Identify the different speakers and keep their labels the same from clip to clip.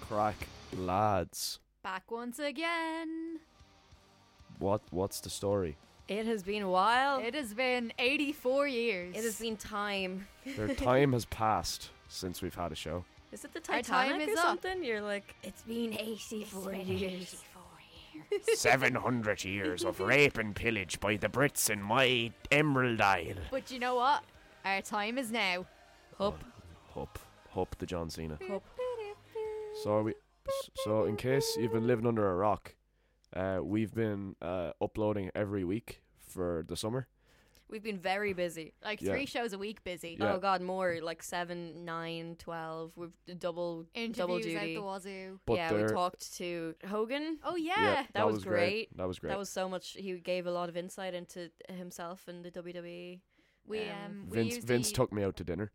Speaker 1: crack, lads?
Speaker 2: Back once again.
Speaker 1: What what's the story?
Speaker 3: It has been a while.
Speaker 2: It has been 84 years.
Speaker 3: Oh. it has been time.
Speaker 1: Their time has passed since we've had a show.
Speaker 3: Is it the
Speaker 2: Our time
Speaker 3: Titanic
Speaker 2: is
Speaker 3: or
Speaker 2: up.
Speaker 3: something? You're like, it's been 84 years.
Speaker 1: Seven hundred years of rape and pillage by the Brits in my Emerald Isle.
Speaker 2: But you know what? Our time is now.
Speaker 3: Up.
Speaker 1: Hop, hop the John Cena.
Speaker 3: Up.
Speaker 1: So are we. s- So in case you've been living under a rock, uh, we've been uh, uploading every week for the summer.
Speaker 3: We've been very busy.
Speaker 2: Like
Speaker 1: Yeah.
Speaker 2: three shows a week busy.
Speaker 1: Yeah.
Speaker 3: Oh god, more like seven, nine, twelve. We've d- double double
Speaker 2: Interviews out
Speaker 3: duty.
Speaker 2: the wazoo.
Speaker 1: But
Speaker 3: yeah,
Speaker 1: there-
Speaker 3: we talked to Hogan.
Speaker 2: Oh yeah.
Speaker 1: yeah,
Speaker 3: that was great.
Speaker 1: That was great.
Speaker 3: That was so much. He gave a lot of insight into himself and the E. WWE.
Speaker 2: We um,
Speaker 3: Um,
Speaker 2: we
Speaker 1: Vince
Speaker 2: used
Speaker 1: Vince
Speaker 2: the-
Speaker 1: took me out to dinner.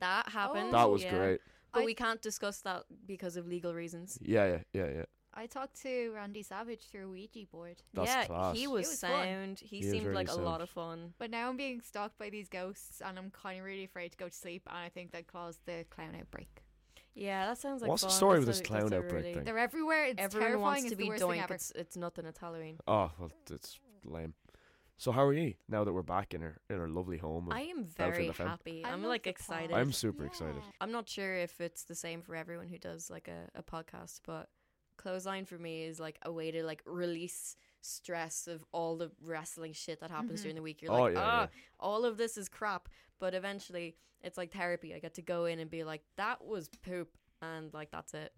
Speaker 3: That happened.
Speaker 1: That
Speaker 2: Oh,
Speaker 1: was
Speaker 3: yeah.
Speaker 1: great.
Speaker 3: But
Speaker 2: I-
Speaker 3: we can't discuss that because of legal reasons.
Speaker 1: Yeah, yeah, yeah, yeah.
Speaker 2: I talked to Randy Savage through Ouija board,
Speaker 1: That's
Speaker 3: yeah,
Speaker 1: class.
Speaker 3: he was,
Speaker 2: It was fun.
Speaker 3: sound. He,
Speaker 1: He was
Speaker 3: seemed
Speaker 1: really
Speaker 3: like a
Speaker 1: sound.
Speaker 3: lot of fun.
Speaker 2: but now I'm being stalked by these ghosts, and I'm kind of really afraid to go to sleep. And I think that caused the clown outbreak.
Speaker 3: Yeah, that sounds like
Speaker 1: What's the
Speaker 3: fun.
Speaker 1: story
Speaker 3: That's
Speaker 1: with this
Speaker 3: a- that's
Speaker 1: clown
Speaker 3: a
Speaker 1: outbreak
Speaker 3: really-
Speaker 1: thing?
Speaker 2: They're everywhere. It's
Speaker 3: Everyone
Speaker 2: terrifying.
Speaker 3: wants
Speaker 2: it's
Speaker 3: to
Speaker 2: the
Speaker 3: be
Speaker 2: worst thing
Speaker 3: doink.
Speaker 2: ever.
Speaker 3: It's, it's nothing. It's Halloween.
Speaker 1: Oh well, it's lame. So how are you now that we're back in our in our lovely home?
Speaker 3: I
Speaker 1: and-
Speaker 3: am
Speaker 1: Belfry
Speaker 3: very
Speaker 1: the Femme.
Speaker 3: happy.
Speaker 2: I
Speaker 3: I'm
Speaker 2: love
Speaker 3: like
Speaker 2: the
Speaker 3: excited.
Speaker 2: pod.
Speaker 1: I'm super excited.
Speaker 3: I'm not sure if it's the same for everyone who does like a, a podcast, but clothesline for me is like a way to like release stress of all the wrestling shit that happens
Speaker 2: Mhm.
Speaker 3: during the week. You're
Speaker 1: Oh,
Speaker 3: like,
Speaker 1: yeah,
Speaker 3: ah,
Speaker 1: yeah.
Speaker 3: all of this is crap. But eventually it's like therapy. I get to go in and be like, that was poop and like that's it.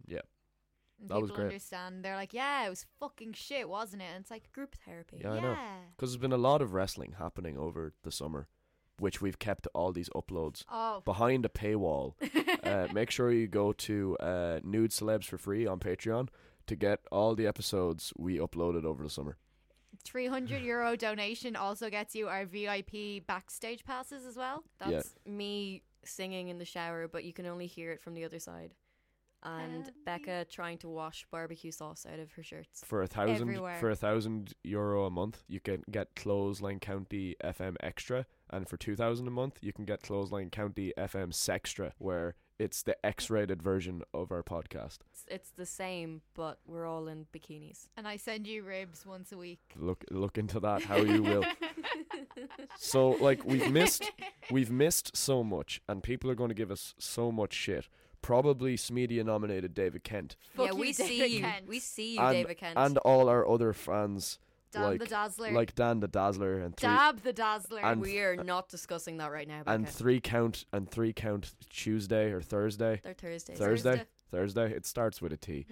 Speaker 2: And
Speaker 1: That was
Speaker 2: people
Speaker 1: great.
Speaker 2: understand. They're like, yeah, it was fucking shit, wasn't it? And it's like,
Speaker 3: Group therapy.
Speaker 1: Yeah, I know. Because there's been a lot of wrestling happening over the summer, which we've kept to all these uploads
Speaker 2: Oh.
Speaker 1: behind a paywall. uh, make sure you go to uh, Nude Celebs for free on Patreon to get all the episodes we uploaded over the summer.
Speaker 2: 300 euro donation also gets you our VIP backstage passes as well.
Speaker 1: Yeah.
Speaker 3: That's me singing in the shower, but you can only hear it from the other side. And
Speaker 2: Um,
Speaker 3: Becca trying to wash barbecue sauce out of her shirts.
Speaker 1: For a thousand
Speaker 2: Everywhere.
Speaker 1: for a thousand euro a month, you can get Clothesline County FM Extra, and for two thousand a month, you can get Clothesline County FM Sextra, where it's the X-rated version of our podcast.
Speaker 3: It's, it's the same, but we're all in bikinis.
Speaker 2: And I send you ribs once a week.
Speaker 1: Look look into that how you will. So like we've missed we've missed so much and people are going to give us so much shit. Probably Smedia nominated David Kent
Speaker 2: Fuck
Speaker 3: yeah,
Speaker 2: you,
Speaker 3: we see
Speaker 2: David
Speaker 3: you.
Speaker 2: Kent.
Speaker 3: We see you,
Speaker 1: And-
Speaker 3: David Kent.
Speaker 1: and all our other fans
Speaker 2: Dan
Speaker 1: like
Speaker 2: the Dazzler.
Speaker 1: like Dan the Dazzler and three
Speaker 2: Dab the Dazzler.
Speaker 1: and-
Speaker 3: we are not discussing that right now. Becca.
Speaker 1: and three count and three count Tuesday or Thursday.
Speaker 3: they're Thursdays.
Speaker 1: Thursday. Thursday. It starts with a T.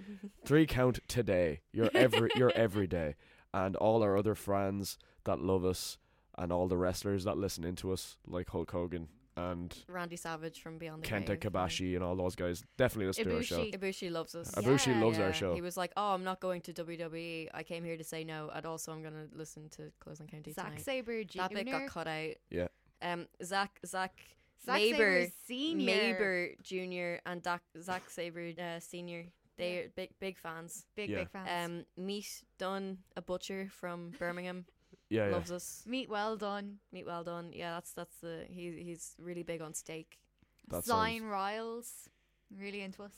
Speaker 1: Three count today. You're every you're every day. And all our other friends that love us and all the wrestlers that listen into us, like Hulk Hogan and
Speaker 3: Randy Savage from Beyond the
Speaker 1: Kenta
Speaker 3: Grave.
Speaker 1: Kabashi and all those guys. Definitely listen to our show.
Speaker 2: Ibushi.
Speaker 3: Ibushi loves us.
Speaker 2: Yeah.
Speaker 1: Ibushi loves
Speaker 3: Yeah,
Speaker 1: our show.
Speaker 3: He was like, "Oh, I'm not going to WWE. I came here to say no, and also I'm going to listen to Closing County
Speaker 2: Zack
Speaker 3: tonight."
Speaker 2: Sabre
Speaker 3: That bit got
Speaker 2: Jr.
Speaker 3: cut out.
Speaker 1: Yeah.
Speaker 3: Um, Zach, Zach,
Speaker 2: Zack
Speaker 3: Sabre
Speaker 2: Sabre Senior.
Speaker 3: Maber Jr. and Dak, Zach Sabre uh, Senior. They're big, big fans.
Speaker 2: Big,
Speaker 1: Yeah.
Speaker 2: big fans.
Speaker 3: Um, Meat Dunn, a butcher from Birmingham,
Speaker 1: yeah, yeah.
Speaker 3: loves us.
Speaker 2: Meat well done.
Speaker 3: Meat well done. Yeah, that's that's the he he's really big on steak.
Speaker 1: That
Speaker 2: Zine Riles. Really into us.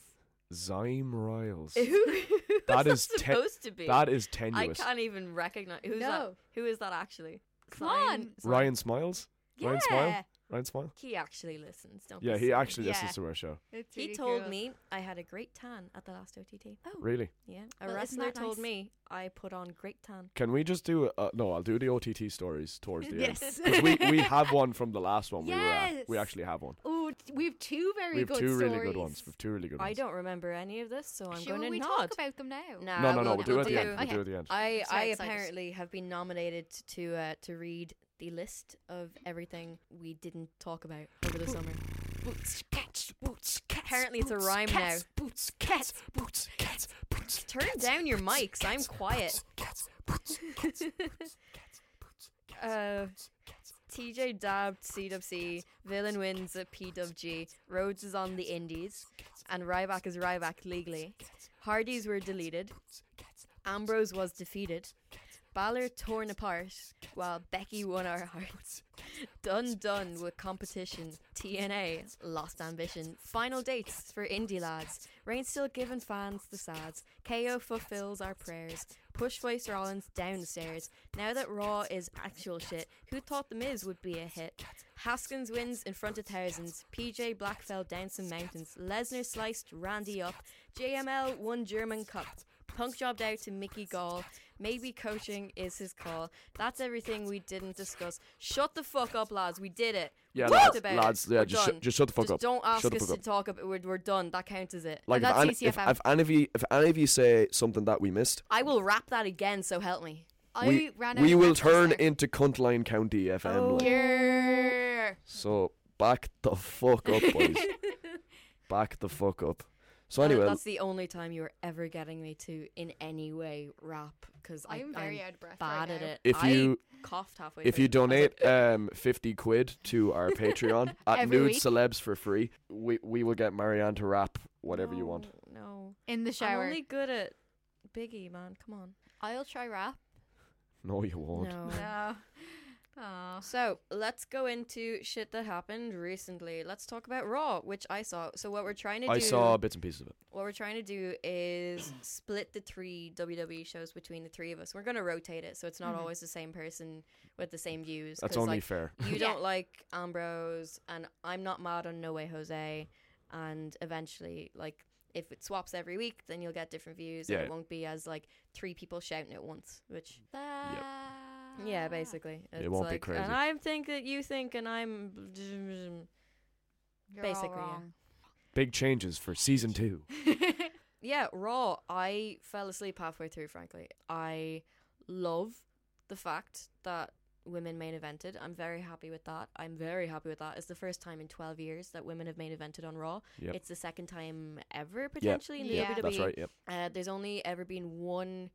Speaker 1: sounds Zyme Riles.
Speaker 3: that
Speaker 1: is te-
Speaker 3: supposed to be.
Speaker 1: that is
Speaker 3: I
Speaker 1: tenuous.
Speaker 3: can't even recognize who's that.
Speaker 2: No.
Speaker 3: Who is that actually?
Speaker 2: Come
Speaker 3: Sign-
Speaker 2: on.
Speaker 3: sign-
Speaker 1: Ryan Smiles? Ryan Smile?
Speaker 2: Yeah.
Speaker 1: Ryan Smile?
Speaker 3: He actually listens. Don't be
Speaker 1: Yeah, he
Speaker 3: silly.
Speaker 1: actually
Speaker 2: Yeah.
Speaker 1: listens to our show.
Speaker 2: It's
Speaker 3: He
Speaker 2: really
Speaker 3: told
Speaker 2: cool.
Speaker 3: me I had a great tan at the last OTT.
Speaker 2: Oh.
Speaker 1: Really?
Speaker 3: Yeah, a
Speaker 2: Well, isn't
Speaker 3: wrestler
Speaker 2: that
Speaker 3: told
Speaker 2: nice?
Speaker 3: me I put on great tan.
Speaker 1: Can we just do uh, no, I'll do the OTT stories towards the end.
Speaker 2: Yes.
Speaker 1: 'Cause we, we have one from the last one we were at. We
Speaker 2: Yes.
Speaker 1: actually have one.
Speaker 2: Oh, we have two very
Speaker 1: we have
Speaker 2: good
Speaker 1: two
Speaker 2: stories.
Speaker 1: really good ones. We have two really good ones.
Speaker 3: I don't remember any of this, so I'm
Speaker 2: Should
Speaker 3: going to
Speaker 2: we
Speaker 3: nod.
Speaker 2: talk about them now?
Speaker 1: no, no,
Speaker 3: Nah,
Speaker 1: no.
Speaker 3: we'll-
Speaker 1: We'll do it at the
Speaker 3: we'll
Speaker 1: end. We'll
Speaker 2: okay.
Speaker 1: do it at the end.
Speaker 3: I,
Speaker 2: so
Speaker 3: I
Speaker 2: excited.
Speaker 3: apparently have been nominated to uh, to read the list of everything we didn't talk about over the summer.
Speaker 1: Boots, cats, boots, cats.
Speaker 3: Apparently it's a boots, rhyme cats,
Speaker 1: Boots, cats, boots, cats, boots.
Speaker 3: Turn down your mics. I'm quiet.
Speaker 1: Cats, boots, cats, boots, cats, boots,
Speaker 3: Uh,
Speaker 1: cats.
Speaker 3: TJ dabbed CWC, Villain wins at PWG, Rhodes is on the Indies, and Ryback is Ryback legally. Hardys were deleted, Ambrose was defeated, Balor torn apart, while Becky won our hearts. Done, done with competition. TNA, lost ambition. Final dates for indie lads. Rain still giving fans the sads. KO fulfills our prayers. Push Voice Rollins downstairs. Now that Raw is actual shit, who thought The Miz would be a hit? Haskins wins in front of thousands. PJ Black fell down some mountains. Lesnar sliced Randy up. JML won German Cup. Punk jobbed out to Mickey Gall. Maybe coaching is his call. That's everything we didn't discuss. Shut the fuck up, lads. We did it.
Speaker 1: Yeah,
Speaker 3: We
Speaker 1: lads,
Speaker 3: talked about it.
Speaker 1: lads, yeah,
Speaker 3: We're
Speaker 1: just, shut
Speaker 3: done.
Speaker 1: just shut the fuck
Speaker 3: Just
Speaker 1: up.
Speaker 3: don't ask
Speaker 1: Shut the
Speaker 3: us
Speaker 1: fuck
Speaker 3: to
Speaker 1: up.
Speaker 3: talk about. We're, we're done. That counts as it.
Speaker 1: Like if,
Speaker 2: that's
Speaker 1: an- if,
Speaker 2: TCFM.
Speaker 1: if any of you if any of you say something that we missed,
Speaker 3: I will rap that again. So help me.
Speaker 2: I
Speaker 1: we,
Speaker 2: ran out
Speaker 1: we
Speaker 2: of
Speaker 1: will
Speaker 2: breath just
Speaker 1: turn
Speaker 2: there.
Speaker 1: into Cuntline County FM.
Speaker 3: Oh.
Speaker 1: like.
Speaker 2: Yeah.
Speaker 1: So back the fuck up, boys. back the fuck up. So
Speaker 3: Well,
Speaker 1: anyway,
Speaker 3: that's the only time you're ever getting me to in any way rap because
Speaker 2: I'm very out of breath. right
Speaker 3: bad at
Speaker 2: now.
Speaker 3: it.
Speaker 1: if
Speaker 3: I
Speaker 1: you
Speaker 3: coughed halfway.
Speaker 1: if
Speaker 3: through.
Speaker 1: you
Speaker 3: I was like,
Speaker 1: donate um fifty quid to our Patreon at
Speaker 2: Every
Speaker 1: Nude
Speaker 2: week.
Speaker 1: Celebs for free, we we will get Marianne to rap whatever you want.
Speaker 3: "No, No,
Speaker 2: In the
Speaker 3: I'm
Speaker 2: shower.
Speaker 3: only good at Biggie, man. Come on.
Speaker 2: I'll try rap.
Speaker 1: No, you won't.
Speaker 3: No.
Speaker 2: No. Aw.
Speaker 3: So let's go into shit that happened recently. Let's talk about Raw, which I saw. So what we're trying to
Speaker 1: I
Speaker 3: do,
Speaker 1: saw bits and pieces of it.
Speaker 3: what we're trying to do is split the three WWE shows between the three of us. We're gonna rotate it, so it's not
Speaker 2: Mhm.
Speaker 3: always the same person with the same views.
Speaker 1: That's
Speaker 3: 'cause,
Speaker 1: only
Speaker 3: like,
Speaker 1: fair.
Speaker 3: you
Speaker 2: Yeah.
Speaker 3: don't like Ambrose, and I'm not mad on No Way Jose. And eventually, like, if it swaps every week, then you'll get different views, and
Speaker 1: Yeah.
Speaker 3: it won't be as like three people shouting at once. Which, yeah,
Speaker 2: Ah.
Speaker 3: basically,
Speaker 1: It won't be crazy.
Speaker 3: And I think that you think, and I'm
Speaker 2: You're
Speaker 3: Basically, yeah.
Speaker 2: all wrong.
Speaker 1: Big changes for season two.
Speaker 3: yeah, Raw. I fell asleep halfway through. Frankly, I love the fact that women main evented. I'm very happy with that. I'm very happy with that. It's the first time in 12 years that women have main evented on Raw.
Speaker 1: Yep.
Speaker 3: It's the second time ever potentially in the
Speaker 2: Yeah.
Speaker 3: WWE.
Speaker 1: That's right. Yep.
Speaker 3: Uh, there's only ever been one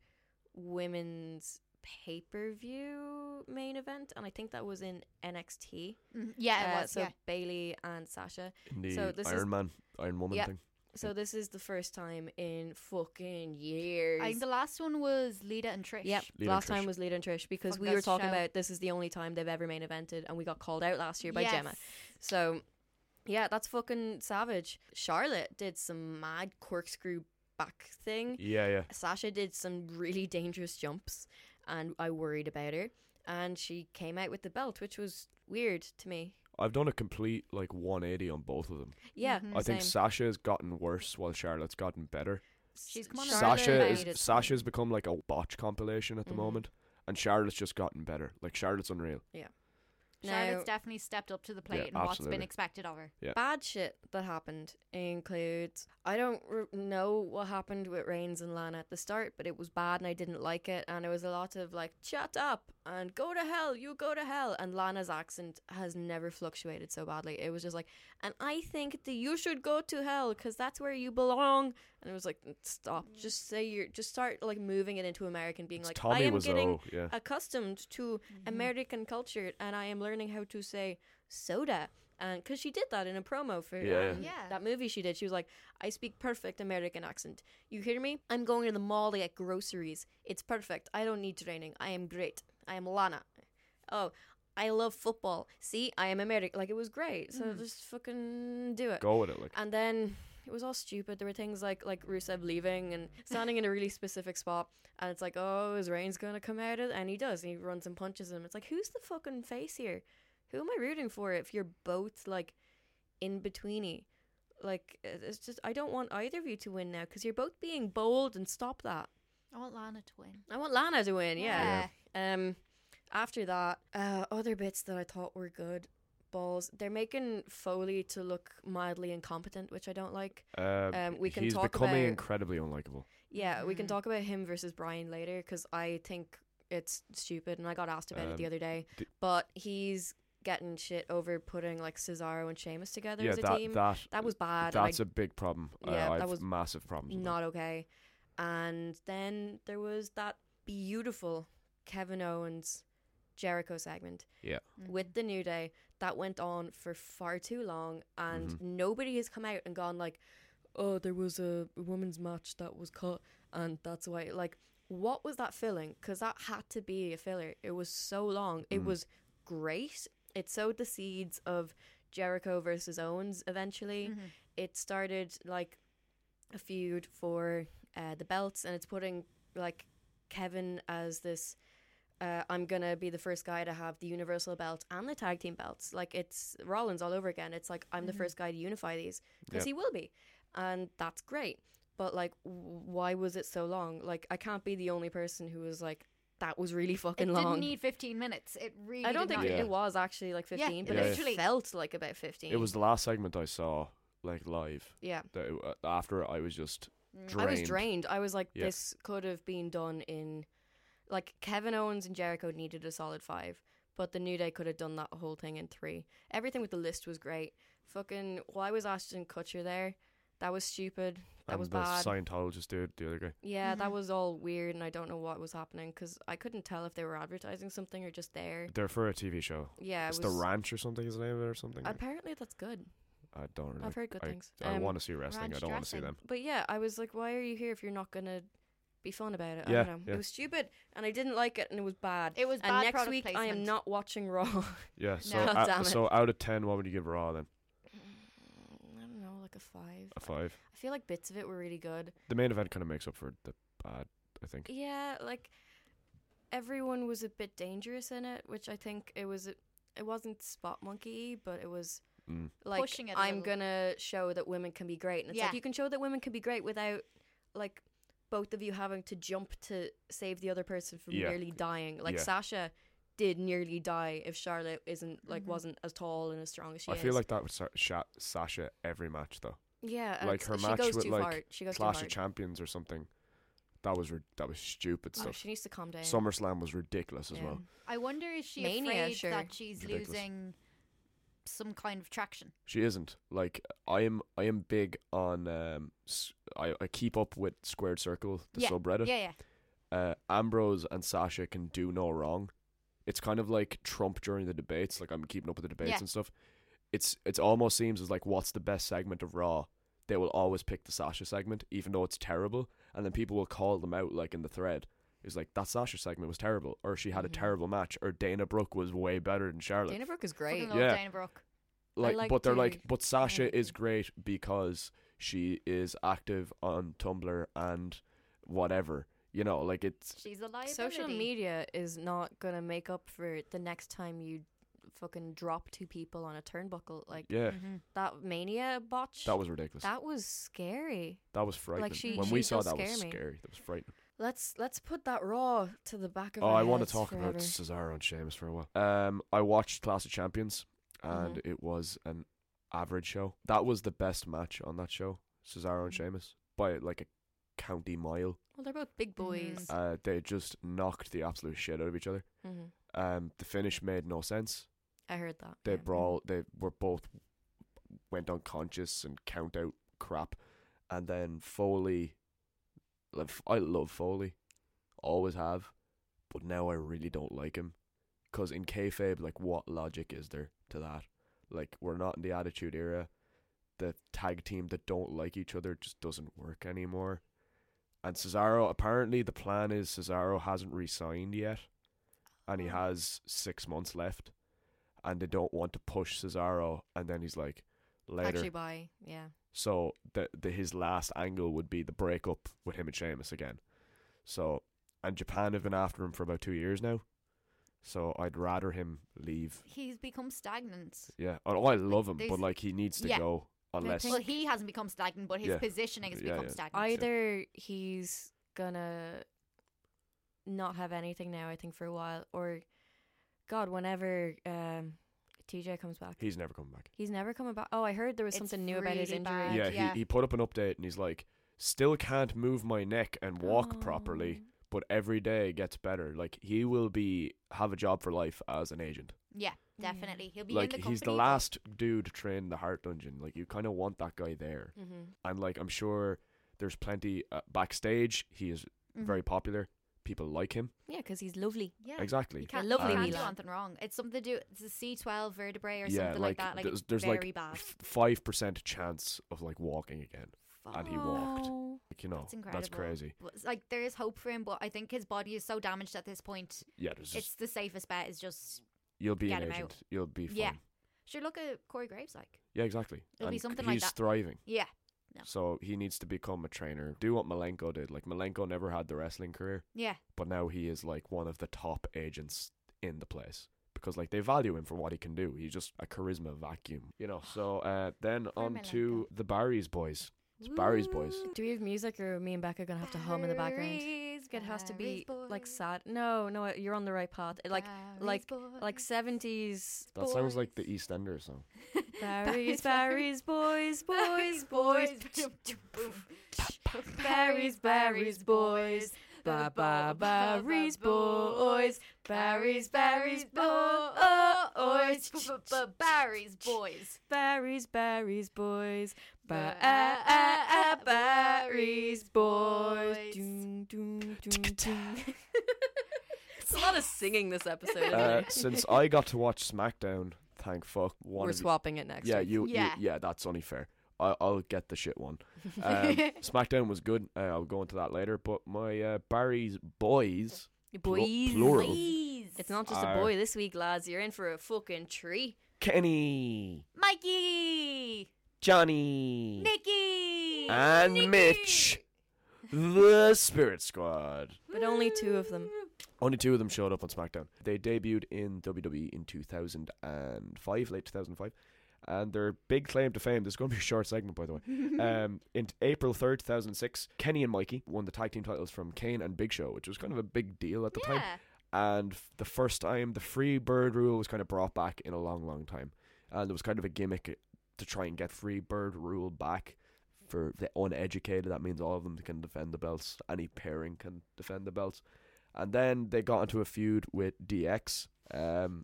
Speaker 3: women's pay per view main event, and I think that was in NXT.
Speaker 2: Mm, yeah, it
Speaker 3: Uh,
Speaker 2: was.
Speaker 3: so
Speaker 2: yeah.
Speaker 3: Bailey and Sasha.
Speaker 1: In the
Speaker 3: So this is-
Speaker 1: Iron Man, Iron Woman
Speaker 3: Yeah.
Speaker 1: thing.
Speaker 3: So this is the first time in fucking years.
Speaker 2: I think the last one was Lita and Trish.
Speaker 3: Yep,
Speaker 1: Lita and
Speaker 3: last
Speaker 1: Trish.
Speaker 3: time was Lita and Trish because
Speaker 2: Fuck,
Speaker 3: we
Speaker 2: that's
Speaker 3: were talking
Speaker 2: shout.
Speaker 3: about this is the only time they've ever main evented, and we got called out last year by
Speaker 2: yes.
Speaker 3: Gemma. So, yeah, that's fucking savage. Charlotte did some mad corkscrew back thing.
Speaker 1: Yeah, yeah.
Speaker 3: Sasha did some really dangerous jumps, and I worried about her. And she came out with the belt, which was weird to me.
Speaker 1: I've done a complete like 180 on both of them.
Speaker 3: Yeah,
Speaker 2: Mhm.
Speaker 1: I think
Speaker 3: same.
Speaker 1: Sasha's gotten worse while Charlotte's gotten better.
Speaker 2: She's come on a
Speaker 3: Charlotte
Speaker 1: Sasha
Speaker 2: Charlotte
Speaker 1: is
Speaker 3: made it-
Speaker 1: Sasha's become like a botch compilation at the
Speaker 3: Mhm.
Speaker 1: moment, and Charlotte's just gotten better. Like Charlotte's unreal.
Speaker 2: Charlotte's
Speaker 3: Now-
Speaker 2: definitely stepped up to the plate and what's been
Speaker 1: absolutely.
Speaker 2: expected of her.
Speaker 3: bad shit that happened includes I don't r know what happened with Reigns and Lana at the start, but it was bad and I didn't like it. And it was a lot of like, shut up and go to hell, you go to hell. And Lana's accent has never fluctuated so badly. It was just like, and I think that you should go to hell because that's where you belong. And it was like, stop, just say you're, just start like moving it into American, being
Speaker 1: It's
Speaker 3: like, I
Speaker 1: Tommy
Speaker 3: am
Speaker 1: was
Speaker 3: getting
Speaker 1: oh yeah.
Speaker 3: accustomed to American culture and I am learning how to say soda. And because she did that in a promo for
Speaker 1: Yeah.
Speaker 3: um,
Speaker 2: Yeah.
Speaker 3: that movie she did, she was like, I speak perfect American accent. You hear me? I'm going to the mall to get groceries. It's perfect. I don't need training. I am great. I am Lana. Oh, I love football. See, I am American. Like, it was great. So
Speaker 2: Mhm.
Speaker 3: just fucking do it.
Speaker 1: Go with it. Like
Speaker 3: And then it was all stupid. There were things like like Rusev leaving and standing in a really specific spot, and it's like, oh, is Reigns gonna come out? Of-? And he does. And he runs and punches him. It's like, who's the fucking face here? Who am I rooting for? If you're both like in betweeny, like it- it's just I don't want either of you to win now because you're both being bold and stop that.
Speaker 2: I want Lana to win.
Speaker 3: I want Lana to win. Yeah. Um, after that, uh, other bits that I thought were good. Balls. They're making Foley to look mildly incompetent, which I don't like.
Speaker 1: uh,
Speaker 3: um, we can
Speaker 1: he's
Speaker 3: talk
Speaker 1: becoming
Speaker 3: about-
Speaker 1: incredibly unlikable.
Speaker 3: Yeah, we can
Speaker 2: Mhm.
Speaker 3: talk about him versus Brian later because I think it's stupid, and I got asked about it the
Speaker 1: Um,
Speaker 3: other day.
Speaker 1: d-
Speaker 3: but he's getting shit over putting like Cesaro and Sheamus together
Speaker 1: yeah,
Speaker 3: as a
Speaker 1: that
Speaker 3: team. That,
Speaker 1: that
Speaker 3: was bad. and I
Speaker 1: that's a big problem.
Speaker 3: Yeah,
Speaker 1: uh, I
Speaker 3: that
Speaker 1: have
Speaker 3: was
Speaker 1: massive problems. with that.
Speaker 3: not okay. And then there was that beautiful Kevin Owens Jericho segment with the New Day that went on for far too long, and
Speaker 1: Mhm.
Speaker 3: nobody has come out and gone like, "Oh, there was a women's match that was cut, and that's why." Like, what was that filling? Because that had to be a filler. It was so long. It
Speaker 1: Mm.
Speaker 3: was great. It sowed the seeds of Jericho versus Owens eventually.
Speaker 2: Mhm.
Speaker 3: It started like a feud for uh, the belts, and it's putting like Kevin as this. Uh, I'm gonna be the first guy to have the universal belt and the tag team belts. Like it's Rollins all over again. It's like I'm the
Speaker 2: Mhm.
Speaker 3: first guy to unify these because
Speaker 1: Yep.
Speaker 3: he will be, and that's great. But like, w- why was it so long? Like I can't be the only person who was like that was really
Speaker 2: It
Speaker 3: fucking
Speaker 2: didn't
Speaker 3: long.
Speaker 2: need 15 minutes. It really.
Speaker 3: I don't
Speaker 2: did not.
Speaker 3: think
Speaker 1: Yeah.
Speaker 3: it was actually like 15, but
Speaker 1: Yeah.
Speaker 3: it
Speaker 2: literally.
Speaker 3: felt like about 15.
Speaker 1: It was the last segment I saw, like live.
Speaker 3: Yeah.
Speaker 1: That it, uh, after it, I was just
Speaker 2: Mm.
Speaker 1: drained.
Speaker 3: I was drained. I was like,
Speaker 1: Yeah.
Speaker 3: this could have been done in. Like, Kevin Owens and Jericho needed a solid five, but the New Day could have done that whole thing in three. Everything with the list was great. Fucking, why was Ashton Kutcher there? That was stupid. That
Speaker 1: and
Speaker 3: was
Speaker 1: the
Speaker 3: bad.
Speaker 1: Scientologist dude, the other guy.
Speaker 3: yeah, that
Speaker 2: Mhm.
Speaker 3: was all weird, and I don't know what was happening because I couldn't tell if they were advertising something or just there.
Speaker 1: They're for a TV show.
Speaker 3: Yeah, it
Speaker 1: it's
Speaker 3: was.
Speaker 1: the Ranch or something. His name or something. I,
Speaker 3: apparently, that's good.
Speaker 1: don't really.
Speaker 3: I've heard good
Speaker 1: I,
Speaker 3: things.
Speaker 1: I
Speaker 3: Um,
Speaker 1: want to see wrestling. I
Speaker 2: ranch
Speaker 1: don't want to see
Speaker 2: dressing.
Speaker 1: them.
Speaker 3: But yeah, I was like, why are you here if you're not gonna be fun about it?
Speaker 1: Yeah,
Speaker 3: I don't know.
Speaker 1: yeah.
Speaker 3: It was stupid, and I didn't like it, and it was bad. Mm,
Speaker 2: It was
Speaker 3: and
Speaker 2: bad
Speaker 3: next
Speaker 2: product
Speaker 3: week, I am
Speaker 2: placement.
Speaker 3: not watching Raw.
Speaker 1: Yeah. So
Speaker 2: God
Speaker 1: uh,
Speaker 3: damn it.
Speaker 1: so out of ten, what would you give Raw then?
Speaker 3: I don't know, like a five.
Speaker 1: A five.
Speaker 3: I feel like bits of it were really good.
Speaker 1: The main event kind of makes up for the bad. I think.
Speaker 3: Yeah, like everyone was a bit dangerous in it, which I think it was. It wasn't spot monkey, but it was
Speaker 1: Mm.
Speaker 3: like
Speaker 2: Pushing it a
Speaker 3: I'm
Speaker 2: little.
Speaker 3: gonna show that women can be great, and it's
Speaker 2: Yeah.
Speaker 3: like you can show that women can be great without like both of you having to jump to save the other person from
Speaker 1: Yeah.
Speaker 3: nearly dying. Like
Speaker 1: Yeah.
Speaker 3: Sasha did nearly die if Charlotte isn't like
Speaker 2: Mhm.
Speaker 3: wasn't as tall and as strong as she
Speaker 1: I
Speaker 3: is.
Speaker 1: feel like that would sa- sha- Sasha every match though.
Speaker 3: yeah, and
Speaker 1: like,
Speaker 3: it's-
Speaker 1: her
Speaker 3: she
Speaker 1: match
Speaker 3: goes
Speaker 1: with,
Speaker 3: too
Speaker 1: like,
Speaker 3: far. She goes
Speaker 1: Clash
Speaker 3: too
Speaker 1: of
Speaker 3: far.
Speaker 1: Champions or something. That was rid that was stupid
Speaker 3: Oh,
Speaker 1: stuff.
Speaker 3: she needs to calm down.
Speaker 1: SummerSlam was ridiculous as
Speaker 3: Yeah.
Speaker 1: well.
Speaker 2: I wonder is she
Speaker 3: Mania,
Speaker 2: afraid
Speaker 3: sure.
Speaker 2: that she's
Speaker 1: Ridiculous.
Speaker 2: losing some kind of traction?
Speaker 1: She isn't like I am. I am big on. Um, s- I I keep up with Squared Circle, the subreddit.
Speaker 2: Yeah, yeah.
Speaker 1: Uh, Ambrose and Sasha can do no wrong. It's kind of like Trump during the debates. Like I'm keeping up with the debates
Speaker 2: Yeah.
Speaker 1: and stuff. It's it's almost seems as like what's the best segment of Raw. They will always pick the Sasha segment, even though it's terrible, and then people will call them out like in the thread. It's like that Sasha segment was terrible, or she had
Speaker 3: Mhm.
Speaker 1: a terrible match, or Dana Brooke was way better than Charlotte.
Speaker 3: Dana Brooke is
Speaker 2: Fucking
Speaker 3: great.
Speaker 2: love
Speaker 1: Yeah.
Speaker 2: Dana Brooke.
Speaker 1: like,
Speaker 3: like
Speaker 1: but they're
Speaker 3: to-
Speaker 1: like but Sasha
Speaker 3: yeah.
Speaker 1: is great because she is active on Tumblr and whatever. You know, like it's
Speaker 2: She's a liability.
Speaker 3: Social media is not gonna make up for the next time you fucking drop two people on a turnbuckle. Like
Speaker 1: yeah,
Speaker 2: Mhm.
Speaker 3: that mania botch.
Speaker 1: that was ridiculous. That,
Speaker 3: that was scary.
Speaker 1: was frightening.
Speaker 3: she-
Speaker 1: when
Speaker 3: she
Speaker 1: we saw
Speaker 3: does
Speaker 1: that was
Speaker 3: scare me.
Speaker 1: scary. That was frightening.
Speaker 3: Let's let's put that raw to the back of.
Speaker 1: Oh,
Speaker 3: our
Speaker 1: I want to
Speaker 3: heads
Speaker 1: talk
Speaker 3: forever.
Speaker 1: about Cesaro and Sheamus for a while. Um, I watched Clash of Champions, and
Speaker 3: Mhm.
Speaker 1: it was an average show. That was the best match on that show, Cesaro and
Speaker 3: Mhm.
Speaker 1: Sheamus, by like a county mile.
Speaker 3: Well, they're both big boys.
Speaker 2: Mhm.
Speaker 1: Uh, they just knocked the absolute shit out of each other.
Speaker 3: Mhm.
Speaker 1: Um, the finish made no sense.
Speaker 3: I heard that.
Speaker 1: they
Speaker 3: yeah.
Speaker 1: brawl they were both went unconscious and count out crap and then foley like, f- i love foley always have but now i really don't like him because in kayfabe like what logic is there to that like we're not in the attitude era the tag team that don't like each other just doesn't work anymore and cesaro apparently the plan is cesaro hasn't re-signed yet and he
Speaker 3: Oh.
Speaker 1: has six months left and they don't want to push Cesaro, and then he's like, later.
Speaker 3: Actually, by yeah.
Speaker 1: so the, the his last angle would be the breakup with him and Sheamus again. So and Japan have been after him for about two years now. So I'd rather him leave.
Speaker 2: He's become stagnant.
Speaker 1: Yeah, oh, I love him, but
Speaker 2: there's-
Speaker 1: like he needs to
Speaker 2: Yeah.
Speaker 1: go unless
Speaker 2: Well, he hasn't become stagnant, but his
Speaker 1: Yeah.
Speaker 2: positioning has
Speaker 1: Yeah,
Speaker 2: become
Speaker 1: yeah.
Speaker 2: stagnant.
Speaker 3: Either he's gonna not have anything now, I think, for a while, or God, whenever um, TJ comes back.
Speaker 1: he's never coming back.
Speaker 3: He's never coming back. Oh, I heard there was
Speaker 2: It's
Speaker 3: something new about his
Speaker 2: really
Speaker 3: injury.
Speaker 2: bad.
Speaker 1: yeah,
Speaker 2: yeah.
Speaker 1: He, he put up an update and he's like, still can't move my neck and walk
Speaker 2: Oh.
Speaker 1: properly, but every day gets better. Like he will be have a job for life as an agent.
Speaker 2: yeah,
Speaker 3: Mm.
Speaker 2: definitely. He'll be in
Speaker 1: like
Speaker 2: the
Speaker 1: he's the
Speaker 2: company, but-
Speaker 1: last dude to train the heart dungeon like you kind of want that guy there
Speaker 3: Mm-hmm.
Speaker 1: and like i'm sure there's plenty uh, backstage he is
Speaker 2: Mhm.
Speaker 1: very popular people like him
Speaker 3: Yeah, because he's lovely.
Speaker 2: yeah.
Speaker 1: exactly
Speaker 2: You can't,
Speaker 3: lovely
Speaker 2: you can't do
Speaker 3: Milan.
Speaker 2: anything wrong. It's something to do. It's a C twelve vertebrae or
Speaker 1: Yeah,
Speaker 2: something like, that. Like
Speaker 1: there's,
Speaker 2: it's
Speaker 1: there's
Speaker 2: very
Speaker 1: like
Speaker 2: bad.
Speaker 1: five percent chance of like walking again And he walked.
Speaker 3: Oh.
Speaker 1: like, you know
Speaker 2: That's incredible.
Speaker 1: that's crazy
Speaker 2: Well, it's Like there is hope for him, but I think his body is so damaged at this point.
Speaker 1: yeah there's just
Speaker 2: It's the safest bet is just
Speaker 1: you'll be
Speaker 2: Get
Speaker 1: an
Speaker 2: him out.
Speaker 1: agent. You'll be fine.
Speaker 2: Yeah. Sure, look at Corey Graves like.
Speaker 1: Yeah, exactly.
Speaker 2: It'll be
Speaker 1: And
Speaker 2: something like
Speaker 1: he's
Speaker 2: that.
Speaker 1: thriving.
Speaker 2: Yeah. No.
Speaker 1: So he needs to become a trainer. Do what Malenko did. Like Malenko never had the wrestling career,
Speaker 2: Yeah.
Speaker 1: but now he is like one of the top agents in the place because like they value him for what he can do. He's just a charisma vacuum, you know. So uh, then
Speaker 2: Poor
Speaker 1: on to the Barry's boys. It's Barry's boys.
Speaker 2: Ooh.
Speaker 3: Do we have music or are me and Becca gonna have to hum in the background?
Speaker 2: Barry's,
Speaker 3: It has to be
Speaker 2: Barry's
Speaker 3: like
Speaker 2: boys,
Speaker 3: sad. No, no, you're on the right path. It, Like
Speaker 2: Barry's
Speaker 3: like like
Speaker 2: boys.
Speaker 3: seventies.
Speaker 1: That sounds like the e
Speaker 2: Boys.
Speaker 1: EastEnders song.
Speaker 3: Barry's, Barry's, boys, boys,
Speaker 2: Barry's
Speaker 3: boys.
Speaker 2: Barry's,
Speaker 3: Barry's, Barry's, boys. Ba ba Barry's boys. Barry's,
Speaker 2: Barry's,
Speaker 3: Barry's
Speaker 2: Barry's
Speaker 3: boys.
Speaker 2: boys. Barry's boys.
Speaker 3: Barry's, Barry's boys. Ba
Speaker 2: Ba-
Speaker 3: ah, ah, Barry's boys.
Speaker 2: boys.
Speaker 3: Doom, doom, doom, doom. It's a lot of singing this episode. isn't
Speaker 1: Uh,
Speaker 3: it?
Speaker 1: since I got to watch SmackDown, thank fuck. One
Speaker 3: We're
Speaker 1: of you-
Speaker 3: swapping it next.
Speaker 1: yeah,
Speaker 3: week.
Speaker 1: you, yeah,
Speaker 2: Yeah.
Speaker 1: you, yeah. That's only fair. I, I'll get the shit one. Um, SmackDown was good. Uh, I'll go into that later. But my uh, Barry's boys, plu-
Speaker 3: boys.
Speaker 1: plural. Uh,
Speaker 2: Please.
Speaker 3: It's not just a
Speaker 1: Are-
Speaker 3: boy this week, lads. You're in for a fucking treat.
Speaker 1: Kenny,
Speaker 2: Mikey.
Speaker 1: Johnny,
Speaker 2: Nikki.
Speaker 1: and
Speaker 2: Nikki.
Speaker 1: Mitch, the Spirit Squad.
Speaker 3: But only two of them.
Speaker 1: Only two of them showed up on SmackDown. They debuted in WWE in 2005, late 2005. And their big claim to fame, this is going to be a short segment, by the
Speaker 2: Hmm.
Speaker 1: way.
Speaker 2: Uh,
Speaker 1: um, in April 3rd, 2006, Kenny and Mikey won the tag team titles from Kane and Big Show, which was kind of a big deal at the time.
Speaker 2: Yeah.
Speaker 1: and f- the first time the free bird rule was kind of brought back in a long long time and there was kind of a gimmick to try and get free bird rule back for the uneducated that means all of them can defend the belts any pairing can defend the belts and then they got into a feud with dx um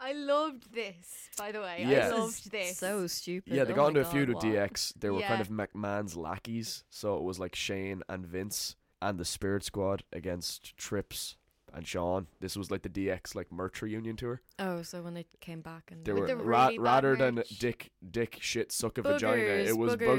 Speaker 2: I loved this, by the way.
Speaker 1: Yeah.
Speaker 2: I loved this.
Speaker 3: So stupid.
Speaker 1: yeah they
Speaker 3: Oh
Speaker 1: got
Speaker 3: my
Speaker 1: into a
Speaker 3: God,
Speaker 1: feud
Speaker 3: what?
Speaker 1: with dx they were kind
Speaker 2: Yeah.
Speaker 1: of mcmahon's lackeys so it was like shane and vince and the spirit squad against trips and sean this was like the dx like merch reunion tour
Speaker 3: Oh, so when they came back and
Speaker 1: They
Speaker 2: With
Speaker 1: were
Speaker 2: the
Speaker 1: ra-
Speaker 2: really bad
Speaker 1: rather than
Speaker 2: merch.
Speaker 1: dick, dick, shit, suck a vagina.
Speaker 3: Boogers,
Speaker 1: It was boogers,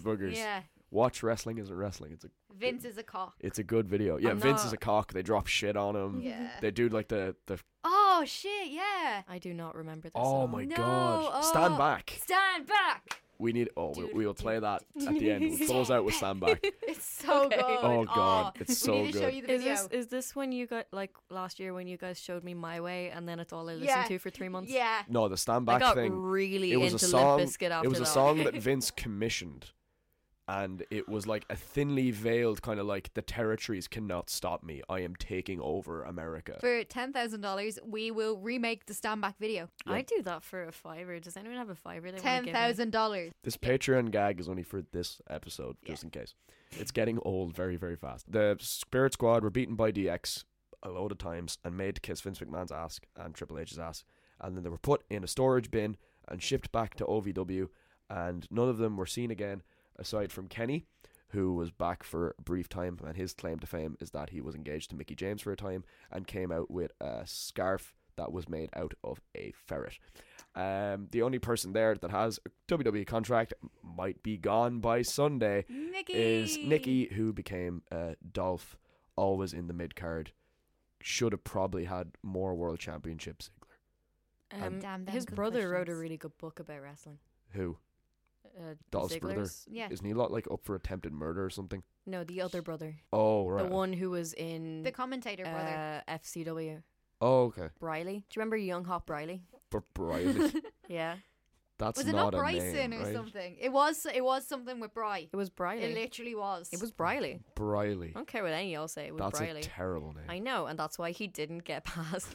Speaker 1: boogers, boogers.
Speaker 2: Yeah.
Speaker 1: Watch wrestling isn't wrestling. It's a
Speaker 2: Vince is a cock.
Speaker 1: it's a good video. Yeah,
Speaker 3: I'm
Speaker 1: Vince is
Speaker 3: not-
Speaker 1: a cock. They drop shit on him.
Speaker 2: Yeah.
Speaker 1: They do like the the.
Speaker 2: Oh shit, yeah.
Speaker 3: I do not remember this. at
Speaker 1: Oh
Speaker 3: all.
Speaker 1: my
Speaker 2: No,
Speaker 1: god! Stand
Speaker 2: oh.
Speaker 1: back.
Speaker 2: Stand back.
Speaker 1: We need. Oh, we,
Speaker 2: Dude,
Speaker 1: we will
Speaker 2: dude,
Speaker 1: play that at the end. We'll close out with stand back.
Speaker 2: It's so
Speaker 3: Okay.
Speaker 2: good.
Speaker 1: Oh, God, it's so
Speaker 2: We need to show
Speaker 1: good.
Speaker 2: you the
Speaker 3: Is
Speaker 2: video.
Speaker 3: this is this when you got like last year when you guys showed me my way and then it's all I listened
Speaker 2: Yeah.
Speaker 3: to for three months?
Speaker 2: yeah.
Speaker 1: No, the stand
Speaker 3: I
Speaker 1: back
Speaker 3: got
Speaker 1: thing.
Speaker 3: really
Speaker 1: It was a
Speaker 3: into
Speaker 1: song.
Speaker 3: Limp Bizkit after
Speaker 1: It was
Speaker 3: that.
Speaker 1: a song that Vince commissioned, and it was like a thinly veiled kind of like the territories cannot stop me. I am taking over America.
Speaker 2: For ten thousand dollars, we will remake the stand back video.
Speaker 1: Yeah.
Speaker 3: I do that for a fiver. Does anyone have a fiver they want
Speaker 2: Ten
Speaker 3: to give me?
Speaker 2: thousand dollars.
Speaker 1: This Patreon gag is only for this episode, just in case. It's getting old very, very fast. The Spirit Squad were beaten by DX a load of times and made to kiss Vince McMahon's ass and Triple H's ass. And then they were put in a storage bin and shipped back to OVW. And none of them were seen again, aside from Kenny, who was back for a brief time. And his claim to fame is that he was engaged to Mickey James for a time and came out with a scarf that was made out of a ferret. Um, the only person there that has a WWE E contract might be gone by Sunday
Speaker 2: Nikki
Speaker 1: is Nikki, who became uh, Dolph, always in the mid card. Should have probably had more world championship Ziggler.
Speaker 3: Um,
Speaker 2: Damn them
Speaker 3: his
Speaker 2: good
Speaker 3: brother wrote a
Speaker 2: questions.
Speaker 3: really good book about wrestling.
Speaker 1: Who
Speaker 3: Uh,
Speaker 1: Dolph's brother.
Speaker 3: Ziggler's?
Speaker 2: Yeah.
Speaker 1: isn't he lot like up for attempted murder or something?
Speaker 3: No, the other brother,
Speaker 1: Oh right.
Speaker 3: the one who was in
Speaker 2: The commentator brother.
Speaker 3: uh, FCW.
Speaker 1: Oh okay.
Speaker 3: Riley. Do you remember Young Hop Riley?
Speaker 1: But Bryson,
Speaker 3: Yeah.
Speaker 1: that's
Speaker 2: was it
Speaker 1: not,
Speaker 2: not
Speaker 1: a
Speaker 2: Bryson
Speaker 1: name,
Speaker 2: or
Speaker 1: right?
Speaker 2: something? It was it was something with Bry.
Speaker 3: It was
Speaker 2: It
Speaker 3: Briley.
Speaker 2: literally was.
Speaker 3: It was Briley.
Speaker 1: Briley.
Speaker 3: I don't care what any of y'all say. It was
Speaker 1: That's a
Speaker 3: Briley.
Speaker 1: terrible name.
Speaker 3: I know, and that's why he didn't get past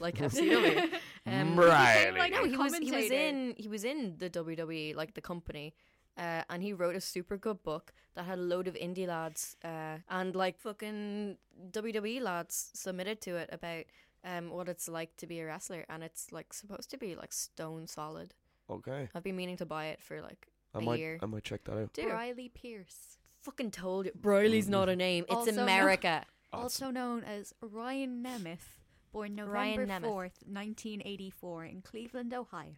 Speaker 3: like FCW. Um,
Speaker 1: Briley.
Speaker 2: like
Speaker 3: No,
Speaker 2: a
Speaker 3: he was he was
Speaker 2: commentator.
Speaker 3: in he was in the WWE like the company, uh, and he wrote a super good book that had a load of indie lads uh, and like fucking WWE lads submitted to it about um what it's like to be a wrestler, and it's like supposed to be like stone solid.
Speaker 1: Okay.
Speaker 3: I've been meaning to buy it for like
Speaker 1: I
Speaker 3: a
Speaker 1: might
Speaker 3: year.
Speaker 1: I might check that out.
Speaker 3: Dude,
Speaker 2: Briley Pierce,
Speaker 3: fucking told you, Briley's not
Speaker 1: Mm-hmm.
Speaker 3: a name. It's
Speaker 2: Also not-
Speaker 3: America.
Speaker 1: Oh, it's-
Speaker 2: also known as Ryan Nemeth, born
Speaker 3: Ryan
Speaker 2: November
Speaker 3: Nemeth.
Speaker 2: fourth, nineteen eighty four, in Cleveland, Ohio.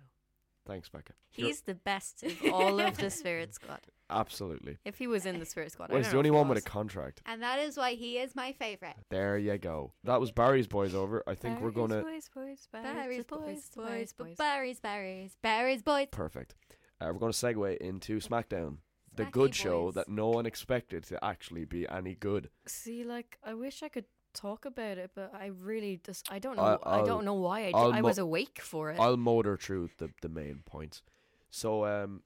Speaker 1: Thanks, Becca. You're-
Speaker 4: He's the best of all of the Spirit Squad.
Speaker 1: absolutely.
Speaker 4: If he was in the Spirit Squad,
Speaker 1: Well,
Speaker 4: I
Speaker 1: he's
Speaker 4: don't
Speaker 1: the
Speaker 4: know
Speaker 1: only
Speaker 4: if he
Speaker 1: one with
Speaker 4: was.
Speaker 1: a contract.
Speaker 2: And that is why he is my favorite.
Speaker 1: There you go. That was Barry's Boys over. I think we're gonna
Speaker 4: Boys, boys,
Speaker 2: Barry's boys, boys, but Barry's berries, Barry's boys.
Speaker 1: perfect. Uh, we're gonna segue into SmackDown, the
Speaker 2: Smacky
Speaker 1: good show
Speaker 2: boys.
Speaker 1: that no one expected to actually be any good.
Speaker 3: See, like I wish I could talk about it, but I really just I don't know.
Speaker 1: I-
Speaker 3: I,
Speaker 1: I'll-
Speaker 3: don't know why I, d-
Speaker 1: I'll
Speaker 3: I
Speaker 1: mo-
Speaker 3: was awake for it.
Speaker 1: I'll motor through the, the main points. So, um,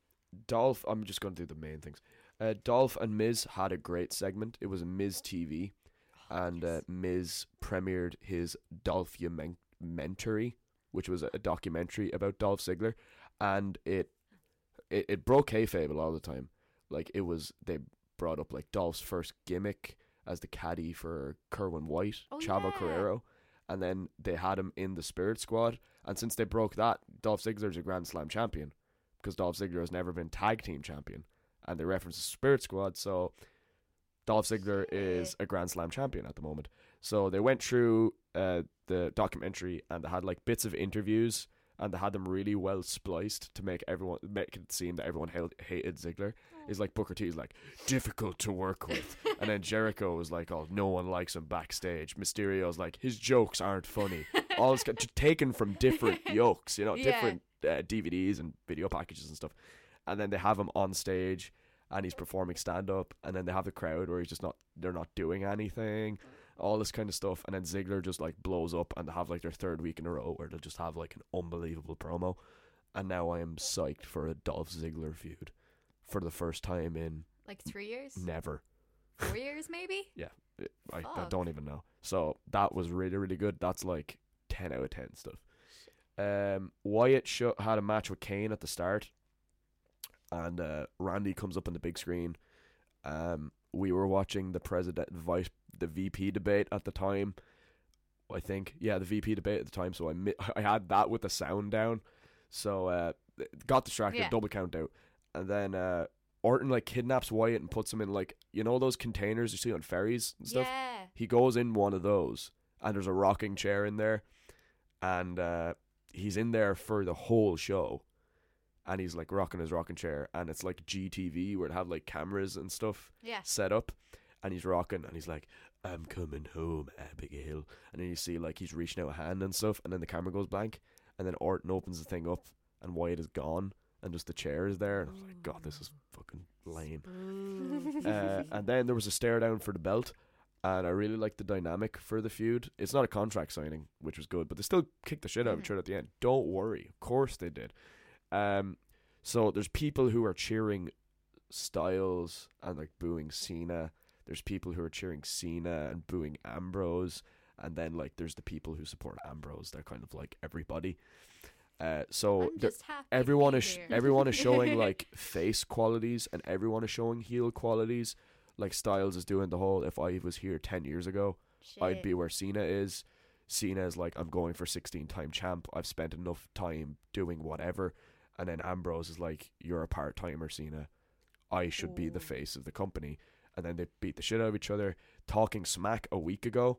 Speaker 1: Dolph, I'm just going to do the main things. Uh, Dolph and Miz had a great segment. It was Miz TV, and uh, Miz premiered his Dolph Documentary, which was a documentary about Dolph Ziggler, and it it, it broke kayfabe a lot of the time. Like it was, they brought up like Dolph's first gimmick as the caddy for Kerwin White,
Speaker 2: Oh,
Speaker 1: Chavo
Speaker 2: yeah.
Speaker 1: Guerrero, and then they had him in the Spirit Squad. And since they broke that, Dolph Ziggler's a Grand Slam champion because Dolph Ziggler has never been tag team champion, and they reference the Spirit Squad, so Dolph Ziggler is a Grand Slam champion at the moment. So they went through uh, the documentary and they had like bits of interviews and they had them really well spliced to make everyone make it seem that everyone hailed, hated Ziggler. Is like Booker T is like difficult to work with, and then Jericho was like, "Oh, no one likes him backstage." Mysterio's like, "His jokes aren't funny." All it's got- just taken from different yokes, you know,
Speaker 2: Yeah.
Speaker 1: different uh, DVDs and video packages and stuff. And then they have him on stage, and he's performing stand up, and then they have the crowd where he's just not, they're not doing anything, all this kind of stuff. And then Ziggler just like blows up, and they have like their third week in a row where they'll just have like an unbelievable promo. And now I am psyched for a Dolph Ziggler feud for the first time in
Speaker 2: Like three years,
Speaker 1: never.
Speaker 2: four years maybe.
Speaker 1: I, I
Speaker 2: Fuck.
Speaker 1: don't even know. So that was really, really good. That's like 10 out of 10 stuff. Um, Wyatt sh- had a match with Kane at the start, and uh, Randy comes up on the big screen. Um, we were watching the president, vice, the VP debate at the time. I think, yeah, the VP debate at the time. So I, mi- I had that with the sound down, so uh, got distracted.
Speaker 2: Yeah.
Speaker 1: Double count out, and then uh, Orton like kidnaps Wyatt and puts him in like you know those containers you see on ferries and stuff.
Speaker 2: Yeah.
Speaker 1: He goes in one of those, and there's a rocking chair in there, and uh, he's in there for the whole show, and he's like rocking his rocking chair, and it's like GTV where it have like cameras and stuff
Speaker 2: Yeah.
Speaker 1: set up, and he's rocking, and he's like, "I'm coming home, Abigail," and then you see like he's reaching out a hand and stuff, and then the camera goes blank, and then Orton opens the thing up, and Wyatt is gone, and just the chair is there, and I was like, "God, this is fucking lame."
Speaker 3: Mm.
Speaker 1: uh, and then there was a stare down for the belt, and I really liked the dynamic for the feud. It's not a contract signing, which was good, but they still kicked the shit out of each other at the end. Don't worry, of course they did. Um, so there's people who are cheering Styles and like booing Cena. There's people who are cheering Cena and booing Ambrose, and then like there's the people who support Ambrose. They're kind of like everybody. Uh, so
Speaker 2: I'm
Speaker 1: there-
Speaker 2: just happy. to
Speaker 1: everyone
Speaker 2: be
Speaker 1: is sh-
Speaker 2: here.
Speaker 1: everyone is showing like face qualities and everyone is showing heel qualities like styles is doing the whole if i was here 10 years ago i'd
Speaker 2: Shit.
Speaker 1: be where cena is cena is like i'm going for 16 time champ i've spent enough time doing whatever and then ambrose is like you're a part-timer cena i should be the
Speaker 4: Ooh.
Speaker 1: face of the company and then they beat the shit out of each other talking smack a week ago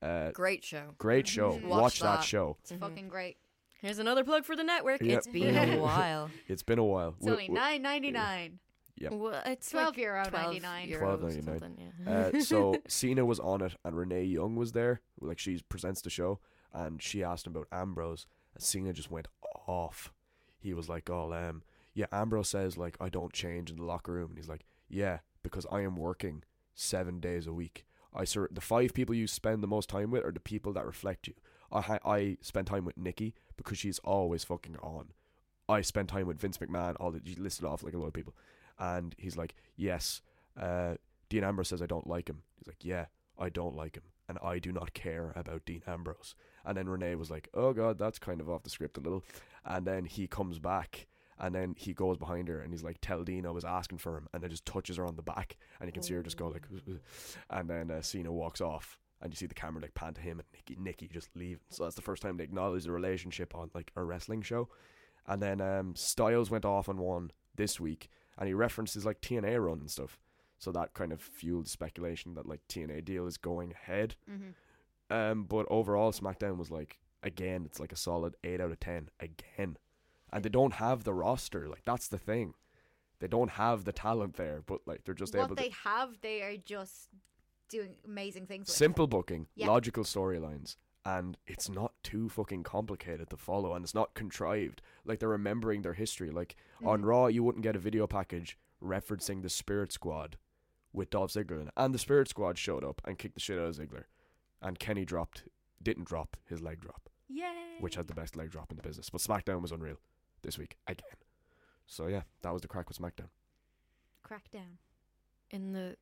Speaker 1: uh,
Speaker 4: Great show.
Speaker 1: great show
Speaker 2: Mhm.
Speaker 1: watch,
Speaker 4: Watch
Speaker 1: that
Speaker 4: that.
Speaker 1: show
Speaker 2: It's fucking great.
Speaker 4: Here's another plug for the network.
Speaker 1: Yeah.
Speaker 4: It's been a while.
Speaker 1: it's been a while
Speaker 2: It's
Speaker 1: We-
Speaker 2: only
Speaker 1: we-
Speaker 2: nine ninety nine.
Speaker 1: Yep.
Speaker 4: Well, it's
Speaker 2: Twelve
Speaker 4: like
Speaker 2: euro
Speaker 4: 12
Speaker 2: ninety nine.
Speaker 4: euros
Speaker 1: 12.99.
Speaker 4: something, yeah.
Speaker 1: Uh, so Cena was on it, and Renee Young was there. Like she presents the show, and she asked him about Ambrose. And Cena just went off. He was like, "Oh, um, yeah." Ambrose says, "Like I don't change in the locker room," and he's like, "Yeah, because I am working seven days a week. I sur- the five people you spend the most time with are the people that reflect you. I ha- I spend time with Nikki because she's always fucking on. I spend time with Vince McMahon. All the, he listed off like a lot of people, and he's like, "Yes." Uh, Dean Ambrose says, I don't like him. He's like, Yeah, I don't like him. And I do not care about Dean Ambrose. And then Renee was like, Oh, God, that's kind of off the script a little. And then he comes back and then he goes behind her and he's like, Tell Dean I was asking for him. And then just touches her on the back. And you can see her just go like, And then uh, Cena walks off. And you see the camera like pan to him and Nikki, Nikki just leaving. So that's the first time they acknowledge the relationship on like a wrestling show. And then um, Styles went off on one this week, and he references like TNA run and stuff. So that kind of fueled speculation that like TNA deal is going ahead.
Speaker 2: Mm-hmm.
Speaker 1: Um, but overall, SmackDown was like again, it's like a solid eight out of ten again, and they don't have the roster. Like that's the thing, they don't have the talent there, but like they're just able
Speaker 2: what
Speaker 1: to
Speaker 2: they have, they are just doing amazing things. With.
Speaker 1: simple booking,
Speaker 2: Yeah.
Speaker 1: logical storylines, and it's not too fucking complicated to follow, and it's not contrived. Like they're remembering their history. Like
Speaker 2: Mm-hmm.
Speaker 1: on Raw, you wouldn't get a video package referencing the Spirit Squad with Dolph Ziggler in it, and the Spirit Squad showed up and kicked the shit out of Ziggler, and Kenny dropped, didn't drop his leg drop,
Speaker 2: Yay.
Speaker 1: which had the best leg drop in the business. But SmackDown was unreal this week again. So yeah, that was the crack with SmackDown.
Speaker 2: crackdown.
Speaker 3: in the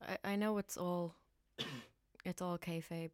Speaker 3: I, I know it's all it's all kayfabe.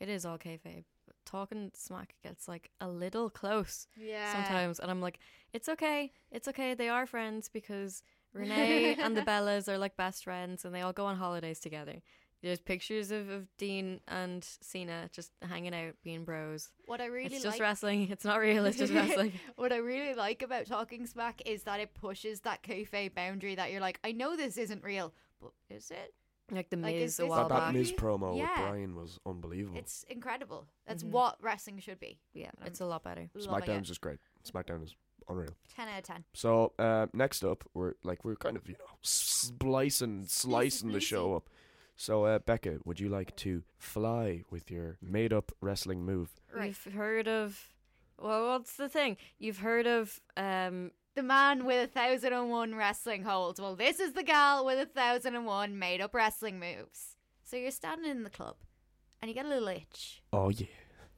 Speaker 3: It is all kayfabe. But talking smack gets like a little close
Speaker 2: Yeah.
Speaker 3: sometimes and I'm like, it's okay. It's okay. They are friends because Renee and the Bellas are like best friends and they all go on holidays together. There's pictures of, of Dean and Cena just hanging out, being bros.
Speaker 2: What I really like
Speaker 3: it's just wrestling. It's not real. It's just wrestling.
Speaker 2: What I really like about Talking Smack is that it pushes that kayfabe boundary that you're like, I know this isn't real, but is it?
Speaker 3: Like the
Speaker 2: Like, is
Speaker 3: Miz a
Speaker 2: this
Speaker 3: while
Speaker 1: That, that
Speaker 3: back.
Speaker 2: Miz
Speaker 1: Miz promo
Speaker 2: Yeah.
Speaker 1: with Brian was unbelievable.
Speaker 2: It's incredible. That's
Speaker 3: Mhm.
Speaker 2: what wrestling should be.
Speaker 3: Yeah, it's a lot better.
Speaker 2: Loving
Speaker 1: SmackDown's
Speaker 2: it.
Speaker 1: just great. SmackDown is unreal.
Speaker 2: 10 out of 10.
Speaker 1: So uh, next up, we're like we're kind of you know splicing, slicing the
Speaker 2: splicing.
Speaker 1: show up. So uh, Becca, would you like to fly with your made-up wrestling move?
Speaker 2: Right.
Speaker 3: You've heard of well, what's the thing? You've heard of um
Speaker 2: The man with a thousand and one wrestling holds. Well, this is the gal with a thousand and one made up wrestling moves. So you're standing in the club and you get a little itch
Speaker 1: Oh yeah,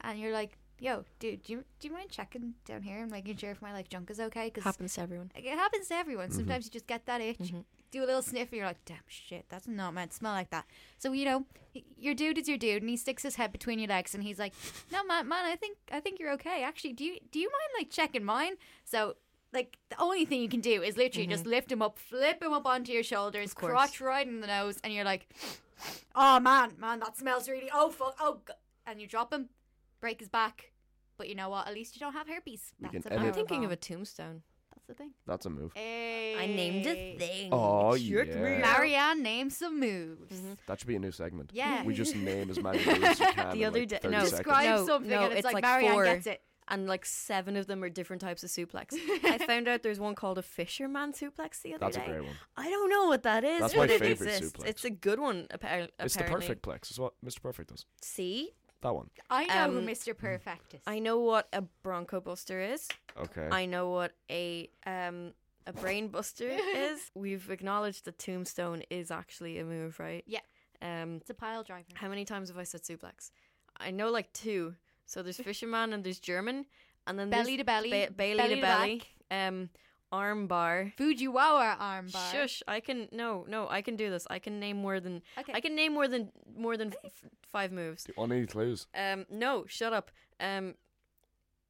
Speaker 2: and you're like, yo, dude, do you, do you mind checking down here and making sure if my like junk is okay? Because
Speaker 3: happens to everyone.
Speaker 2: it happens to everyone.
Speaker 1: Mm-hmm.
Speaker 2: Sometimes you just get that itch.
Speaker 3: Mhm.
Speaker 2: Do a little sniff and you're like, damn shit, that's not meant to smell like that. So, you know, y- your dude is your dude and he sticks his head between your legs and he's like, no, man, man I think I think you're okay. Actually, do you, do you mind like checking mine? So, like, the only thing you can do is literally just lift him up, flip him up onto your shoulders,
Speaker 3: Mm-hmm. course.
Speaker 2: crotch right in the nose, and you're like, oh man, man, that smells really awful. Oh, go-" and you drop him, break his back. But you know what? At least you don't have herpes.
Speaker 1: We can
Speaker 2: a
Speaker 1: edit-
Speaker 3: I'm
Speaker 2: power
Speaker 3: thinking of
Speaker 2: bomb.
Speaker 3: a tombstone.
Speaker 2: That's the thing.
Speaker 1: that's a move.
Speaker 4: I named
Speaker 2: Hey.
Speaker 4: a thing.
Speaker 1: Oh
Speaker 4: Check
Speaker 1: yeah,
Speaker 4: me out.
Speaker 2: Marianne, name some moves.
Speaker 1: that should be a new segment.
Speaker 2: Yeah.
Speaker 1: we just name as many moves as we can.
Speaker 3: The
Speaker 1: in,
Speaker 3: other
Speaker 1: like,
Speaker 3: day-
Speaker 1: 30
Speaker 3: no.
Speaker 1: seconds.
Speaker 2: Describe
Speaker 3: No,
Speaker 2: something
Speaker 3: no,
Speaker 2: and it's,
Speaker 3: it's
Speaker 2: like,
Speaker 3: like
Speaker 2: Marianne
Speaker 3: four.
Speaker 2: gets it.
Speaker 3: And like seven of them are different types of suplex. I found out there's one called a fisherman suplex the other
Speaker 1: That's a
Speaker 3: day.
Speaker 1: great one.
Speaker 3: I don't know what that is,
Speaker 1: That's my
Speaker 3: but it
Speaker 1: favourite
Speaker 3: exists.
Speaker 1: suplex.
Speaker 3: It's a good one appar- apparently.
Speaker 1: It's the perfect plex. Is what Mr. Perfect does.
Speaker 3: See?
Speaker 1: That one.
Speaker 2: I know who
Speaker 3: Um,
Speaker 2: Mr. Perfect is.
Speaker 3: I know what a bronco buster is.
Speaker 1: Okay.
Speaker 3: I know what a um a brain buster is. We've acknowledged that tombstone is actually a move, right?
Speaker 2: Yeah.
Speaker 3: Um
Speaker 2: it's a pile driver.
Speaker 3: How many times have I said suplex? I know like two. So there's fisherman and there's German, and then
Speaker 2: Belly
Speaker 3: there's
Speaker 2: to belly,
Speaker 3: ba- belly,
Speaker 2: belly
Speaker 3: to
Speaker 2: to
Speaker 3: belly, um, arm bar.
Speaker 2: Fujiwara armbar.
Speaker 3: Shush! I can no, no, I can do this. I can name more than
Speaker 2: Okay.
Speaker 3: I can name more than more than f- five moves.
Speaker 1: Do- Any clues?
Speaker 3: Um, no, shut up. Um,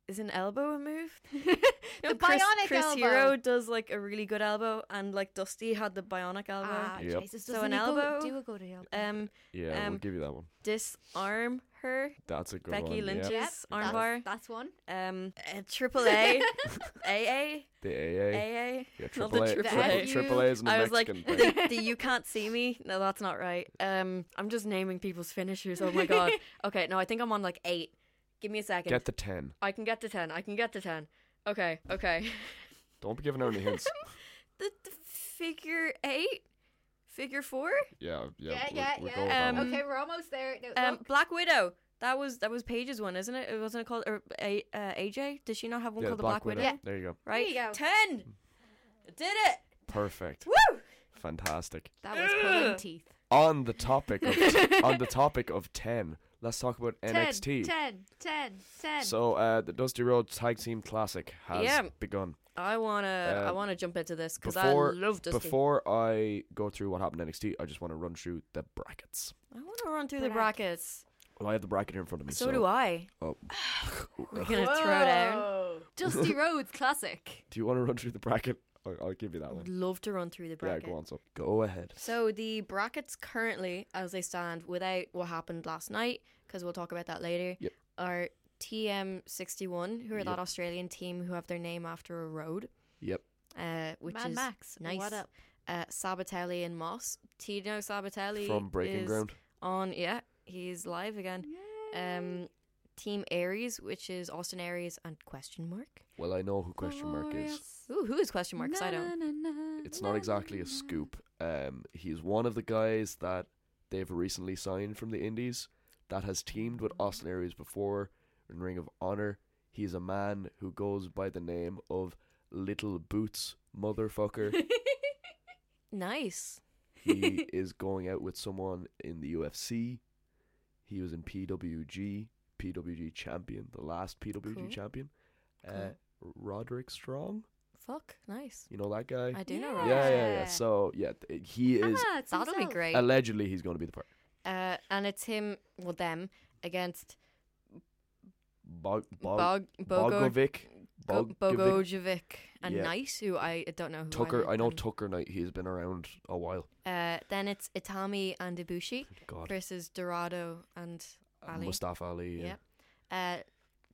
Speaker 3: is an elbow a move?
Speaker 2: The
Speaker 3: Chris,
Speaker 2: bionic
Speaker 3: Chris
Speaker 2: elbow.
Speaker 3: Hero does like a really good elbow, and like Dusty had the bionic elbow.
Speaker 2: Ah,
Speaker 1: Yep.
Speaker 2: Jesus,
Speaker 3: So
Speaker 2: doesn't
Speaker 3: an
Speaker 2: he go-
Speaker 3: elbow,
Speaker 2: do a good elbow.
Speaker 3: Um,
Speaker 1: Yeah,
Speaker 3: Um,
Speaker 1: we'll give you that one.
Speaker 3: disarm her.
Speaker 1: That's a good one.
Speaker 3: Becky
Speaker 1: yeah.
Speaker 3: Lynch's
Speaker 2: Yep, that's,
Speaker 3: armbar.
Speaker 2: That's one.
Speaker 3: um uh, triple A, AA,
Speaker 1: The
Speaker 3: AA.
Speaker 1: AA. Yeah,
Speaker 3: Not the
Speaker 1: triple A.
Speaker 3: triple
Speaker 1: Triple
Speaker 2: A.
Speaker 1: triple A is an
Speaker 3: I was like,
Speaker 1: Mexican thing.
Speaker 3: the, the you can't see me. No, that's not right. Um, I'm just naming people's finishers. Oh my god. Okay, no, I think I'm on like eight. Give me a second.
Speaker 1: Get the ten.
Speaker 3: I can get to ten. I can get to ten. Okay, okay.
Speaker 1: Don't be giving out any hints.
Speaker 3: The, the figure eight, figure four.
Speaker 1: Yeah, yeah,
Speaker 2: Yeah,
Speaker 1: we're,
Speaker 2: yeah,
Speaker 1: we're going with
Speaker 2: yeah.
Speaker 1: that one.
Speaker 3: Um,
Speaker 2: okay, we're almost there. No,
Speaker 3: Um,
Speaker 2: look.
Speaker 3: Black Widow. That was that was Paige's one, isn't it? It wasn't it called or, a, uh, AJ. Did she not have one
Speaker 1: Yeah,
Speaker 3: called the Black, Widow?
Speaker 2: Widow. Yeah.
Speaker 1: There you go.
Speaker 3: Right.
Speaker 2: you go.
Speaker 3: Ten. I Did it.
Speaker 1: Perfect.
Speaker 3: Woo!
Speaker 1: Fantastic.
Speaker 2: that was pulling teeth.
Speaker 1: On the topic of t- on the topic of ten, let's talk about NXT.
Speaker 2: 10, 10, 10.
Speaker 1: So uh, the Dusty Road Tag Team Classic has
Speaker 3: Yeah.
Speaker 1: begun.
Speaker 3: I wanna I
Speaker 1: Um,
Speaker 3: wanna jump into this because I
Speaker 1: Before
Speaker 3: love Dusty.
Speaker 1: before I go through what happened in NXT, I just want to run through the brackets.
Speaker 3: I wanna run through the brackets.
Speaker 2: Brackets.
Speaker 1: Well, I have the bracket here in front of me.
Speaker 3: So, do I.
Speaker 1: Oh.
Speaker 3: We're gonna throw down.
Speaker 2: Dusty Rhodes, classic.
Speaker 1: Do you want to run through the bracket? I'll, I'll give you that
Speaker 3: Would
Speaker 1: one.
Speaker 3: love to run through the bracket.
Speaker 1: Yeah, go on. So go ahead.
Speaker 3: So the brackets currently, as they stand, without what happened last night, because we'll talk about that later,
Speaker 1: Yep.
Speaker 3: are TM61, who are
Speaker 1: Yep.
Speaker 3: that Australian team who have their name after a road,
Speaker 1: Yep.
Speaker 3: uh, which
Speaker 2: Mad
Speaker 3: is
Speaker 2: Max,
Speaker 3: nice.
Speaker 2: what up?
Speaker 3: Uh, Sabatelli and Moss. Tino Sabatelli
Speaker 1: From Breaking
Speaker 3: is
Speaker 1: Ground.
Speaker 3: on. Yeah, he's live again. Um, Team Aries, which is Austin Aries and question mark.
Speaker 1: Well, I know who question mark is.
Speaker 3: Ooh, who is question mark? 'Cause I don't.
Speaker 1: It's not exactly a scoop. Um, he's one of the guys that they've recently signed from the Indies that has teamed with Austin Aries before in Ring of Honor. He's a man who goes by the name of Little Boots Motherfucker.
Speaker 3: Nice.
Speaker 1: he is going out with someone in the UFC. He was in PWG, PWG champion, the last PWG
Speaker 3: Cool.
Speaker 1: champion. Uh, Roderick Strong,
Speaker 3: Fuck. Nice.
Speaker 1: you know that guy?
Speaker 3: I do know.
Speaker 1: yeah,
Speaker 3: Rob.
Speaker 1: yeah,
Speaker 2: Yeah.
Speaker 1: yeah. So yeah, th- he is.
Speaker 2: Ah, it's
Speaker 3: That'll be
Speaker 2: himself.
Speaker 3: great.
Speaker 1: Allegedly, he's going to be the part.
Speaker 3: Uh, and it's him, well, them against
Speaker 1: Bog, Bog,
Speaker 3: Bog Bogo
Speaker 1: Bogovic,
Speaker 3: Go-
Speaker 1: Bogovic,
Speaker 3: Bogojevic and
Speaker 1: Yeah.
Speaker 3: Knight, who I don't know who
Speaker 1: Tucker.
Speaker 3: Are
Speaker 1: I know
Speaker 3: them.
Speaker 1: Tucker Knight. He's been around a while.
Speaker 3: uh, then it's Itami and Ibushi
Speaker 1: God,
Speaker 3: versus Dorado and Ali.
Speaker 1: Mustafa Ali, yeah.
Speaker 3: Yep. uh,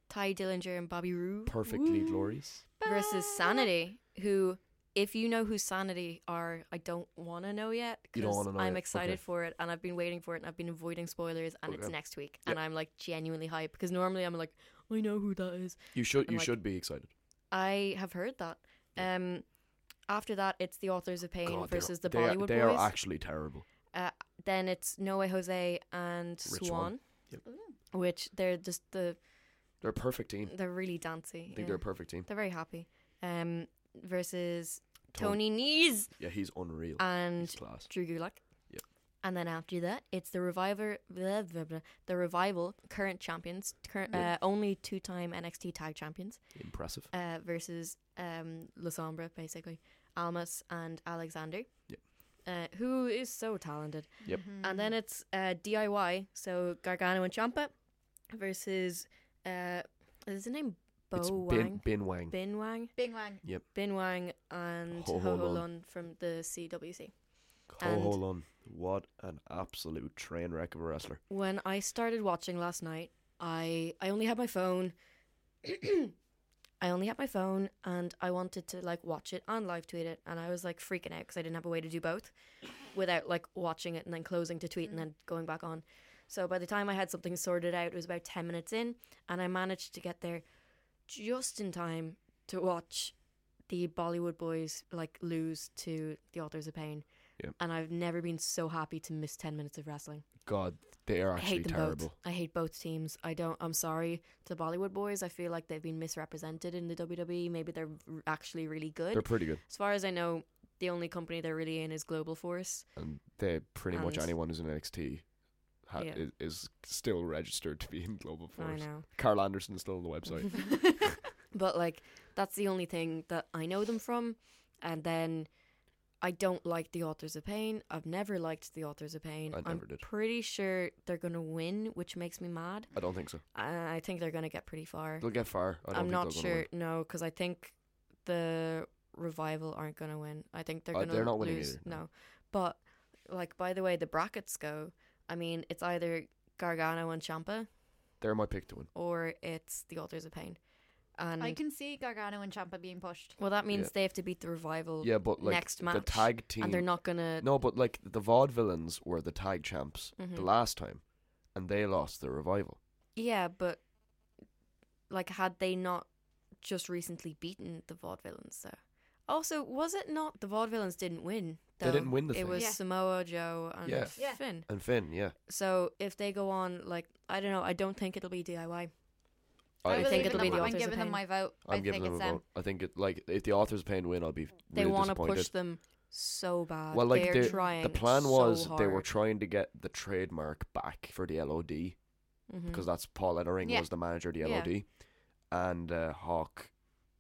Speaker 3: Ty Dillinger and Bobby Roode
Speaker 1: perfectly glorious.
Speaker 3: versus Sanity, who, if you know who Sanity are, I don't want to know yet
Speaker 1: You don't
Speaker 3: because
Speaker 1: wanna know
Speaker 3: I'm
Speaker 1: yet,
Speaker 3: excited
Speaker 1: okay.
Speaker 3: for it and I've been waiting for it and I've been avoiding spoilers and it's
Speaker 1: Okay.
Speaker 3: next week
Speaker 1: Yeah.
Speaker 3: and I'm like genuinely hyped because normally I'm like, I know who that is.
Speaker 1: You should,
Speaker 3: I'm
Speaker 1: you
Speaker 3: like-
Speaker 1: should be excited.
Speaker 3: I have heard that. Um, after that, it's the Authors of Pain
Speaker 1: God, they're-
Speaker 3: versus the
Speaker 1: they are-
Speaker 3: Bollywood
Speaker 1: They
Speaker 3: Boys.
Speaker 1: are actually terrible.
Speaker 3: then it's No Way Jose and
Speaker 1: Rich Swan.
Speaker 3: Swan,
Speaker 1: Yep.
Speaker 3: which they're just the
Speaker 1: They're a perfect team.
Speaker 3: they're really dancey.
Speaker 1: I think
Speaker 3: yeah.
Speaker 1: they're a perfect team.
Speaker 3: They're very happy. Um, versus
Speaker 1: Tony-
Speaker 3: Tony Knees
Speaker 1: Yeah, he's unreal.
Speaker 3: and
Speaker 1: He's class.
Speaker 3: Drew Gulak.
Speaker 1: Yep.
Speaker 3: And then after that, it's the reviver, blah, blah, blah, the revival current champions, current,
Speaker 1: Yeah.
Speaker 3: uh, only two-time NXT tag champions
Speaker 1: Impressive.
Speaker 3: uh, versus um, La Sombra, basically Almas and Alexander.
Speaker 1: Yep.
Speaker 3: Uh, who is so talented.
Speaker 1: Yep.
Speaker 3: And then it's uh, DIY, so Gargano and Champa versus uh, is the name Bo
Speaker 1: it's Bin,
Speaker 3: Wang,
Speaker 1: Bin Wang.
Speaker 3: Bin Wang,
Speaker 2: Bing Wang.
Speaker 3: Bin Wang, and
Speaker 1: Ho
Speaker 3: Ho Ho
Speaker 1: Ho Lun.
Speaker 3: Lun from the CWC.
Speaker 1: Oh,
Speaker 3: and-
Speaker 1: hold on. What an absolute train wreck of a wrestler.
Speaker 3: when I started watching last night, I I only had my phone. I only had my phone, and I wanted to like watch it and live tweet it, and I was like freaking out because I didn't have a way to do both, without like watching it and then closing to tweet and then going back on. So by the time I had something sorted out, it was about ten minutes in, and I managed to get there just in time to watch the Bollywood boys like lose to the Authors of Pain,
Speaker 1: Yeah.
Speaker 3: and I've never been so happy to miss ten minutes of wrestling.
Speaker 1: God, they are
Speaker 3: I
Speaker 1: actually
Speaker 3: hate them
Speaker 1: terrible.
Speaker 3: both. I hate both teams. I don't. I'm sorry to Bollywood boys. I feel like they've been misrepresented in the WWE. Maybe they're r- actually really good.
Speaker 1: They're pretty good.
Speaker 3: as far as I know, the only company they're really in is Global Force.
Speaker 1: And they pretty much
Speaker 3: And-
Speaker 1: anyone who's in NXT ha-
Speaker 3: Yeah.
Speaker 1: is, is still registered to be in Global Force.
Speaker 3: I know,
Speaker 1: Carl Anderson's still on the website.
Speaker 3: but like that's the only thing that I know them from. And then I don't like the Authors of Pain. I've never liked the Authors of Pain.
Speaker 1: I
Speaker 3: am
Speaker 1: never did.
Speaker 3: pretty sure they're gonna win, which makes me mad.
Speaker 1: I don't think so.
Speaker 3: I, I think they're gonna get pretty far.
Speaker 1: They'll get far. I don't
Speaker 3: I'm
Speaker 1: think
Speaker 3: not
Speaker 1: they're gonna
Speaker 3: sure. No, because I think the revival aren't going to win. I think they're
Speaker 1: Uh,
Speaker 3: going to
Speaker 1: they're not winning
Speaker 3: lose.
Speaker 1: either, no.
Speaker 3: no, but like by the way, the brackets go. I mean, it's either Gargano and Champa
Speaker 1: Win. They're my pick to win.
Speaker 3: or it's the Authors of Pain, and
Speaker 2: I can see Gargano and Champa being pushed.
Speaker 3: well, that means
Speaker 1: Yeah.
Speaker 3: they have to beat the revival
Speaker 1: Yeah, but like
Speaker 3: next
Speaker 1: the
Speaker 3: match,
Speaker 1: tag team.
Speaker 3: and they're not Mm-hmm. going to.
Speaker 1: No, but like the Vaudevillains were the tag champs the last time, and they lost the revival.
Speaker 3: Yeah, but like, had they not just recently beaten the Vaudevillains, though? Also, was it not the Vaudevillains didn't win?
Speaker 1: They
Speaker 3: Though?
Speaker 1: didn't win the
Speaker 3: It
Speaker 1: thing.
Speaker 3: was
Speaker 2: Yeah.
Speaker 3: Samoa Joe and
Speaker 1: Yeah.
Speaker 2: Yeah.
Speaker 3: Finn.
Speaker 1: And Finn, yeah,
Speaker 3: So if they go on, like I don't know, I don't think it'll be DIY.
Speaker 2: I,
Speaker 3: I
Speaker 2: believe
Speaker 3: think
Speaker 2: in
Speaker 3: it'll
Speaker 2: them.
Speaker 3: be the
Speaker 2: I'm
Speaker 3: Authors of
Speaker 2: giving them
Speaker 3: Pain.
Speaker 2: my vote.
Speaker 1: I'm
Speaker 2: I
Speaker 1: giving
Speaker 2: think
Speaker 1: them a
Speaker 2: it's them.
Speaker 1: vote. I think it, like if the authors paying win, I'll be
Speaker 3: They
Speaker 1: really
Speaker 3: want to
Speaker 1: disappointed.
Speaker 3: push them so bad.
Speaker 1: well, like
Speaker 3: they're
Speaker 1: the,
Speaker 3: trying.
Speaker 1: the plan was
Speaker 3: so
Speaker 1: they were
Speaker 3: hard.
Speaker 1: trying to get the trademark back for the LOD
Speaker 3: Mhm.
Speaker 1: because that's Paul Ellering
Speaker 2: Yeah.
Speaker 1: was the manager of the
Speaker 3: Yeah.
Speaker 1: LOD, and uh, Hawk,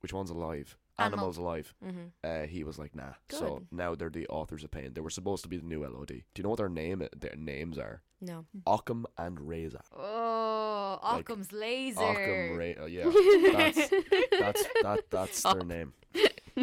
Speaker 1: which one's alive?
Speaker 2: Animal.
Speaker 1: Animals alive.
Speaker 3: Mhm.
Speaker 1: Uh, he was like, nah. So now they're the authors of pain. They were supposed to be the new LOD. Do you know what their name their names are?
Speaker 3: No,
Speaker 1: Occam and Razor.
Speaker 2: Oh,
Speaker 1: Like,
Speaker 2: Occam's laser.
Speaker 1: Occam Ray. Oh, yeah, that's that's that that's their name.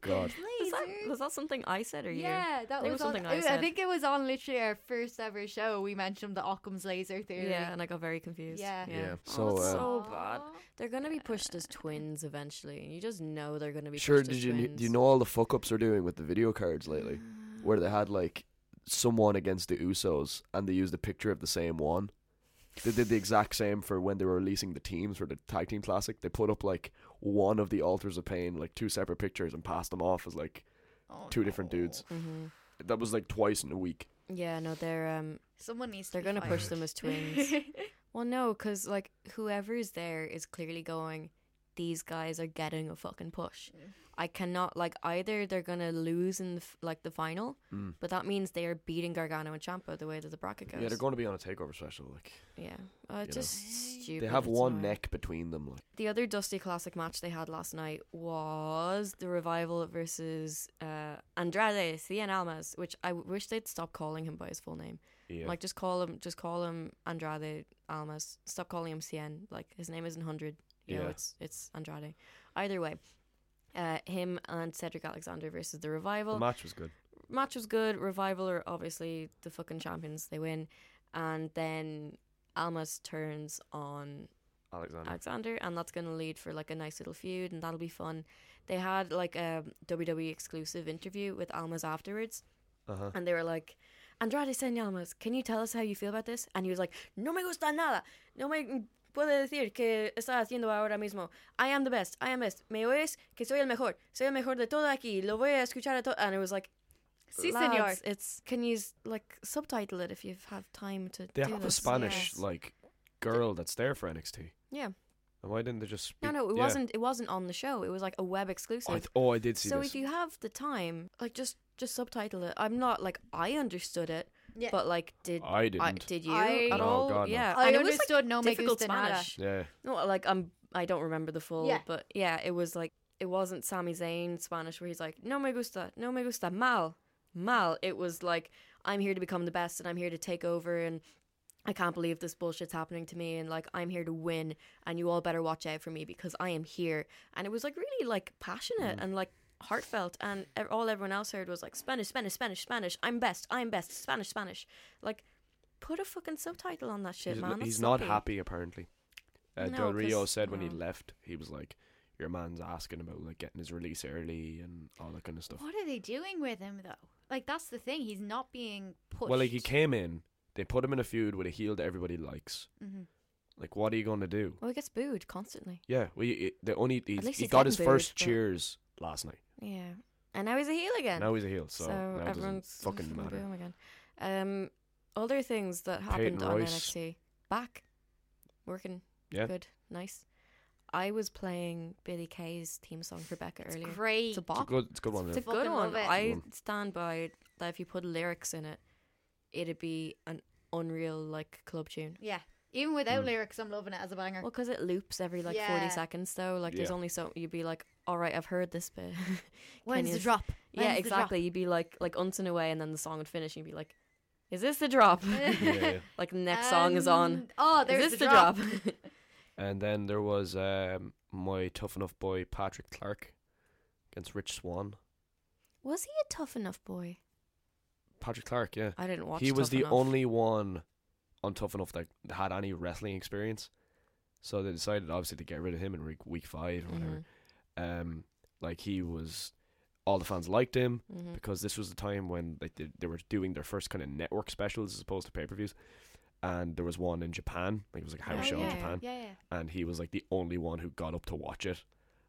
Speaker 1: God.
Speaker 3: was that,
Speaker 2: Laser.
Speaker 3: was that something I said or you?
Speaker 2: Yeah, that
Speaker 3: It
Speaker 2: was,
Speaker 3: was
Speaker 2: on,
Speaker 3: something I
Speaker 2: I, I
Speaker 3: said.
Speaker 2: think it was on literally our first ever show. We mentioned the Occam's laser theory.
Speaker 3: Yeah, and I got very confused.
Speaker 2: Yeah.
Speaker 1: Yeah.
Speaker 3: So,
Speaker 1: So, uh,
Speaker 3: Oh, so bad.
Speaker 2: Aw.
Speaker 3: They're gonna be pushed as twins eventually. You just know they're gonna be.
Speaker 1: Sure,
Speaker 3: pushed
Speaker 1: did
Speaker 3: as
Speaker 1: you kn-
Speaker 3: twins.
Speaker 1: do you know all the fuck ups are doing with the video cards lately? Where they had like someone against the Usos and they used a picture of the same one. They did the exact same for when they were releasing the teams for the tag team classic. They put up like one of the altars of pain, like two separate pictures, and passed them off as like
Speaker 2: Oh,
Speaker 1: two different
Speaker 2: no.
Speaker 1: dudes.
Speaker 3: hmm
Speaker 1: That was like twice in a week.
Speaker 3: Yeah, no, they're um,
Speaker 2: Someone needs.
Speaker 3: they're
Speaker 2: to be
Speaker 3: gonna push
Speaker 2: fired.
Speaker 3: them as twins. well, no, because like whoever's there is clearly going. These guys are getting a fucking push. I cannot like either they're gonna lose in the, f- like the final,
Speaker 1: Mm.
Speaker 3: but that means they are beating Gargano and Champa the way that the bracket goes.
Speaker 1: Yeah, they're going to be on a takeover special. Like
Speaker 3: Yeah.
Speaker 1: You
Speaker 3: Uh,
Speaker 1: know.
Speaker 3: it's just stupid.
Speaker 1: they have
Speaker 3: It's
Speaker 1: one
Speaker 3: annoying.
Speaker 1: neck between them. Like
Speaker 3: The other Dusty Classic match they had last night was the Revival versus uh, Andrade Cien Almas, which I w- wish they'd stop calling him by his full name.
Speaker 1: yeah,
Speaker 3: Like just call him, just call him Andrade Almas. Stop calling him Cien. Like his name isn't Hundred. You know,
Speaker 1: Yeah.
Speaker 3: it's it's Andrade. Either way, uh, him and Cedric Alexander versus the Revival
Speaker 1: the match was good.
Speaker 3: match was good. Revival are obviously the fucking champions. They win, and then Almas turns on
Speaker 1: Alexander.
Speaker 3: Alexander, and that's going to lead for like a nice little feud, and that'll be fun. They had like a WWE exclusive interview with Almas afterwards,
Speaker 1: Uh-huh.
Speaker 3: and they were like, Andrade Cien Almas, can you tell us how you feel about this? And he was like, No me gusta nada. No me puedo decir que está haciendo ahora mismo. I am the best. I am best. Me oyes? Que soy el mejor. Soy el mejor de todo aquí. Lo voy a escuchar a todo. And it was like,
Speaker 2: Sí, señor.
Speaker 3: Lads, It's can you s- like subtitle it if you have time to
Speaker 1: They
Speaker 3: do
Speaker 1: have a
Speaker 3: this?
Speaker 1: Spanish
Speaker 2: yes.
Speaker 1: like girl that's there for NXT.
Speaker 3: Yeah.
Speaker 1: And why didn't they just? Speak?
Speaker 3: No, no, it
Speaker 1: Yeah.
Speaker 3: wasn't. It wasn't on the show. It was like a web exclusive.
Speaker 1: Oh, I, oh, I did see
Speaker 3: so
Speaker 1: this.
Speaker 3: if you have the time, like just just subtitle it. I'm not like I understood it,
Speaker 2: Yeah.
Speaker 3: but like did
Speaker 1: I didn't.
Speaker 3: I, did you
Speaker 2: I-
Speaker 3: at
Speaker 1: No,
Speaker 3: all?
Speaker 1: God, no.
Speaker 3: yeah,
Speaker 2: I
Speaker 3: And Oh, it was, like,
Speaker 2: understood no me
Speaker 3: difficult
Speaker 2: gusta nada.
Speaker 3: Spanish.
Speaker 1: yeah.
Speaker 3: No, like I'm. I don't remember the full.
Speaker 2: Yeah.
Speaker 3: But yeah, it was like it wasn't Sami Zayn Spanish where he's like, "No me gusta, no me gusta, mal, mal." It was like, "I'm here to become the best, and I'm here to take over, and I can't believe this bullshit's happening to me, and like I'm here to win, and you all better watch out for me because I am here." And it was like really like
Speaker 1: Mm.
Speaker 3: passionate and like heartfelt, and e- all everyone else heard was like Spanish, Spanish, Spanish, Spanish. I'm best, I'm best, Spanish, Spanish. Like, put a fucking subtitle on that shit,
Speaker 1: He's,
Speaker 3: man.
Speaker 1: n-
Speaker 3: That's
Speaker 1: he's not
Speaker 3: sucky.
Speaker 1: happy apparently. Uh,
Speaker 3: No,
Speaker 1: Del Rio
Speaker 3: 'cause-
Speaker 1: said when he
Speaker 3: no.
Speaker 1: left, he was like, "Your man's asking about like getting his release early and all that kind of stuff."
Speaker 2: What are they doing with him though? Like that's the thing. He's not being pushed.
Speaker 1: Well, like he came in, they put him in a feud with a heel that everybody likes.
Speaker 2: hmm
Speaker 1: Like, what are you going to do?
Speaker 3: Well, he gets booed constantly.
Speaker 1: Yeah, we it, the only he's,
Speaker 3: least
Speaker 1: he
Speaker 3: he's
Speaker 1: got
Speaker 3: getting
Speaker 1: his first
Speaker 3: booed, but-
Speaker 1: cheers last night.
Speaker 3: Yeah. And now he's a heel again.
Speaker 1: Now he's a heel, so,
Speaker 3: so
Speaker 1: now it doesn't
Speaker 3: everyone's
Speaker 1: fucking matter.
Speaker 3: boo him again. Um, other things that happened on
Speaker 1: Royce.
Speaker 3: NXT. Back. Working.
Speaker 1: Yeah.
Speaker 3: Good. Nice. I was playing Billy Kay's theme song for Becca earlier.
Speaker 2: Great.
Speaker 3: It's a
Speaker 1: It's a
Speaker 3: bop.
Speaker 1: good, it's a good one.
Speaker 3: It's a
Speaker 1: Yeah.
Speaker 3: good
Speaker 2: Fucking
Speaker 3: one.
Speaker 2: love it.
Speaker 3: I
Speaker 1: Good
Speaker 3: stand by that if you put lyrics in it, it'd be an unreal like club tune.
Speaker 2: yeah. Even without
Speaker 1: Mm.
Speaker 2: lyrics, I'm loving it as a banger.
Speaker 3: Well, because it loops every like
Speaker 2: Yeah.
Speaker 3: forty seconds though. Like there's
Speaker 1: Yeah.
Speaker 3: only so you'd be like, all right, I've heard this bit.
Speaker 2: When's the
Speaker 3: Kenya's-
Speaker 2: drop? When's the
Speaker 3: Yeah,
Speaker 2: drop?
Speaker 3: exactly. You'd be like like unting away, and then the song would finish, and you'd be like, "Is this the drop?"
Speaker 1: yeah, yeah.
Speaker 3: like the next song is on.
Speaker 2: And- Oh, there's
Speaker 3: Is this
Speaker 2: the, drop.
Speaker 1: And then there was um, my tough enough boy Patrick Clark against Rich Swan.
Speaker 3: was he a tough enough boy?
Speaker 1: Patrick Clark, yeah.
Speaker 3: I didn't watch.
Speaker 1: he was
Speaker 3: Tough
Speaker 1: the
Speaker 3: Enough.
Speaker 1: only one on Tough Enough that had any wrestling experience. So they decided obviously to get rid of him in week, week five
Speaker 3: Mm-hmm,
Speaker 1: or whatever. Um, like he was, all the fans liked him
Speaker 3: Mhm, mhm.
Speaker 1: because this was the time when they did, they were doing their first kind of network specials as opposed to pay per views. And there was one in Japan, like it was like a house
Speaker 3: Oh,
Speaker 1: show in
Speaker 3: yeah.
Speaker 1: Japan,
Speaker 2: Yeah, yeah.
Speaker 1: and he was like the only one who got up to watch it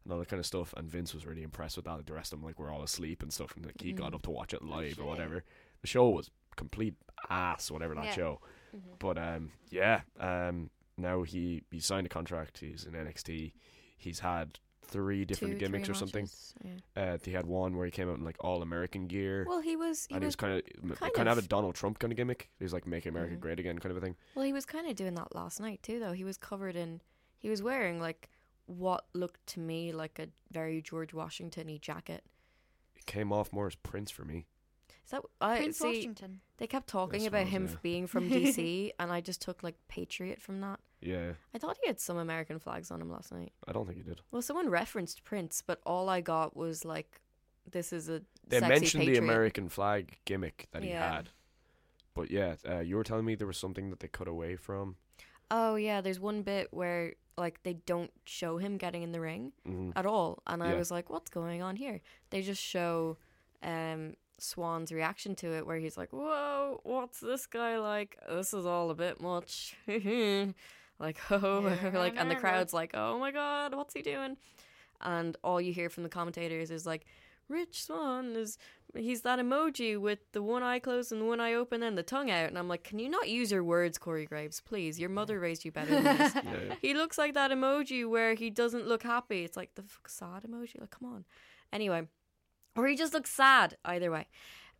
Speaker 1: and all that kind of stuff. And Vince was really impressed with that. Like, the rest of them like were all asleep and stuff, and like he got
Speaker 3: Mhm.
Speaker 1: up to watch it live
Speaker 2: shit.
Speaker 1: or whatever. The show was complete ass, whatever that
Speaker 2: Yeah.
Speaker 1: show.
Speaker 3: mm-hmm.
Speaker 1: But um, yeah, um, now he he signed a contract. He's in NXT. He's had three different
Speaker 3: Two,
Speaker 1: gimmicks
Speaker 3: three
Speaker 1: or something.
Speaker 3: matches, yeah.
Speaker 1: Uh, he had one where he came out in like all American gear.
Speaker 3: Well, he was. He
Speaker 1: and he
Speaker 3: was.
Speaker 1: was kind of
Speaker 3: kind
Speaker 1: kind, of
Speaker 3: of-
Speaker 1: a Donald Trump kind of gimmick. He was like "Make America
Speaker 3: Mhm.
Speaker 1: Great Again" kind of a thing.
Speaker 3: Well, he was kind of doing that last night too, though. He was covered in. He was wearing like what looked to me like a very George Washington-y jacket.
Speaker 1: It came off more as Prince for me.
Speaker 3: Is that I
Speaker 2: Prince
Speaker 3: see?
Speaker 2: Washington.
Speaker 3: They kept talking
Speaker 1: I
Speaker 3: about
Speaker 1: suppose,
Speaker 3: him
Speaker 1: yeah.
Speaker 3: f- being from DC, and I just took like Patriot from that.
Speaker 1: Yeah,
Speaker 3: I thought he had some American flags on him last night.
Speaker 1: I don't think he did.
Speaker 3: Well, someone referenced Prince, but all I got was like, "This is a
Speaker 1: They
Speaker 3: sexy
Speaker 1: mentioned
Speaker 3: patriot.
Speaker 1: the American flag gimmick that he
Speaker 3: Yeah.
Speaker 1: had, but yeah, uh, you were telling me there was something that they cut away from.
Speaker 3: Oh yeah, there's one bit where like they don't show him getting in the ring
Speaker 1: Mhm.
Speaker 3: at all, and I
Speaker 1: Yeah.
Speaker 3: was like, "What's going on here?" They just show um Swan's reaction to it, where he's like, "Whoa, what's this guy like? This is all a bit much." like, oh,
Speaker 2: Yeah, I
Speaker 3: like, and the
Speaker 2: remember.
Speaker 3: crowd's like, "Oh my god, what's he doing?" And all you hear from the commentators is like, "Rich Swan is." He's that emoji with the one eye closed and the one eye open and the tongue out. And I'm like, can you not use your words, Corey Graves? Please, your mother raised you better than this.
Speaker 1: Yeah.
Speaker 3: He looks like that emoji where he doesn't look happy. It's like the fuck sad emoji. Like, come on. Anyway, or he just looks sad. Either way.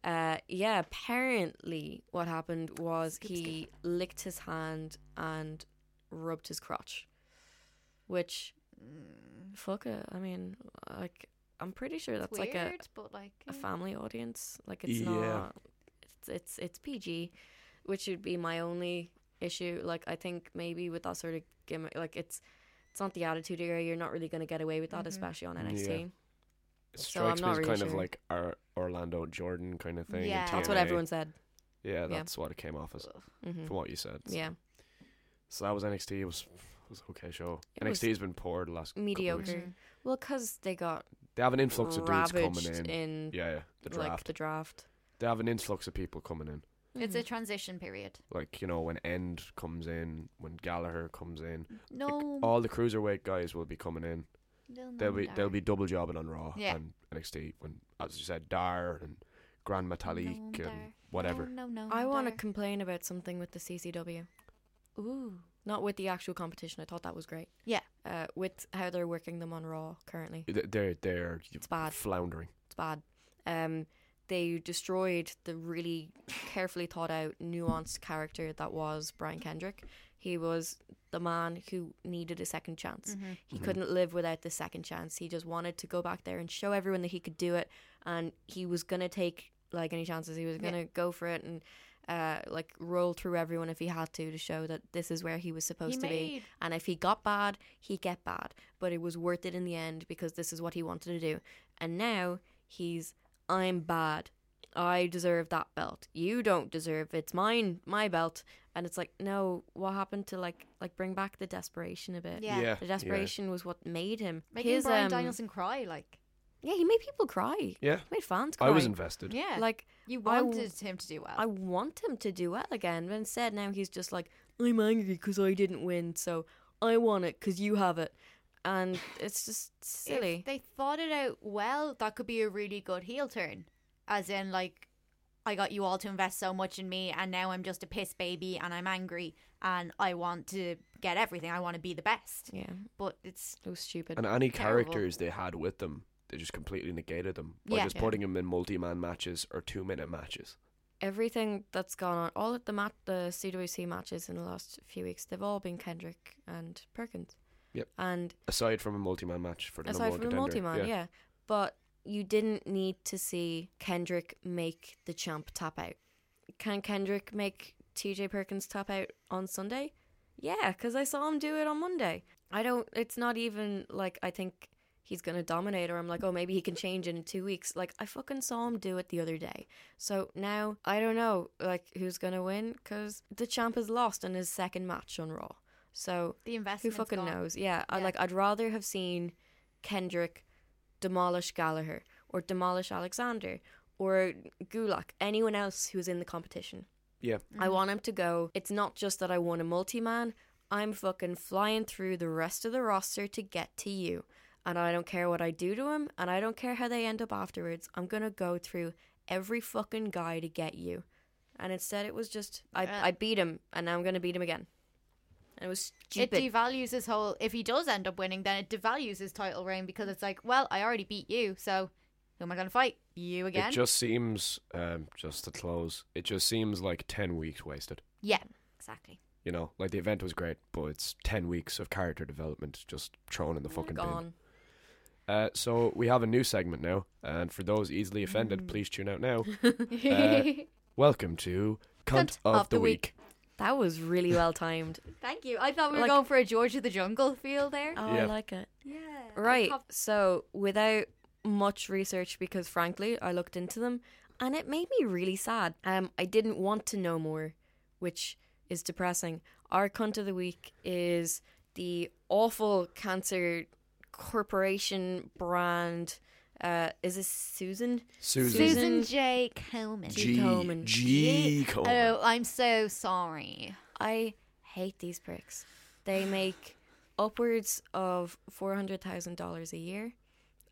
Speaker 3: Uh, yeah, apparently what happened was he licked his hand and rubbed his crotch. Which, fuck it. I mean, like, I'm pretty sure that's
Speaker 2: It's
Speaker 3: like a,
Speaker 2: weird, but like
Speaker 3: a
Speaker 2: yeah.
Speaker 3: family audience. Like, it's
Speaker 1: Yeah.
Speaker 3: not. It's, it's it's PG, which would be my only issue. Like I think maybe with that sort of gimmick, like it's it's not the attitude era. You're not really gonna get away with that,
Speaker 2: Mm-hmm.
Speaker 3: especially on NXT.
Speaker 1: Yeah. It
Speaker 3: So I'm
Speaker 1: strikes me
Speaker 3: not
Speaker 1: as
Speaker 3: really
Speaker 1: kind of
Speaker 3: sure.
Speaker 1: like our Orlando Jordan kind of thing. in
Speaker 2: Yeah.
Speaker 3: That's what
Speaker 1: TNA.
Speaker 3: everyone said.
Speaker 1: Yeah,
Speaker 3: yeah.
Speaker 1: that's what it came off as
Speaker 3: hmm
Speaker 1: from what you said.
Speaker 3: Yeah,
Speaker 1: So that was NXT. It was it was okay show.
Speaker 3: It was
Speaker 1: NXT has been poor the last couple of weeks.
Speaker 2: mm-hmm.
Speaker 3: mediocre. Well, because they got
Speaker 1: They have an influx of dudes
Speaker 3: ravaged
Speaker 1: coming in.
Speaker 3: in
Speaker 1: Yeah, yeah, the draft.
Speaker 3: like the draft.
Speaker 1: They have an influx of people coming in.
Speaker 2: It's
Speaker 3: Mhm.
Speaker 2: a transition period.
Speaker 1: Like you know, when End comes in, when Gallagher comes in,
Speaker 2: No,
Speaker 1: like, all the cruiserweight guys will be coming in.
Speaker 2: they'll,
Speaker 1: They'll
Speaker 2: know
Speaker 1: be
Speaker 2: Dara.
Speaker 1: they'll be double jobbing on Raw
Speaker 2: Yeah.
Speaker 1: and NXT. When as you said, Dar and Grand Metalik
Speaker 2: No,
Speaker 1: and
Speaker 2: Dara.
Speaker 1: whatever.
Speaker 2: No, no, no.
Speaker 3: I want to
Speaker 2: Dara.
Speaker 3: complain about something with the CCW.
Speaker 2: Ooh.
Speaker 3: Not with the actual competition. I thought that was great.
Speaker 2: Yeah.
Speaker 3: Uh, with how they're working them on Raw currently.
Speaker 1: Th- They're they're
Speaker 3: It's bad.
Speaker 1: floundering.
Speaker 3: it's bad. Um, they destroyed the really carefully thought out, nuanced character that was Brian Kendrick. He was the man who needed a second chance. He couldn't live without the second chance. He just wanted to go back there and show everyone that he could do it, and he was gonna take like any chances. He was
Speaker 2: Yeah.
Speaker 3: gonna go for it and uh, like roll through everyone if he had to to show that this is where he was supposed
Speaker 2: He
Speaker 3: to be.
Speaker 2: made
Speaker 3: And if he got bad, he'd get bad. But it was worth it in the end because this is what he wanted to do. And now he's, I'm bad. I deserve that belt. You don't deserve it's mine, my belt. And it's like, no, what happened to like like bring back the desperation a bit?
Speaker 2: Yeah.
Speaker 1: yeah.
Speaker 3: The desperation was what made him.
Speaker 2: making
Speaker 3: uh, His,
Speaker 2: Brian
Speaker 3: um,
Speaker 2: Danielson cry. Like,
Speaker 3: Yeah, he made people cry. He
Speaker 1: Yeah.
Speaker 3: made fans cry.
Speaker 1: I was invested.
Speaker 2: yeah, like
Speaker 3: Like
Speaker 2: you
Speaker 3: I w-
Speaker 2: wanted him to do well.
Speaker 3: I want him to do well again, but instead now he's just like, I'm angry because I didn't win, so I want it because you have it. And it's just silly.
Speaker 2: If they thought it out well, that could be a really good heel turn. As in, like, I got you all to invest so much in me, and now I'm just a piss baby, and I'm angry, and I want to get everything. I want to be the best.
Speaker 3: yeah,
Speaker 2: But it's
Speaker 3: it was stupid.
Speaker 1: And any
Speaker 2: Terrible.
Speaker 1: characters they had with them, they just completely negated them by
Speaker 2: Yeah.
Speaker 1: just
Speaker 3: Yeah.
Speaker 1: putting them in multi-man matches or two-minute matches.
Speaker 3: Everything that's gone on, all of the mat, the CWC matches in the last few weeks, they've all been Kendrick and Perkins.
Speaker 1: Yep.
Speaker 3: And
Speaker 1: Aside from a multi-man match for the
Speaker 3: aside
Speaker 1: number
Speaker 3: from
Speaker 1: one
Speaker 3: the multi
Speaker 1: contender.
Speaker 3: man, yeah. But you didn't need to see Kendrick make the champ tap out. Can Kendrick make TJ Perkins tap out on Sunday? Yeah, because I saw him do it on Monday. I don't, it's not even like I think he's going to dominate or I'm like, oh, maybe he can change it in two weeks. Like, I fucking saw him do it the other day. So now I don't know, like, who's going to win because the champ has lost in his second match on Raw. So
Speaker 2: the
Speaker 3: who
Speaker 2: investment.
Speaker 3: fucking knows? Yeah, I
Speaker 2: Yeah.
Speaker 3: like. I'd rather have seen Kendrick demolish Gallagher or demolish Alexander or Gulak, anyone else who's in the competition.
Speaker 1: Yeah.
Speaker 2: Mm-hmm.
Speaker 3: I want him to go. It's not just that I want a multi man. I'm fucking flying through the rest of the roster to get to you. And I don't care what I do to him, and I don't care how they end up afterwards. I'm gonna go through every fucking guy to get you. And instead, it was just I,
Speaker 2: Yeah.
Speaker 3: I beat him, and now I'm gonna beat him again. And it was
Speaker 2: It
Speaker 3: stupid.
Speaker 2: devalues his whole. If he does end up winning, then it devalues his title reign because it's like, well, I already beat you, so who am I going to fight? You again?
Speaker 1: It just seems, um, just to close, it just seems like 10 weeks wasted.
Speaker 2: yeah, exactly.
Speaker 1: You know, like the event was great, but it's 10 weeks of character development just thrown in the fucking
Speaker 3: gone.
Speaker 1: bin. Uh, so we have a new segment now, and for those easily offended, please tune out now. Uh, welcome to Cunt, of, the, Week.
Speaker 3: That was really well timed.
Speaker 2: Thank you. I thought we were
Speaker 3: Like-
Speaker 2: going for a George of the Jungle feel there.
Speaker 3: oh,
Speaker 1: Yeah.
Speaker 3: I like it.
Speaker 2: yeah.
Speaker 3: Right. So, without much research, because frankly, I looked into them and it made me really sad. Um, I didn't want to know more, which is depressing. Our cunt of the week is the awful cancer corporation brand Uh, is this Susan?
Speaker 1: Susan.
Speaker 2: Susan J. Komen.
Speaker 3: G. Komen.
Speaker 1: G. Komen.
Speaker 2: Oh, I'm so sorry.
Speaker 3: I hate these pricks. They make upwards of four hundred thousand dollars a year,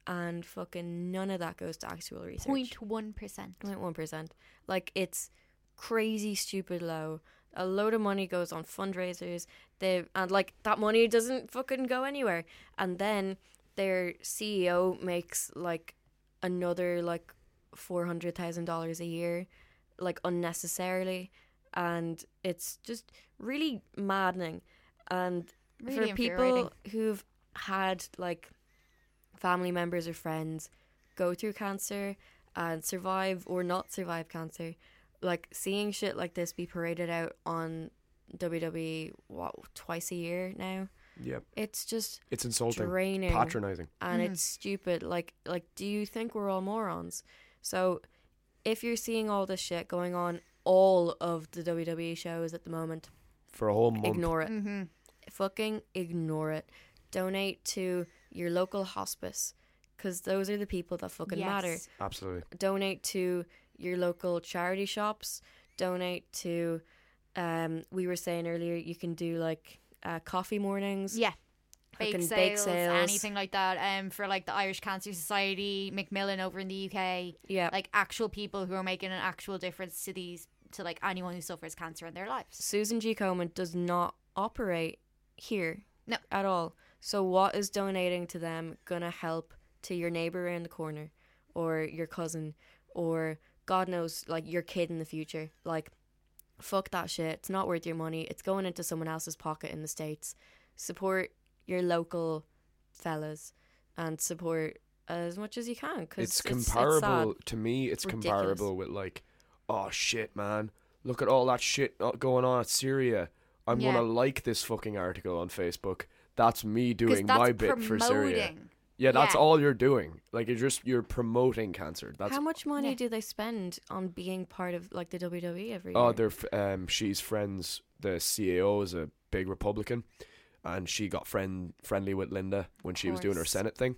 Speaker 3: and fucking none of that goes to actual research.
Speaker 2: 0.1%.
Speaker 3: 0.1%. Like it's crazy stupid low. A load of money goes on fundraisers. They and like that money doesn't fucking go anywhere. And then their CEO makes like another like $400,000 a year like unnecessarily and it's just really maddening. And
Speaker 2: Really
Speaker 3: for
Speaker 2: infuriating.
Speaker 3: people who've had like family members or friends go through cancer and survive or not survive cancer, like seeing shit like this be paraded out on WWE what twice a year now,
Speaker 1: Yep.
Speaker 3: it's just
Speaker 1: It's insulting.
Speaker 3: draining
Speaker 1: Patronizing.
Speaker 3: and
Speaker 2: Mhm.
Speaker 3: it's stupid. Like like do you think we're all morons? So if you're seeing all this shit going on all of the WWE shows at the moment,
Speaker 1: For a whole month.
Speaker 3: ignore it
Speaker 2: Mm-hmm.
Speaker 3: fucking ignore it. Donate to your local hospice because those are the people that fucking matter.
Speaker 1: Absolutely.
Speaker 3: Donate to your local charity shops. Donate to, um, we were saying earlier, you can do like uh, coffee mornings.
Speaker 2: Yeah. Bake
Speaker 3: Fucking
Speaker 2: sales,
Speaker 3: bake sales.
Speaker 2: anything like that. Um, for like the Irish Cancer Society, Macmillan over in the UK,
Speaker 3: Yeah.
Speaker 2: like actual people who are making an actual difference to these, to like anyone who suffers cancer in their lives.
Speaker 3: Susan G. Komen does not operate here.
Speaker 2: No.
Speaker 3: At all. So what is donating to them gonna help to your neighbor around the corner or your cousin or God knows like your kid in the future? Like fuck that shit. It's not worth your money. It's going into someone else's pocket in the States. Support your local fellas and support as much as you can because
Speaker 1: It's comparable to me. It's
Speaker 3: uh, Ridiculous.
Speaker 1: comparable with like, oh shit, man, look at all that shit o- going on at Syria. I'm
Speaker 2: Yeah.
Speaker 1: gonna like this fucking article on Facebook. That's me
Speaker 2: Because
Speaker 1: doing
Speaker 2: that's
Speaker 1: my bit
Speaker 2: promoting.
Speaker 1: for Syria. Yeah, that's
Speaker 2: Yeah.
Speaker 1: all you're doing. Like you're just you're promoting cancer. That's
Speaker 3: How much money
Speaker 2: Yeah.
Speaker 3: do they spend on being part of like the WWE every year?
Speaker 1: oh, they're f- um, she's friends. The CAO is a big Republican, and she got friend friendly with Linda when she was doing her
Speaker 3: course.
Speaker 1: Senate thing.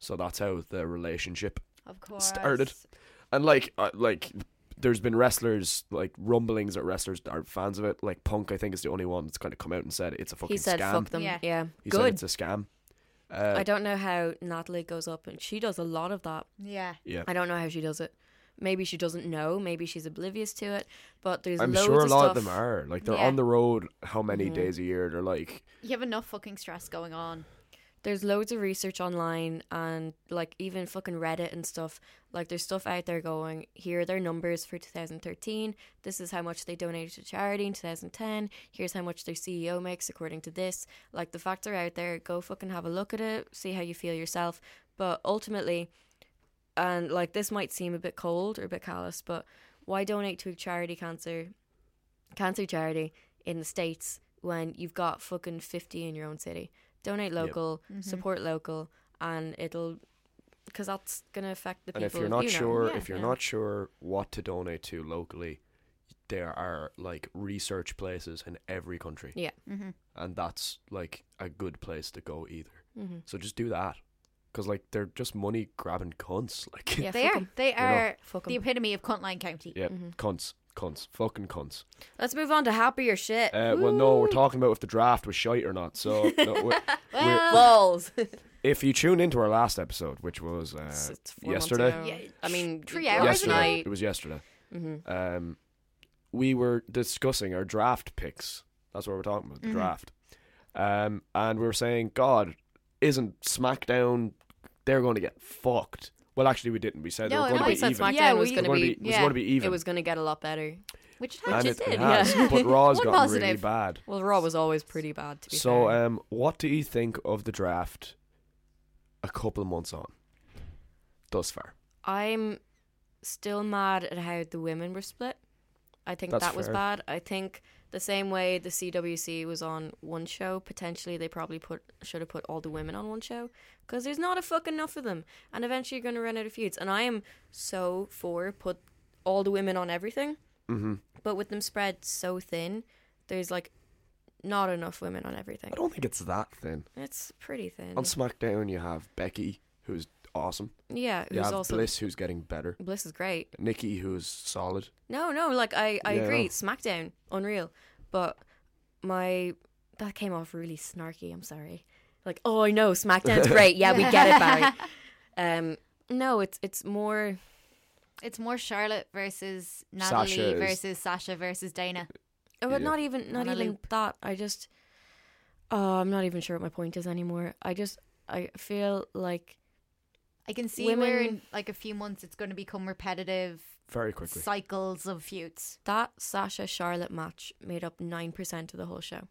Speaker 1: So that's how the relationship
Speaker 2: Of course.
Speaker 1: Started. and like uh, like there's been wrestlers like rumblings that wrestlers are fans of it. Like Punk, I think is the only one that's kind of come out and said it's a fucking
Speaker 3: he said
Speaker 1: scam.
Speaker 3: fuck them.
Speaker 2: Yeah.
Speaker 3: Yeah.
Speaker 1: He said
Speaker 3: Good.
Speaker 1: it's a scam.
Speaker 3: I
Speaker 1: Uh,
Speaker 3: don't know how Natalie goes up and she does a lot of that.
Speaker 2: Yeah.
Speaker 1: yeah,
Speaker 3: I don't know how she does it. Maybe she doesn't know, maybe she's oblivious to it, but there's
Speaker 1: I'm
Speaker 3: loads
Speaker 1: sure a
Speaker 3: of
Speaker 1: lot
Speaker 3: stuff.
Speaker 1: of them are like they're
Speaker 2: Yeah.
Speaker 1: on the road. How many
Speaker 3: Mhm.
Speaker 1: days a year? They're like
Speaker 2: You have enough fucking stress going on.
Speaker 3: There's loads of research online and like even fucking Reddit and stuff. Like there's stuff out there going, here are their numbers for 2013. This is how much they donated to charity in 2010. Here's how much their CEO makes according to this. Like the facts are out there. Go fucking have a look at it. See how you feel yourself. But ultimately, and like this might seem a bit cold or a bit callous, but why donate to a charity cancer cancer charity in the states when you've got fucking 50 in your own city donate
Speaker 1: Yep.
Speaker 3: local
Speaker 2: Mm-hmm.
Speaker 3: support local and it'll because that's gonna affect the
Speaker 1: and
Speaker 3: people
Speaker 1: if you're not
Speaker 3: you know.
Speaker 1: sure
Speaker 2: Yeah,
Speaker 1: if you're
Speaker 3: yeah.
Speaker 1: not sure what to donate to locally there are like research places in every country
Speaker 3: Yeah.
Speaker 2: Mhm.
Speaker 1: and that's like a good place to go either
Speaker 3: Mhm.
Speaker 1: so just do that because like they're just money grabbing cunts like
Speaker 3: yeah
Speaker 2: They
Speaker 3: fuck
Speaker 2: are.
Speaker 3: 'em.
Speaker 2: They
Speaker 1: know.
Speaker 2: are
Speaker 3: Fuck 'em.
Speaker 2: the epitome of Cuntline County.
Speaker 1: yeah cunts cunts fucking cunts
Speaker 3: let's move on to happier shit
Speaker 1: uh, well no we're talking about if the draft was shite or not so no, we're-
Speaker 2: Well,
Speaker 3: balls
Speaker 1: if you tune into our last episode which was uh,
Speaker 3: It's- it's four months
Speaker 1: yesterday
Speaker 3: ago.
Speaker 2: Yeah,
Speaker 3: i mean
Speaker 2: three
Speaker 3: last
Speaker 2: hours ago.
Speaker 1: yesterday
Speaker 3: night
Speaker 1: it was yesterday
Speaker 3: hmm
Speaker 1: um, we were discussing our draft picks. That's what we're talking about, the
Speaker 2: Mhm.
Speaker 1: draft. Um, and we were saying, God, isn't SmackDown? They're going to get fucked. Well, actually, we didn't. We said
Speaker 2: No,
Speaker 1: they were
Speaker 2: no,
Speaker 1: going
Speaker 2: we
Speaker 1: to be
Speaker 3: said
Speaker 1: even.
Speaker 3: SmackDown
Speaker 2: Yeah,
Speaker 3: was
Speaker 2: we-
Speaker 1: They're
Speaker 3: gonna
Speaker 1: gonna
Speaker 3: be,
Speaker 1: be- it was
Speaker 2: yeah.
Speaker 1: going to be even.
Speaker 3: it was gonna get a lot better
Speaker 2: which it
Speaker 1: and
Speaker 2: has-
Speaker 1: it,
Speaker 2: it
Speaker 1: it
Speaker 2: did.
Speaker 1: has.
Speaker 2: yeah.
Speaker 1: But Raw's
Speaker 2: One
Speaker 1: gotten really
Speaker 2: positive.
Speaker 1: bad.
Speaker 3: well raw was always pretty bad to be
Speaker 1: So,
Speaker 3: fair.
Speaker 1: um, what do you think of the draft? A couple months on, thus far.
Speaker 3: I'm still mad at how the women were split. I think
Speaker 1: That's
Speaker 3: that was
Speaker 1: fair.
Speaker 3: bad. I think the same way the CWC was on one show, potentially they probably put should have put all the women on one show because there's not a fucking enough of them, and eventually you're gonna run out of feuds. And I am so for put all the women on everything,
Speaker 1: Mm-hmm.
Speaker 3: but with them spread so thin, there's like not enough women on everything.
Speaker 1: I don't think it's that thin.
Speaker 3: It's pretty thin.
Speaker 1: On SmackDown, you have Becky, who's awesome.
Speaker 3: Yeah,
Speaker 1: you
Speaker 3: who's
Speaker 1: have
Speaker 3: also
Speaker 1: Bliss, who's getting better.
Speaker 3: Bliss is great.
Speaker 1: Nikki, who's solid.
Speaker 3: No, no, like I, I
Speaker 1: Yeah,
Speaker 3: agree.
Speaker 1: no.
Speaker 3: SmackDown, unreal. But my that came off really snarky. I'm sorry. Like, oh, I know SmackDown's great. Yeah, we get it, Barry. Um, no, it's it's more.
Speaker 2: It's more Charlotte versus Natalie
Speaker 1: Sasha is-
Speaker 2: versus Sasha versus Dana.
Speaker 3: Oh, but
Speaker 1: Yeah.
Speaker 3: not even not
Speaker 2: On a
Speaker 3: even
Speaker 2: loop.
Speaker 3: that. I just, oh, I'm not even sure what my point is anymore. I just I feel like
Speaker 2: I can see where in
Speaker 3: Women-
Speaker 2: like a few months it's going to become repetitive
Speaker 1: Very quickly.
Speaker 2: cycles of feuds.
Speaker 3: that Sasha Charlotte match made up nine percent of the whole show.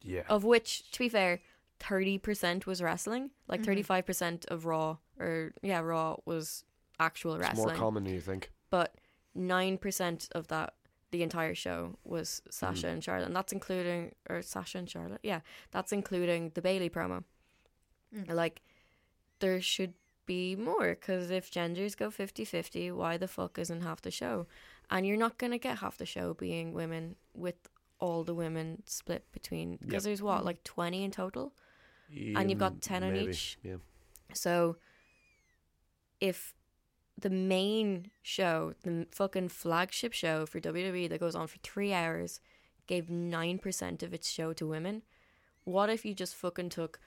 Speaker 1: yeah.
Speaker 3: of which to be fair 30% was wrestling like
Speaker 2: Mhm.
Speaker 1: Mm-hmm.
Speaker 3: 35% of raw or yeah raw was actual
Speaker 1: It's more
Speaker 3: wrestling
Speaker 1: common than you think.
Speaker 3: but 9% of that the entire show was
Speaker 1: Mm.
Speaker 3: sasha and charlotte and that's including or sasha and charlotte yeah that's including the bailey promo
Speaker 2: Mm.
Speaker 3: like there should be more because if genders go 50-50 why the fuck isn't half the show and you're not going to get half the show being women with all the women split between
Speaker 1: Yep.
Speaker 3: because there's what like 20 in total And you've got
Speaker 1: Mm,
Speaker 3: 10 on
Speaker 1: maybe.
Speaker 3: each.
Speaker 1: Yeah.
Speaker 3: so if the main show, the fucking flagship show for WWE that goes on for three hours, gave 9% of its show to women, what if you just fucking took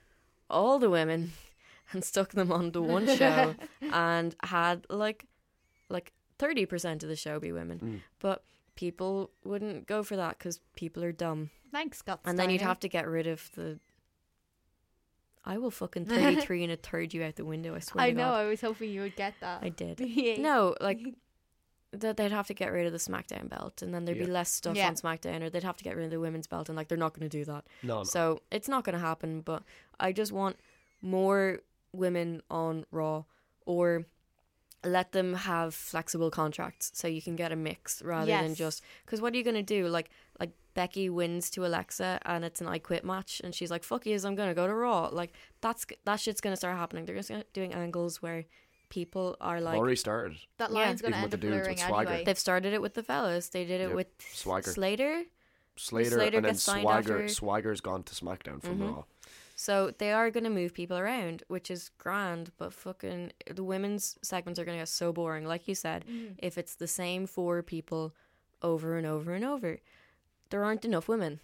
Speaker 3: all the women and stuck them onto one show and had like like 30% of the show be women?
Speaker 1: Mm.
Speaker 3: But people wouldn't go for that because people are dumb.
Speaker 2: Thanks, Scott.
Speaker 3: And then you'd
Speaker 2: Steiner.
Speaker 3: have to get rid of the. I will fucking 33 and a third you out the window, I swear
Speaker 2: I
Speaker 3: to
Speaker 2: know.
Speaker 3: God.
Speaker 2: I was hoping you would get that.
Speaker 3: I did.
Speaker 2: Yeah.
Speaker 3: No, like, that they'd have to get rid of the SmackDown belt and then there'd be
Speaker 1: Yeah.
Speaker 3: less stuff
Speaker 2: Yeah.
Speaker 3: on SmackDown or they'd have to get rid of the women's belt and, like, they're not going to do that.
Speaker 1: No, no.
Speaker 3: So it's not going to happen, but I just want more women on Raw or let them have flexible contracts so you can get a mix rather than
Speaker 2: Yes.
Speaker 3: just because what are you going to do like like Becky wins to Alexa and it's an I quit match and she's like fuck yous I'm going to go to Raw like that's that shit's going to start happening they're just gonna, doing angles where people are like
Speaker 1: already started.
Speaker 2: that
Speaker 3: Yeah.
Speaker 2: line's going to
Speaker 1: Even
Speaker 2: end
Speaker 1: with
Speaker 2: up
Speaker 1: the dudes
Speaker 2: blurring
Speaker 1: with swagger.
Speaker 2: anyway.
Speaker 3: they've started it with the fellas they did it
Speaker 1: Yep.
Speaker 3: with
Speaker 1: Swagger.
Speaker 3: Slater
Speaker 1: Slater,
Speaker 3: Slater
Speaker 1: and then
Speaker 3: gets signed
Speaker 1: Swagger.
Speaker 3: after-
Speaker 1: Swagger's gone to SmackDown from
Speaker 3: Mhm.
Speaker 1: Raw.
Speaker 3: So they are going to move people around, which is grand, but fucking the women's segments are going to get so boring, like you said,
Speaker 2: Mm-hmm.
Speaker 3: if it's the same four people over and over and over. There aren't enough women,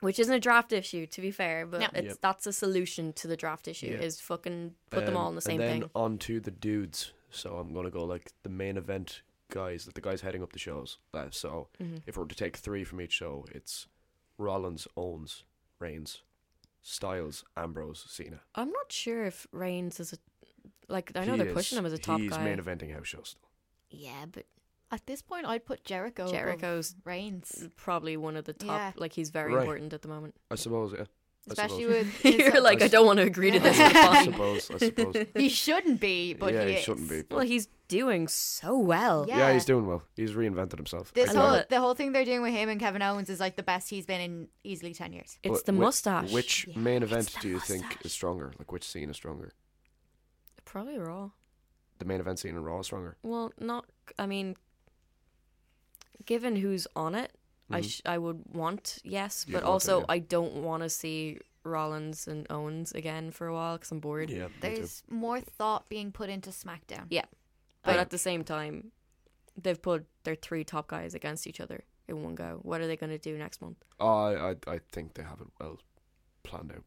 Speaker 3: which isn't a draft issue, to be fair, but
Speaker 2: No.
Speaker 3: it's,
Speaker 1: Yep.
Speaker 3: that's a solution to the draft issue
Speaker 1: Yeah.
Speaker 3: is fucking put them
Speaker 1: Um,
Speaker 3: all in the same
Speaker 1: and then
Speaker 3: thing.
Speaker 1: onto the dudes. So I'm gonna go like the main event guys, like the guys heading up the shows. Uh, so
Speaker 3: Mhm.
Speaker 1: if we were to take three from each show, it's Rollins, Owens, Reigns, Styles, Ambrose, Cena.
Speaker 3: I'm not sure if Reigns is a. Like, I know
Speaker 1: He
Speaker 3: they're pushing
Speaker 1: is-
Speaker 3: him as a top
Speaker 1: he's
Speaker 3: guy.
Speaker 1: main eventing house shows.
Speaker 3: yeah, but
Speaker 2: At this point, I'd put Jericho. above
Speaker 3: Jericho's
Speaker 2: Reigns,
Speaker 3: probably one of the top.
Speaker 2: Yeah.
Speaker 3: Like, he's very
Speaker 1: Right.
Speaker 3: important at the moment.
Speaker 1: I suppose. Yeah. I
Speaker 2: especially
Speaker 1: suppose.
Speaker 2: with his-
Speaker 3: You're like, I don't want to agree to this. with
Speaker 1: I
Speaker 3: Fong."
Speaker 1: suppose. I suppose.
Speaker 2: he shouldn't be, but
Speaker 1: yeah,
Speaker 2: he,
Speaker 1: he
Speaker 2: is.
Speaker 1: shouldn't be. but-
Speaker 3: Well, he's doing so well.
Speaker 2: Yeah.
Speaker 1: yeah. he's doing well. He's reinvented himself.
Speaker 2: This
Speaker 1: I
Speaker 3: I
Speaker 1: get
Speaker 2: whole
Speaker 3: love
Speaker 1: it.
Speaker 3: it.
Speaker 2: the whole thing they're doing with him and Kevin Owens is like the best he's been in easily ten years.
Speaker 3: It's
Speaker 1: But
Speaker 3: the
Speaker 1: whi-
Speaker 3: mustache.
Speaker 1: Which main event
Speaker 3: the
Speaker 1: do you think
Speaker 3: mustache.
Speaker 1: is stronger? Like which scene is stronger?
Speaker 3: probably Raw.
Speaker 1: The main event scene in Raw is stronger.
Speaker 3: Well, not. I mean, given who's on it, I
Speaker 1: Mhm.
Speaker 3: sh- I would want yes,
Speaker 1: You'd
Speaker 3: but
Speaker 1: want it,
Speaker 3: also
Speaker 1: yeah.
Speaker 3: I don't want to see Rollins and Owens again for a while because I'm bored.
Speaker 1: Yeah, me too.
Speaker 2: There's more thought being put into SmackDown.
Speaker 3: Yeah. But
Speaker 1: I-
Speaker 3: at the same time, they've put their three top guys against each other in one go. What are they going to do next month?
Speaker 1: I, I I think they have it well planned out.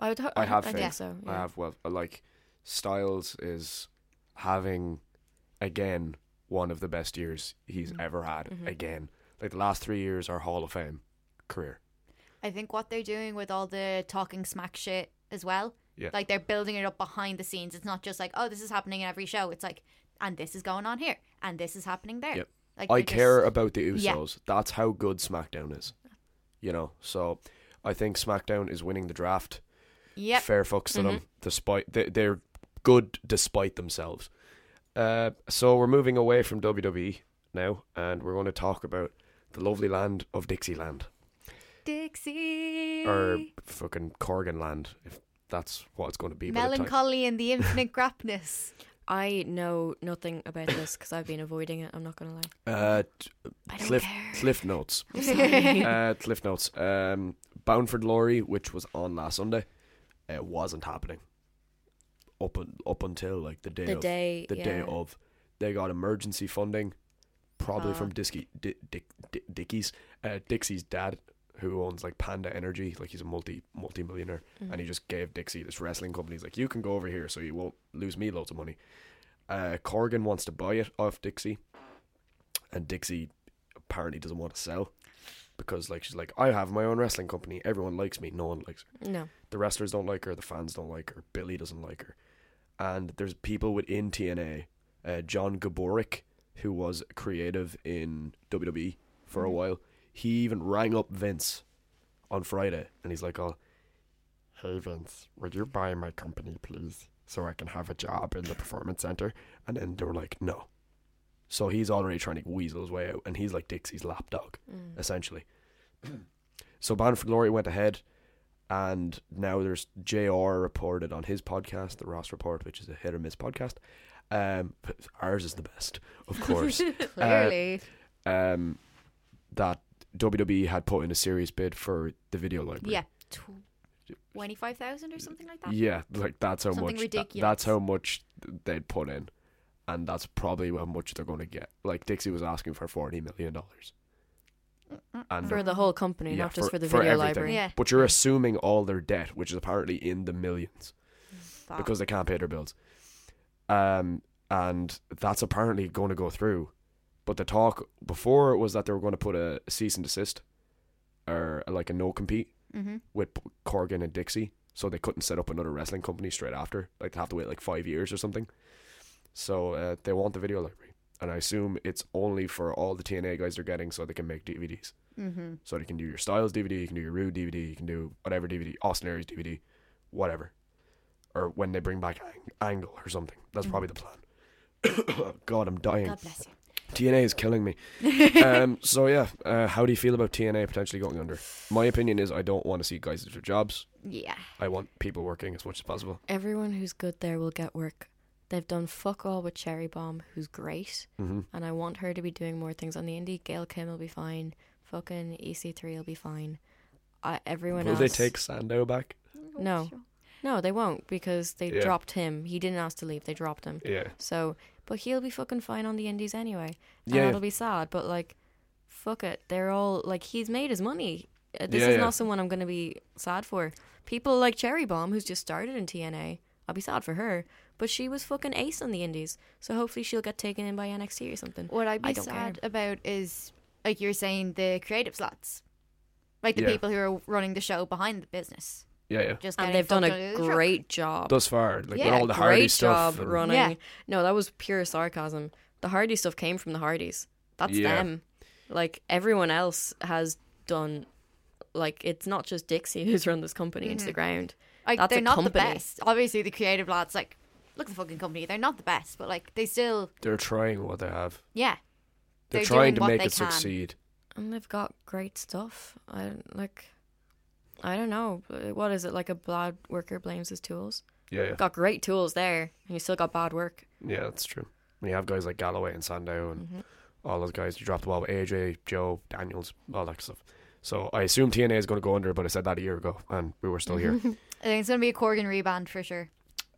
Speaker 3: I would. Ho-
Speaker 1: I have
Speaker 3: I
Speaker 1: faith.
Speaker 3: think so.
Speaker 1: I
Speaker 3: yeah.
Speaker 1: have well like Styles is having again one of the best years he's
Speaker 2: Mhm.
Speaker 1: ever had
Speaker 3: Mhm.
Speaker 1: again. Like the last 3 years are Hall of Fame career.
Speaker 2: I think what they're doing with all the talking smack shit as well.
Speaker 1: Yeah.
Speaker 2: Like they're building it up behind the scenes. It's not just like, oh, this is happening in every show. It's like, and this is going on here, and this is happening there.
Speaker 1: Yep.
Speaker 2: Like
Speaker 1: I
Speaker 2: they're just-
Speaker 1: care about the
Speaker 2: Yeah.
Speaker 1: Usos. That's how good SmackDown is. You know, so I think SmackDown is winning the draft.
Speaker 2: Yep.
Speaker 1: fair fucks to
Speaker 3: Mm-hmm.
Speaker 1: them. Despite they, they're good despite themselves. Uh, so we're moving away from WWE now, and we're going to talk about the lovely land of Dixieland
Speaker 2: Dixie.
Speaker 1: or fucking Corgan Land, if that's what it's going to be. by the time-
Speaker 2: Melancholy and the infinite grapness.
Speaker 3: I know nothing about this because I've been avoiding it. I'm not going to lie.
Speaker 1: Uh, t-
Speaker 3: I don't
Speaker 1: Cliff
Speaker 3: care.
Speaker 1: Cliff Notes.
Speaker 3: I'm sorry.
Speaker 1: uh, Cliff Notes. Um, Bound for Glory, which was on last Sunday, it wasn't happening. up un- up until like the day
Speaker 3: the
Speaker 1: of
Speaker 3: day
Speaker 1: the
Speaker 3: yeah.
Speaker 1: day of. They got emergency funding, probably
Speaker 3: Ah.
Speaker 1: from Disky, Di Dick, Di Dicky's, uh, Dixie's dad, who owns like Panda Energy, like he's a multi multi millionaire, and he just gave Dixie this wrestling company. He's like, you can go over here, so you won't lose me loads of money. Uh, Corgan wants to buy it off Dixie, and Dixie apparently doesn't want to sell because like she's like, I have my own wrestling company. Everyone likes me. No one likes
Speaker 3: no
Speaker 1: the wrestlers don't like her, the fans don't like her, Billy doesn't like her. And there's people within TNA, uh, John Gaborik, who was creative in WWE for a while, he even rang up Vince on Friday and he's like, oh,
Speaker 5: Hey Vince, would you buy my company, please, so I can have a job in the performance center?
Speaker 1: and then they were like, no. So he's already trying to weasel his way out and he's like Dixie's lapdog, essentially. so Bound for Glory went ahead and now there's JR reported on his podcast, The Ross Report, which is a hit or miss podcast. Um, but ours is the best, of course.
Speaker 2: Clearly.
Speaker 1: um, that WWE had put in a serious bid for the video library.
Speaker 2: yeah. Twenty-five thousand or something like that.
Speaker 1: Yeah, like that's how
Speaker 2: Something
Speaker 1: much. tha-
Speaker 2: ridiculous.
Speaker 1: that's how much they'd put in, and that's probably how much they're going to get. Like Dixie was asking for forty million dollars, and
Speaker 3: for the whole company
Speaker 1: yeah,
Speaker 3: not just for, the
Speaker 1: for
Speaker 3: video
Speaker 1: everything.
Speaker 3: library
Speaker 2: Yeah.
Speaker 1: But you're assuming all their debt, which is apparently in the millions,
Speaker 2: Fuck.
Speaker 1: because they can't pay their bills. Um, and that's apparently going to go through. But the talk before was that they were going to put a cease and desist, or like a no compete.
Speaker 2: mm-hmm.
Speaker 1: with P- Corgan and Dixie, so they couldn't set up another wrestling company straight after. Like they have to wait like five years or something. So uh, they want the video library, and I assume it's only for all the TNA guys they're getting, so they can make DVDs.
Speaker 2: Mm-hmm.
Speaker 1: So they can do your Styles DVD, you can do your Rude DVD, you can do whatever DVD, Austin Aries DVD, whatever. Or when they bring back Ang- Angle or something. That's probably the plan. God, I'm dying.
Speaker 2: God bless you.
Speaker 1: TNA is killing me. um, so yeah, uh, how do you feel about TNA potentially going under? My opinion is I don't want to see guys lose their jobs.
Speaker 2: Yeah.
Speaker 1: I want people working as much as possible.
Speaker 3: everyone who's good there will get work they've done fuck all with cherry bomb who's great
Speaker 1: Mm-hmm.
Speaker 3: and I want her to be doing more things on the indie. Gail Kim will be fine. Fucking EC3 will be fine. I, everyone
Speaker 1: Will
Speaker 3: else.
Speaker 1: they take Sandow back?
Speaker 3: No. No, they won't because they
Speaker 1: Yeah.
Speaker 3: dropped him. He didn't ask to leave. They dropped him.
Speaker 1: Yeah.
Speaker 3: So, but he'll be fucking fine on the indies anyway. And
Speaker 1: Yeah.
Speaker 3: that'll be sad. But like, fuck it. They're all like he's made his money. Uh, This
Speaker 1: Yeah,
Speaker 3: is
Speaker 1: yeah.
Speaker 3: not someone I'm gonna be sad for. People like Cherry Bomb, who's just started in TNA. I'll be sad for her. But she was fucking ace on the indies. So hopefully she'll get taken in by NXT or something.
Speaker 2: What I'd be
Speaker 3: I don't
Speaker 2: sad about is, like you're saying, the creative slots, like the
Speaker 1: Yeah.
Speaker 2: people who are running the show behind the business.
Speaker 1: Yeah, yeah.
Speaker 2: Just
Speaker 3: and
Speaker 2: getting
Speaker 3: they've done
Speaker 2: fucked
Speaker 3: a
Speaker 2: under the truck.
Speaker 3: great job.
Speaker 1: Thus far, like
Speaker 2: Yeah,
Speaker 1: with all the Hardy
Speaker 3: great
Speaker 1: stuff.
Speaker 3: job
Speaker 1: and-
Speaker 3: running.
Speaker 2: Yeah.
Speaker 3: No, that was pure sarcasm. The Hardy stuff came from the Hardys. That's
Speaker 1: Yeah.
Speaker 3: them. Like everyone else has done. Like it's not just Dixie who's run this company into the ground.
Speaker 2: Like
Speaker 3: That's
Speaker 2: they're
Speaker 3: a
Speaker 2: not the
Speaker 3: company.
Speaker 2: best. Obviously, the creative lads like look at the fucking company. They're not the best, but like they still
Speaker 1: They're trying what they have.
Speaker 2: yeah.
Speaker 1: They're,
Speaker 2: They're
Speaker 1: trying
Speaker 2: doing
Speaker 1: to
Speaker 2: what
Speaker 1: make
Speaker 2: they
Speaker 1: it
Speaker 2: can.
Speaker 1: succeed.
Speaker 3: And they've got great stuff. I don't like. I don't know. Uh, What is it like? A bad worker blames his tools.
Speaker 1: Yeah, yeah.
Speaker 3: Got great tools there, and you still got bad work.
Speaker 1: Yeah, that's true. When you have guys like Galloway and Sandow and
Speaker 3: Mm-hmm.
Speaker 1: all those guys, you drop the ball with AJ, Joe, Daniels, all that stuff. So I assume TNA is going to go under, but I said that a year ago, and we were still here.
Speaker 2: I think it's gonna be a Corgan reband for sure.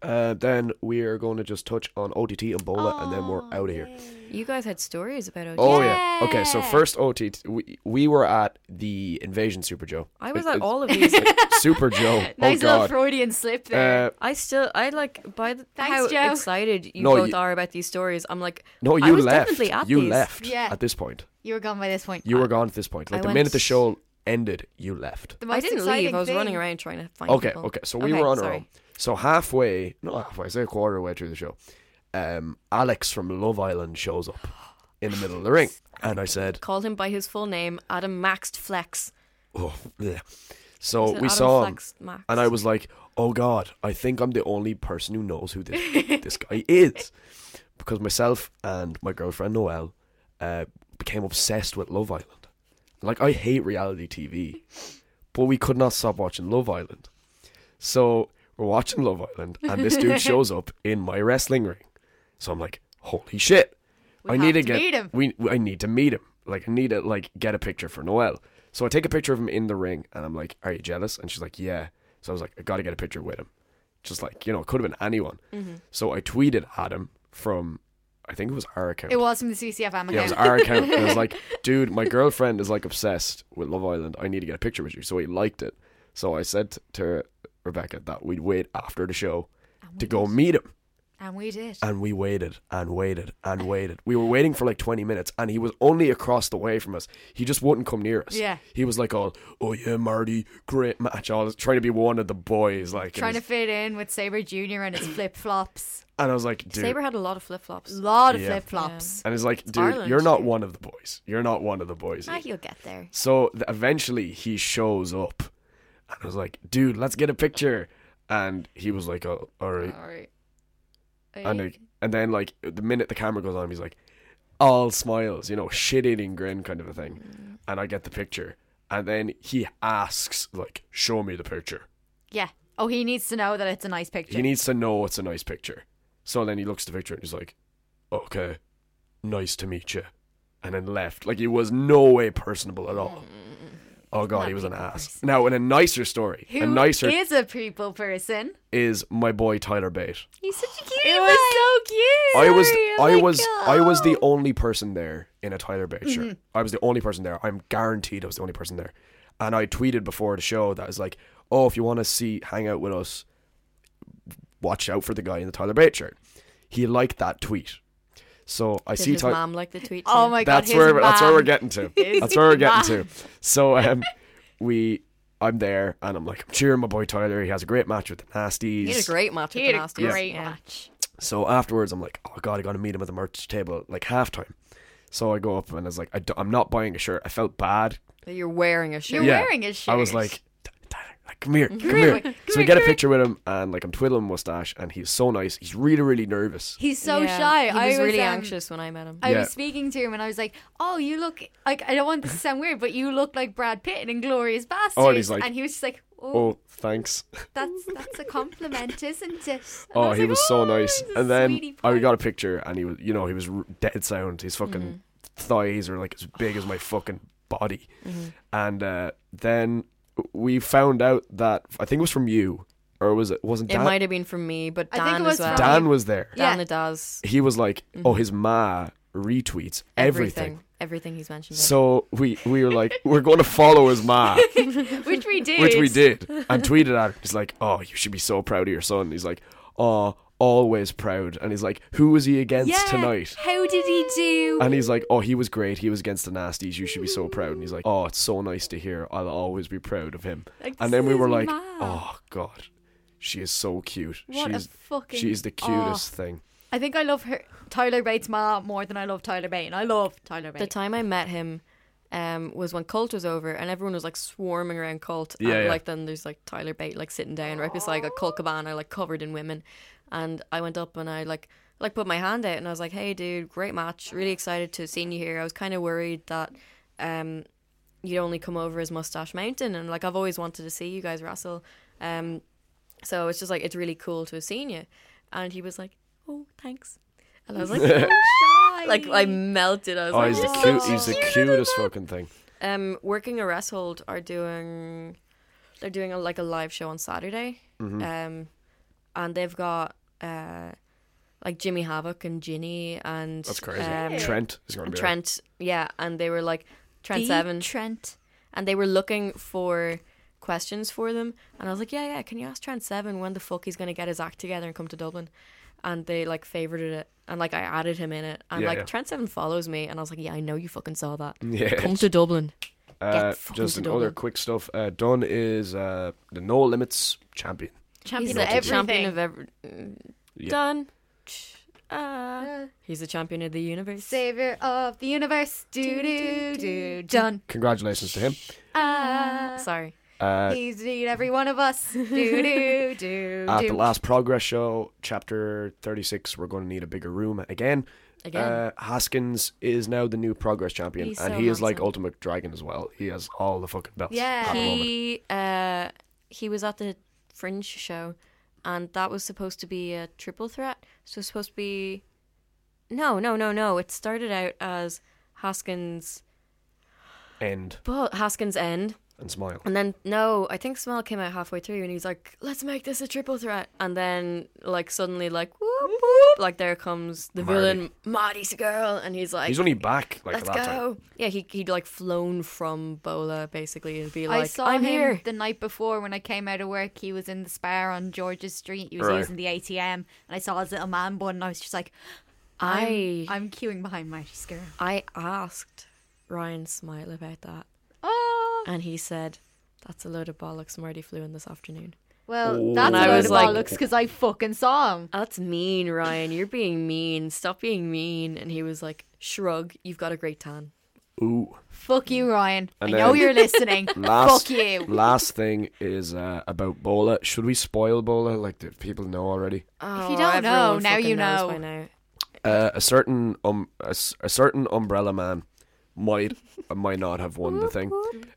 Speaker 1: uh, then we are going to just touch on OTT, Ebola, and then we're
Speaker 2: Oh,
Speaker 1: out of here.
Speaker 2: yay.
Speaker 3: You guys had stories about OG.
Speaker 1: Oh yeah. Okay, so
Speaker 2: Yeah.
Speaker 1: first OTT, we, we were at the Invasion Super Joe.
Speaker 3: I was
Speaker 1: It-
Speaker 3: at
Speaker 1: it-
Speaker 3: all of these.
Speaker 1: Super Joe.
Speaker 2: Nice
Speaker 1: oh
Speaker 2: little
Speaker 1: God.
Speaker 2: Freudian slip there.
Speaker 1: Uh,
Speaker 3: I still, I like by the,
Speaker 2: Thanks,
Speaker 3: how
Speaker 2: Joe.
Speaker 3: excited you
Speaker 1: No,
Speaker 3: both
Speaker 1: you-
Speaker 3: are about these stories. I'm like,
Speaker 1: no, you
Speaker 3: I was
Speaker 1: left.
Speaker 3: definitely at
Speaker 1: you
Speaker 3: these.
Speaker 1: left.
Speaker 2: Yeah.
Speaker 1: At this point,
Speaker 2: you were gone by this point.
Speaker 1: you were gone at this point. Like
Speaker 3: I
Speaker 1: the
Speaker 3: went-
Speaker 1: minute the show ended, you left.
Speaker 2: The
Speaker 3: I
Speaker 2: most
Speaker 3: didn't
Speaker 2: exciting
Speaker 3: leave. I was
Speaker 2: thing-
Speaker 3: running around trying to find.
Speaker 1: Okay,
Speaker 3: people.
Speaker 1: okay. So we
Speaker 3: Okay,
Speaker 1: were on our
Speaker 3: sorry.
Speaker 1: own. So halfway, not halfway, say a quarter way through the show, um, Alex from Love Island shows up in the middle of the ring, and I said,
Speaker 3: Called him by his full name, Adam Maxed Flex.
Speaker 1: "Oh, yeah." So
Speaker 3: Said
Speaker 1: Oh, we
Speaker 3: Adam
Speaker 1: saw him,
Speaker 3: Flex Max.
Speaker 1: and I was like, "Oh God, I think I'm the only person who knows who this this guy is," because myself and my girlfriend Noelle uh, became obsessed with Love Island. Like I hate reality TV, but we could not stop watching Love Island. So we're watching Love Island, and this dude shows up in my wrestling ring. So I'm like, "Holy shit!"
Speaker 2: We
Speaker 1: I
Speaker 2: have
Speaker 1: need to
Speaker 2: to
Speaker 1: get
Speaker 2: meet him.
Speaker 1: we I need to meet him. Like I need to like get a picture for Noel. So I take a picture of him in the ring and I'm like, Are you jealous? And she's like, Yeah. So I was like, I gotta get a picture with him. just like you know, it could have been anyone.
Speaker 2: Mm-hmm.
Speaker 3: Mhm.
Speaker 1: So I tweeted at him from, I think it was our account.
Speaker 2: It was from the CCFM
Speaker 1: Yeah, it was
Speaker 2: account.
Speaker 1: our account. And I was like, dude, my girlfriend is like obsessed with Love Island. I need to get a picture with you. So he liked it. So I said to Rebecca that we'd wait after the show
Speaker 2: And
Speaker 1: to
Speaker 2: we
Speaker 1: go Ah,
Speaker 2: did.
Speaker 1: meet him.
Speaker 2: And we did.
Speaker 1: And we waited and waited and waited. We were waiting for like 20 minutes and he was only across the way from us. He just wouldn't come near us.
Speaker 2: Yeah.
Speaker 1: He was like, all, oh yeah, Marty, great match. All this- trying to be one of the boys. like, and
Speaker 2: Trying to
Speaker 1: he's-
Speaker 2: fit in with Sabre Jr. and his flip flops.
Speaker 1: And I was like, dude.
Speaker 3: Saber had a lot of flip flops.
Speaker 2: lot of
Speaker 1: Yeah.
Speaker 2: flip flops.
Speaker 1: and he's like, dude,
Speaker 3: Ireland.
Speaker 1: you're not one of the boys. You're not one of the boys.
Speaker 3: Ah, you'll get there.
Speaker 1: So th- eventually he shows up and I was like, dude, let's get a picture. And he was like, oh, all right.
Speaker 2: Alright.
Speaker 1: And, like, and then, like, the minute the camera goes on, he's like, all smiles, you know, shit eating grin kind of a thing. And I get the picture. And then he asks, like, show me the picture.
Speaker 2: Yeah. Oh, he needs to know that it's a nice picture.
Speaker 1: He needs to know it's a nice picture. So then he looks at the picture and he's like, okay, nice to meet you. And then left. Like, he was no way personable at all. Oh, God,
Speaker 2: Mm. Not
Speaker 1: he was an
Speaker 2: people
Speaker 1: ass.
Speaker 2: person.
Speaker 1: Now, in a nicer story,
Speaker 2: Who
Speaker 1: a nicer
Speaker 2: is a people person?
Speaker 1: is my boy Tyler Bate.
Speaker 3: He's such a cute.
Speaker 2: It was so cute.
Speaker 1: I was I
Speaker 3: oh my
Speaker 1: was I was the only person there in a Tyler Bate shirt.
Speaker 3: Mm-hmm.
Speaker 1: I was the only person there. I'm guaranteed I was the only person there. And I tweeted before the show that I was like, "Oh, if you want to see hang out with us, watch out for the guy in the Tyler Bate shirt." He liked that tweet. So I
Speaker 3: Did
Speaker 1: see
Speaker 3: his
Speaker 1: Tyler
Speaker 3: mom like the tweet?
Speaker 2: Oh
Speaker 3: too?
Speaker 2: my god,
Speaker 1: that's
Speaker 2: his
Speaker 1: where that's where we're
Speaker 2: mom.
Speaker 1: getting to.
Speaker 2: His
Speaker 1: that's where we're getting
Speaker 2: mom.
Speaker 1: to. So um, we I'm there and I'm like I'm cheering my boy Tyler. He has a great match with the Nasties.
Speaker 3: He had a great match
Speaker 2: He had
Speaker 3: with the
Speaker 2: a
Speaker 3: Nasties.
Speaker 2: great
Speaker 3: yeah.
Speaker 2: match.
Speaker 1: So afterwards, I'm like, oh god, I gotta meet him at the merch table at, like halftime. So I go up and I was like, I d- I'm not buying a shirt. I felt bad.
Speaker 3: That You're wearing a shirt.
Speaker 2: You're
Speaker 1: Yeah.
Speaker 2: wearing his shirt.
Speaker 1: I was like, "T- Tyler, like, come here, come
Speaker 2: here,
Speaker 1: here.
Speaker 2: like, come
Speaker 1: so
Speaker 2: here,
Speaker 1: we get a
Speaker 2: come here.
Speaker 1: picture with him and like I'm twiddling mustache and he's so nice. He's really, really nervous.
Speaker 2: he's so
Speaker 3: Yeah.
Speaker 2: shy.
Speaker 3: He was
Speaker 2: I was
Speaker 3: really
Speaker 2: um,
Speaker 3: anxious when I met him.
Speaker 2: I
Speaker 1: Yeah.
Speaker 2: was speaking to him and I was like, "Oh, you look like I don't want this to sound weird, but you look like Brad Pitt in Inglorious Bastards."
Speaker 1: Oh, and he's like,
Speaker 2: he was just like, "Oh,
Speaker 1: Oh, thanks.
Speaker 2: that's that's a compliment, isn't it?" And I
Speaker 1: Oh, he
Speaker 2: like,
Speaker 1: was so
Speaker 2: "Oh,
Speaker 1: nice.
Speaker 2: he's a
Speaker 1: And then
Speaker 2: sweetie
Speaker 1: I
Speaker 2: pie."
Speaker 1: got a picture and he was, you know, he was r- dead sound. His fucking thighs are like as big as my fucking body. And uh, then we found out that I think it was from you or was it wasn't
Speaker 3: It
Speaker 1: Dan?
Speaker 3: might have been from me, but
Speaker 2: I
Speaker 3: Dan
Speaker 2: think it was Mm-hmm.
Speaker 3: as well.
Speaker 2: from-
Speaker 1: Dan was there.
Speaker 3: Dan
Speaker 2: Yeah.
Speaker 3: the Daz.
Speaker 1: he was like, "Oh, his ma retweets everything."
Speaker 3: Everything. Everything he's mentioned.
Speaker 1: So we we were like, "We're going to follow his ma,"
Speaker 2: which we did,
Speaker 1: which we did, and tweeted at her. He's like, "Oh, you should be so proud of your son." He's like, "Oh, always proud." And he's like, "Who was he against
Speaker 2: Yeah.
Speaker 1: tonight?"
Speaker 2: How did he do?
Speaker 1: And he's like, "Oh, he was great. He was against the nasties. You should be so proud." And he's like, "Oh, it's so nice to hear. I'll always be proud of him."
Speaker 2: Like,
Speaker 1: and
Speaker 2: this
Speaker 1: then we
Speaker 2: is
Speaker 1: were like,
Speaker 2: mad.
Speaker 1: "Oh God, she is so cute.
Speaker 2: What
Speaker 1: she's
Speaker 2: a fucking
Speaker 1: she's the
Speaker 2: aw.
Speaker 1: cutest thing."
Speaker 2: I think I love her Tyler Bates' ma more than I love Tyler Bate, and I love Tyler Bate.
Speaker 3: The time I met him um, was when Colt was over, and everyone was like swarming around Colt.
Speaker 1: Yeah,
Speaker 3: and
Speaker 1: yeah.
Speaker 3: like then there's like Tyler Bate like sitting down right beside like Colt Cabana, like covered in women. And I went up and I like like put my hand out and I was like, "Hey, dude, great match! Really excited to have seen you here." I was kind of worried that um, you'd only come over as Mustache Mountain, and like I've always wanted to see you guys wrestle. Um, so it's just like it's really cool to have seen you. And he was like, "Oh, thanks." And I was like, "Oh, shy." like I melted. I was
Speaker 1: Oh,
Speaker 3: like,
Speaker 1: he's the
Speaker 3: "Oh."
Speaker 1: cute. He's the cutest fucking thing.
Speaker 3: Um, working a wrestled are doing, they're doing a, like a live show on Saturday.
Speaker 1: Mm-hmm.
Speaker 3: Um, and they've got uh, like Jimmy Havoc and Ginny and
Speaker 1: That's crazy.
Speaker 3: um,
Speaker 1: Trent is going to
Speaker 3: and
Speaker 1: be there.
Speaker 3: Trent. Yeah, and they were like Trent
Speaker 2: The
Speaker 3: Seven,
Speaker 2: Trent.
Speaker 3: and they were looking for questions for them. And I was like, yeah, yeah, can you ask Trent Seven when the fuck he's gonna get his act together and come to Dublin? And they like favorited it, and like I added him in it, and
Speaker 1: Yeah,
Speaker 3: like
Speaker 1: yeah.
Speaker 3: Trent Seven follows me, and I was like, yeah, I know you fucking saw that.
Speaker 1: Yeah.
Speaker 3: Come to Dublin.
Speaker 1: Uh,
Speaker 3: fucking
Speaker 1: just
Speaker 3: to
Speaker 1: another
Speaker 3: Dublin.
Speaker 1: quick stuff. Uh, Dunn is uh, the No Limits champion.
Speaker 2: Champion of
Speaker 3: he's the
Speaker 2: everything.
Speaker 3: champion of every.
Speaker 1: Yeah.
Speaker 3: Done. Uh, he's the champion of the universe.
Speaker 2: Savior of the universe. Do do do. Done.
Speaker 1: Congratulations to him.
Speaker 2: Ah.
Speaker 3: Sorry.
Speaker 1: Uh,
Speaker 2: He's in every one of us. Do do do.
Speaker 1: at
Speaker 2: do.
Speaker 1: the last Progress show, chapter 36, we're going to need a bigger room again.
Speaker 3: Again.
Speaker 1: Uh, Haskins is now the new Progress champion,
Speaker 3: He's
Speaker 1: and
Speaker 3: so
Speaker 1: he is like
Speaker 3: handsome.
Speaker 1: Ultimate Dragon as well. He has all the fucking belts.
Speaker 2: Yeah.
Speaker 1: at the moment.
Speaker 3: He uh, he was at the Fringe show, and that was supposed to be a triple threat. So it's supposed to be. No, no, no, no. It started out as Haskins,
Speaker 1: And
Speaker 3: but Haskins end,
Speaker 1: and smile.
Speaker 3: And then no, I think Smell came out halfway through, and he's like, "Let's make this a triple threat." And then like suddenly like whoop whoop, like there comes the
Speaker 1: Marty.
Speaker 3: villain Marty's girl, and he's like,
Speaker 1: He's only back like
Speaker 3: "Let's
Speaker 1: that time.
Speaker 3: go!" Yeah, he he'd like flown from Bola basically, and be like,
Speaker 2: I saw
Speaker 3: "I'm
Speaker 2: him
Speaker 3: here."
Speaker 2: the night before when I came out of work. He was in the spar on George's Street. He was
Speaker 1: Right.
Speaker 2: using the ATM, and I saw his little man bun, and I was just like,
Speaker 3: I
Speaker 2: I'm queuing behind Mighty Scare.
Speaker 3: I asked Ryan Smile about that,
Speaker 2: Oh,
Speaker 3: and he said, "That's a load of bollocks." Marty flew in this afternoon.
Speaker 2: well,
Speaker 1: Oh.
Speaker 2: that's
Speaker 3: And
Speaker 2: a
Speaker 3: I
Speaker 2: load
Speaker 3: was
Speaker 2: of
Speaker 3: like-
Speaker 2: bollocks because I fucking saw him.
Speaker 3: "Oh, That's mean, Ryan. You're being mean. Stop being mean. And he was like, shrug, you've got a great tan.
Speaker 1: Ooh.
Speaker 2: Fuck
Speaker 3: Mm.
Speaker 2: you, Ryan.
Speaker 1: And
Speaker 2: I know
Speaker 1: then-
Speaker 2: you're listening.
Speaker 1: Last-
Speaker 2: Fuck you.
Speaker 1: Last thing is uh, about Bola. Should we spoil Bola? Like, do people know already?
Speaker 2: If you don't know,
Speaker 3: Oh,
Speaker 2: now
Speaker 3: everyone fucking
Speaker 2: you
Speaker 3: knows
Speaker 2: know.
Speaker 3: by now.
Speaker 1: Uh, a certain um a, s- a certain umbrella man might uh, might not have won the thing.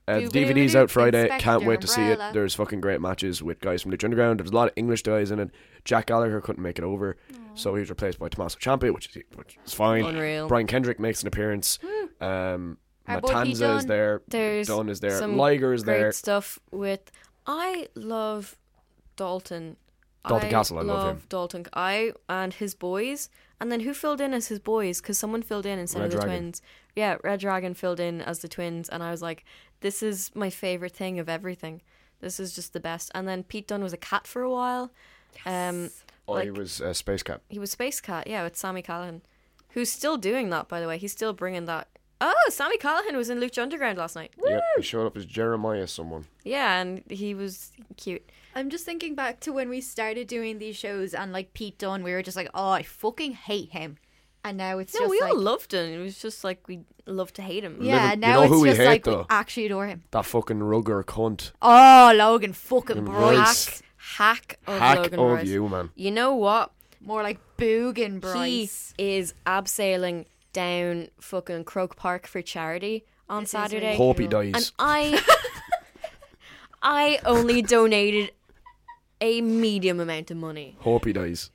Speaker 1: Uh, the DVD's out Friday. Can't wait to see it.
Speaker 2: Umbrella.
Speaker 1: There's fucking great matches with guys from Lucha Underground. There's a lot of English guys in it. Jack Gallagher couldn't make it over, so he was replaced by Tommaso Ciampa, which is which is fine.
Speaker 3: Unreal.
Speaker 1: Brian Kendrick makes an appearance. Um,
Speaker 2: Hmm. Our boy P.
Speaker 1: Matanza is
Speaker 2: Dunne.
Speaker 1: there.
Speaker 3: There's
Speaker 1: Dunn is there.
Speaker 3: some
Speaker 1: Liger is
Speaker 3: Great
Speaker 1: there.
Speaker 3: stuff with. I love Dalton.
Speaker 1: Dalton Castle, I love him.
Speaker 3: Dalton. I and his boys. And then who filled in as his boys? Because someone filled in instead
Speaker 1: Red
Speaker 3: of the
Speaker 1: Dragon.
Speaker 3: twins. Yeah, Red Dragon filled in as the twins, and I was like, this is my favorite thing of everything. This is just the best. And then Pete Dunn was a cat for a while. Um,
Speaker 1: Oh, he
Speaker 3: like-
Speaker 1: was uh, Space Cap.
Speaker 3: He was Space Cat, yeah, with Sammy Callahan, who's still doing that, by the way. He's still bringing that. Oh, Sammy Callahan was in Lucha Underground last night.
Speaker 1: Yep, he showed up as Jeremiah someone.
Speaker 3: Yeah, and he was cute.
Speaker 2: I'm just thinking back to when we started doing these shows and like Pete Dunne, we were just like, oh, I fucking hate him. And now it's
Speaker 3: No,
Speaker 2: just
Speaker 3: we
Speaker 2: like,
Speaker 3: all loved him. It was just like we love to hate him.
Speaker 2: yeah,
Speaker 1: Little- you
Speaker 2: now
Speaker 1: know
Speaker 2: it's
Speaker 1: who we
Speaker 2: just
Speaker 1: hate,
Speaker 2: like we
Speaker 1: though?
Speaker 2: actually adore him.
Speaker 1: That fucking rugger cunt.
Speaker 2: Oh, Logan fucking
Speaker 1: And
Speaker 2: Bryce.
Speaker 1: Royce.
Speaker 3: Hack of
Speaker 1: Hack
Speaker 3: Logan
Speaker 1: of
Speaker 3: Royce. You.
Speaker 1: you, man.
Speaker 3: know what?
Speaker 2: More like Boogan Bryce.
Speaker 3: He is abseiling down fucking Croke Park for charity on
Speaker 2: This is ridiculous.
Speaker 3: Saturday.
Speaker 1: Hope he
Speaker 2: Cool.
Speaker 1: dies.
Speaker 3: and I I only donated a medium amount of money.
Speaker 1: Hope he dies.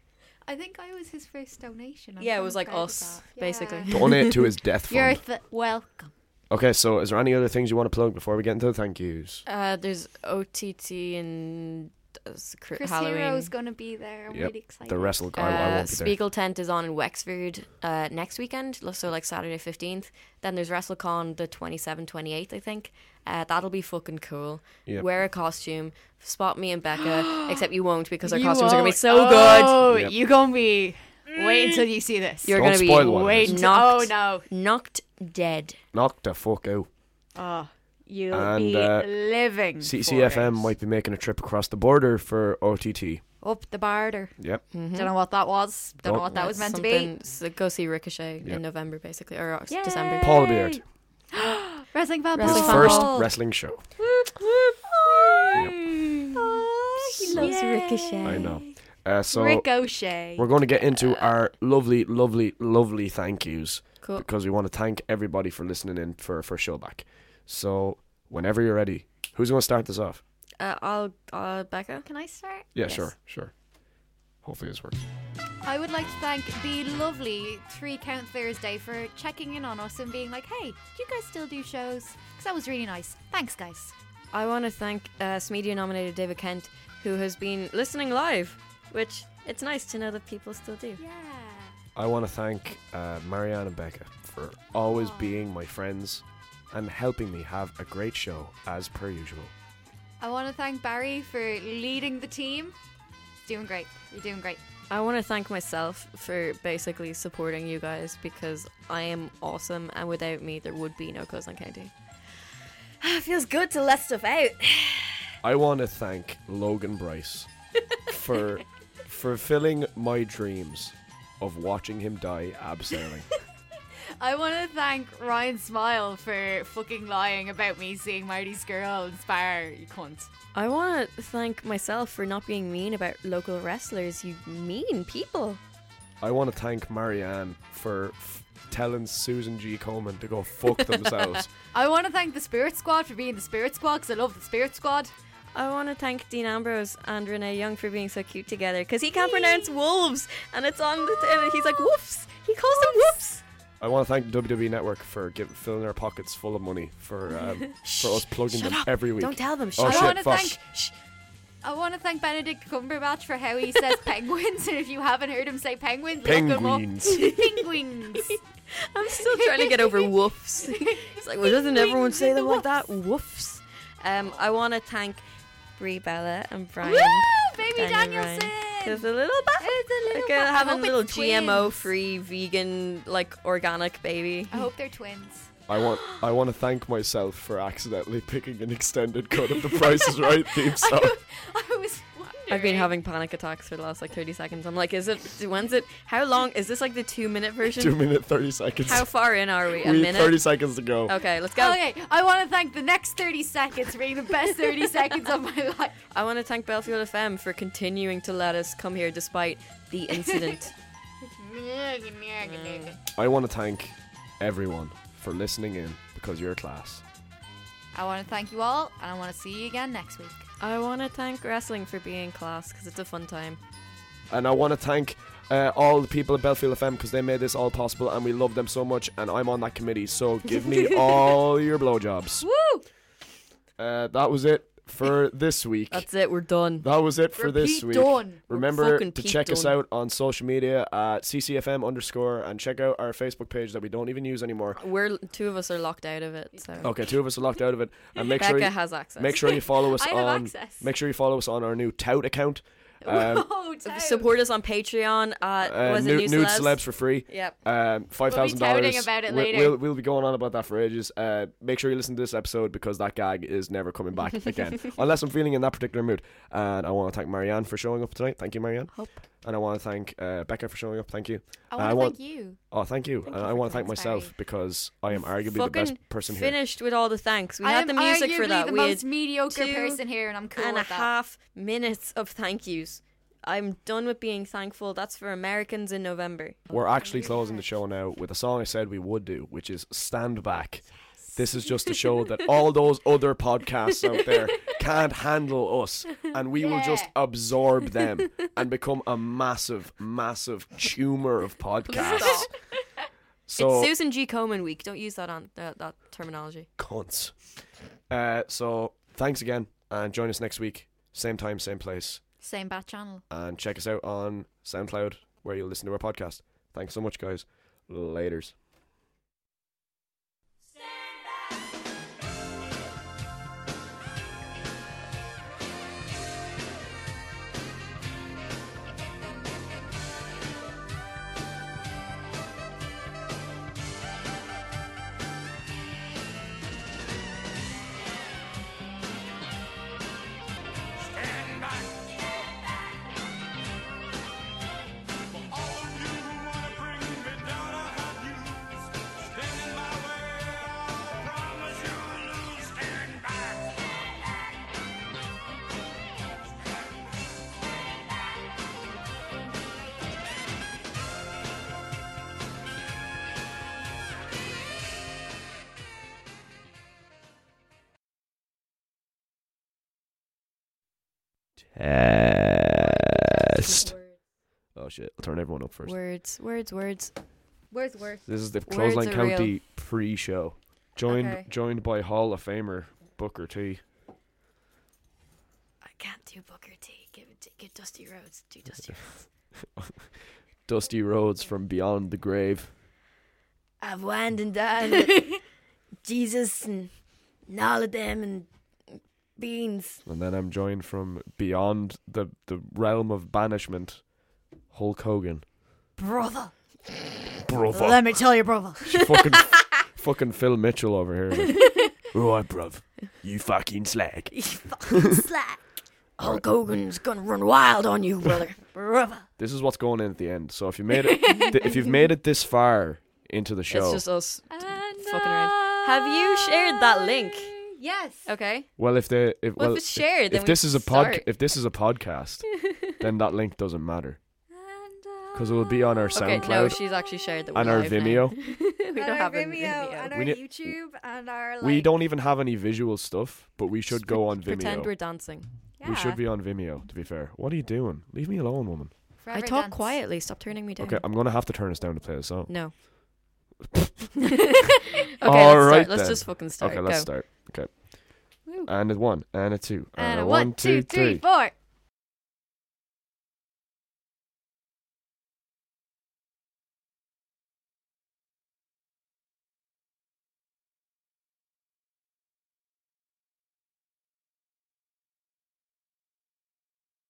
Speaker 2: I think I was his first donation. I'm
Speaker 3: Yeah, it
Speaker 2: so
Speaker 3: was like
Speaker 2: proud of
Speaker 3: us,
Speaker 2: that.
Speaker 3: basically.
Speaker 2: Yeah.
Speaker 1: Donate to his death
Speaker 2: You're
Speaker 1: fund.
Speaker 2: th- welcome.
Speaker 1: Okay, so is there any other things you want to plug before we get into the thank yous?
Speaker 3: Uh, there's OTT and uh, s- cr-
Speaker 2: Chris
Speaker 3: Halloween.
Speaker 2: Hero's going to be there. I'm
Speaker 1: Yep,
Speaker 2: really excited.
Speaker 1: The wrestle
Speaker 3: uh,
Speaker 1: girl, I won't be there.
Speaker 3: Spiegel Tent is on in Wexford uh, next weekend, lo- so like Saturday 15th. Then there's WrestleCon the 27th, 28th, I think. Uh, that'll be fucking cool.
Speaker 1: Yep.
Speaker 3: Wear a costume. Spot me and Becca, except you won't because our
Speaker 2: You
Speaker 3: costumes are going to be
Speaker 2: won't-
Speaker 3: so good.
Speaker 2: Oh,
Speaker 1: Yep.
Speaker 2: you're going to be. Wait until you see this.
Speaker 3: You're
Speaker 1: Don't
Speaker 3: going to be
Speaker 1: spoil one of
Speaker 3: way
Speaker 1: Wait
Speaker 2: Wait.
Speaker 3: knocked,
Speaker 2: Oh, no.
Speaker 3: knocked dead.
Speaker 1: Knock the fuck out.
Speaker 2: Oh, you'll
Speaker 1: And,
Speaker 2: be
Speaker 1: uh,
Speaker 2: living.
Speaker 3: Mm,
Speaker 1: CCFM
Speaker 2: for it.
Speaker 1: might be making a trip across the border for OTT.
Speaker 2: up the barter.
Speaker 1: Yep.
Speaker 2: Don't know what that was. Don't,
Speaker 1: Oh,
Speaker 2: know what Mm-hmm. that was meant to be.
Speaker 3: So go see Ricochet
Speaker 1: Yeah.
Speaker 3: in November, basically, or uh,
Speaker 2: Yay.
Speaker 3: December.
Speaker 1: Paul Beard.
Speaker 2: Wrestling fan.
Speaker 1: His
Speaker 2: Paul.
Speaker 3: Wrestling fan
Speaker 1: first
Speaker 3: Paul.
Speaker 1: wrestling show.
Speaker 2: Oh, He loves
Speaker 3: Ricochet.
Speaker 1: I know. Uh, so
Speaker 2: Ricochet.
Speaker 1: we're going to get into our lovely, lovely, lovely thank yous
Speaker 3: Cool.
Speaker 1: because we want to thank everybody for listening in for, for Showback. So whenever you're ready, who's going to start this off?
Speaker 3: Uh, I'll, uh, Becca.
Speaker 2: Can I start?
Speaker 1: Yeah,
Speaker 3: Yes.
Speaker 1: sure, sure. Hopefully this works.
Speaker 2: I would like to thank the lovely Three Count Thursday for checking in on us and being like, hey, do you guys still do shows? Because that was really nice. Thanks, guys.
Speaker 3: I want to thank uh, Smedia nominated David Kent, who has been listening live, which it's nice to know that people still do.
Speaker 2: Yeah.
Speaker 1: I want to thank uh, Marianne and Becca for always
Speaker 2: Aw.
Speaker 1: being my friends and helping me have a great show as per usual.
Speaker 2: I want to thank Barry for leading the team. He's doing great. You're doing great.
Speaker 3: I want to thank myself for basically supporting you guys because I am awesome, and without me, there would be no Coastline County. feels good to let stuff out.
Speaker 1: I want to thank Logan Bryce for fulfilling my dreams of watching him die abseiling.
Speaker 2: I want to thank Ryan Smile for fucking lying about me seeing Marty's girl inspire you cunt.
Speaker 3: I want to thank myself for not being mean about local wrestlers, you mean people.
Speaker 1: I want to thank Marianne for f- telling Susan G. Coleman to go fuck themselves.
Speaker 2: I want to thank the Spirit Squad for being the Spirit Squad because I love the Spirit Squad.
Speaker 3: I want to thank Dean Ambrose and Renee Young for being so cute together because he can't pronounce wolves, and it's on the. Th- he's like woofs. He calls them woofs.
Speaker 1: I want to thank WWE Network for give, filling their pockets full of money for um, for us plugging them every week.
Speaker 4: Don't tell them.
Speaker 1: Oh,
Speaker 4: Shut
Speaker 1: shit,
Speaker 2: I want to
Speaker 1: fuck.
Speaker 2: thank. I want to thank Benedict Cumberbatch for how he says penguins, and if you haven't heard him say penguins,
Speaker 1: Penguins.
Speaker 2: look him up. penguins.
Speaker 4: I'm still trying to get over woofs. It's like, well, doesn't everyone say them like that? Woofs. Um, I want to thank Brie Bella and Brian.
Speaker 2: Woo, Oh, baby
Speaker 4: Daniel
Speaker 2: Danielson.
Speaker 4: Because a little bit.
Speaker 2: It's a little
Speaker 4: Like,
Speaker 2: bu-
Speaker 4: uh,
Speaker 2: I
Speaker 4: having
Speaker 2: hope
Speaker 4: a little
Speaker 2: it's
Speaker 4: GMO
Speaker 2: twins.
Speaker 4: free, vegan, like organic baby.
Speaker 2: I hope they're twins.
Speaker 1: I want I want to thank myself for accidentally picking an extended cut of the Price is Right theme song.
Speaker 2: I was wondering.
Speaker 4: I've been having panic attacks for the last like 30 seconds. I'm like, is it, when's it, how long, is this like the two minute version?
Speaker 1: Two minute thirty seconds.
Speaker 4: How far in are we? A
Speaker 1: we
Speaker 4: minute? Oh.
Speaker 1: thirty seconds to go.
Speaker 4: Okay, let's go.
Speaker 2: Okay, I want to thank the next 30 seconds for being the best 30 seconds of my life.
Speaker 4: I want to thank Belfield FM for continuing to let us come here despite the incident. Mm.
Speaker 1: I want to thank everyone for listening in because you're class.
Speaker 2: I want to thank you all, and I want to see you again next week.
Speaker 3: I want to thank wrestling for being class because it's a fun time.
Speaker 1: And I want to thank uh, all the people at Belfield FM because they made this all possible and we love them so much. And I'm on that committee, so give me all your blowjobs.
Speaker 2: Woo!
Speaker 1: Uh, that was it for this week.
Speaker 4: That's it, we're done.
Speaker 1: that was it for
Speaker 2: We're
Speaker 1: this
Speaker 2: Pete
Speaker 1: week.
Speaker 2: Dunne.
Speaker 1: Remember
Speaker 4: fucking
Speaker 1: to
Speaker 4: Pete
Speaker 1: check us
Speaker 4: Dunne.
Speaker 1: out on social media at CCFM underscore and check out our Facebook page that we don't even use anymore.
Speaker 3: We're two of us are locked out of it, so
Speaker 1: Okay, two of us are locked out of it. And Oh, make
Speaker 3: Becca
Speaker 1: sure you,
Speaker 3: has access.
Speaker 1: make sure you follow us
Speaker 2: I have
Speaker 1: on
Speaker 2: access.
Speaker 1: make sure you follow us on our new tout account. Um,
Speaker 2: Whoa, Toad.
Speaker 4: Support us on Patreon at
Speaker 1: uh,
Speaker 4: was
Speaker 1: nu- nude,
Speaker 4: it New
Speaker 1: celebs? for free.
Speaker 4: Yep.
Speaker 1: Um, five thousand
Speaker 2: touting
Speaker 1: dollars.
Speaker 2: about it
Speaker 1: We'll,
Speaker 2: later.
Speaker 1: we'll we'll be going on about that for ages. Uh, make sure you listen to this episode because that gag is never coming back again, unless I'm feeling in that particular mood. And I want to thank Marianne for showing up tonight. Thank you, Marianne.
Speaker 4: Hope.
Speaker 1: And I want to thank uh, Becca for showing up. Thank you.
Speaker 2: I
Speaker 1: Uh,
Speaker 2: want
Speaker 1: I
Speaker 2: to
Speaker 1: want-
Speaker 2: thank you.
Speaker 1: Oh, thank you.
Speaker 2: Thank
Speaker 1: and
Speaker 2: you
Speaker 1: I
Speaker 2: for
Speaker 1: want to thank
Speaker 2: thanks,
Speaker 1: myself
Speaker 2: Barry.
Speaker 1: because I am arguably the
Speaker 4: Fucking
Speaker 1: best person here.
Speaker 4: Finished with all the thanks. We
Speaker 2: I
Speaker 4: had
Speaker 2: am
Speaker 4: the music for
Speaker 2: arguably
Speaker 4: that.
Speaker 2: the
Speaker 4: we
Speaker 2: most
Speaker 4: had
Speaker 2: mediocre
Speaker 4: two
Speaker 2: person here, and I'm cool
Speaker 4: and a
Speaker 2: with that.
Speaker 4: half minutes of thank yous. I'm done with being thankful. That's for Americans in November.
Speaker 1: We're actually closing the show now with a song I said we would do, which is Stand Back. This is just to show that all those other podcasts out there can't handle us, and we will just
Speaker 2: Yeah.
Speaker 1: absorb them and become a massive, massive tumor of podcasts.
Speaker 3: it's
Speaker 1: So,
Speaker 3: Susan G. Komen week. Don't use that on uh, that terminology.
Speaker 1: cunts. Uh, so, thanks again, and join us next week, same time, same place,
Speaker 2: Same bat channel.
Speaker 1: and check us out on SoundCloud where you'll listen to our podcast. Thanks so much, guys. Laters.
Speaker 6: Stand back. For all of you who wanna bring me down, I have you. Stand in my way, I promise you lose. Stand back.
Speaker 1: Test. Oh shit! I'll turn everyone up first.
Speaker 3: Words, words, words.
Speaker 2: Where's worth?
Speaker 1: This is the
Speaker 3: Words
Speaker 1: Clothesline
Speaker 3: are real.
Speaker 1: County pre-show, joined
Speaker 2: Okay.
Speaker 1: joined by Hall of Famer Booker T.
Speaker 3: I can't do Booker T. Give it, give Dusty Rhodes. Do Dusty.
Speaker 1: Dusty Rhodes from beyond the grave.
Speaker 4: I've whined and dined. Jesus and, and all of them and beans.
Speaker 1: And then I'm joined from beyond the the realm of banishment, Hulk Hogan.
Speaker 4: Brother.
Speaker 1: Brother,
Speaker 2: me tell you, brother.
Speaker 1: fucking fucking Phil Mitchell over here. like, right, bruv, you fucking slag.
Speaker 4: Slack. Hulk Hogan's gonna run wild on you, brother. brother.
Speaker 1: This is what's going in at the end. So if you made it, th- if you've made it this far into the show,
Speaker 3: It's just us.
Speaker 2: And
Speaker 3: Fucking around. Have you shared that link? Oh.
Speaker 2: I- Yes.
Speaker 3: Okay.
Speaker 1: Well, if they if,
Speaker 3: Well,
Speaker 1: well,
Speaker 3: if it's shared,
Speaker 1: if,
Speaker 3: then
Speaker 1: if
Speaker 3: we
Speaker 1: this is a pod,
Speaker 3: start.
Speaker 1: if this is a podcast, then that link doesn't matter
Speaker 2: And uh,
Speaker 1: because it will be on our
Speaker 3: Okay.
Speaker 1: SoundCloud
Speaker 3: No, she's actually shared that. we're
Speaker 1: and our
Speaker 3: live now.
Speaker 1: Vimeo.
Speaker 3: we don't have a Vimeo.
Speaker 1: We need-
Speaker 2: YouTube and our
Speaker 1: we don't even have any visual stuff, but we should go on
Speaker 3: Pretend
Speaker 1: Vimeo.
Speaker 3: we're dancing.
Speaker 1: We should be on Vimeo. To be fair, what are you doing? Leave me alone, woman.
Speaker 3: I talk quietly. Stop turning me down.
Speaker 1: Okay, I'm gonna have to turn this down to play a song.
Speaker 3: No. Okay,
Speaker 1: All
Speaker 3: let's
Speaker 1: right
Speaker 3: start. Let's
Speaker 1: then.
Speaker 3: just fucking start.
Speaker 1: okay, let's
Speaker 3: Go.
Speaker 1: start. Okay.
Speaker 2: Woo.
Speaker 1: And a one, and a two,
Speaker 2: And a
Speaker 1: one, two, three.
Speaker 2: four.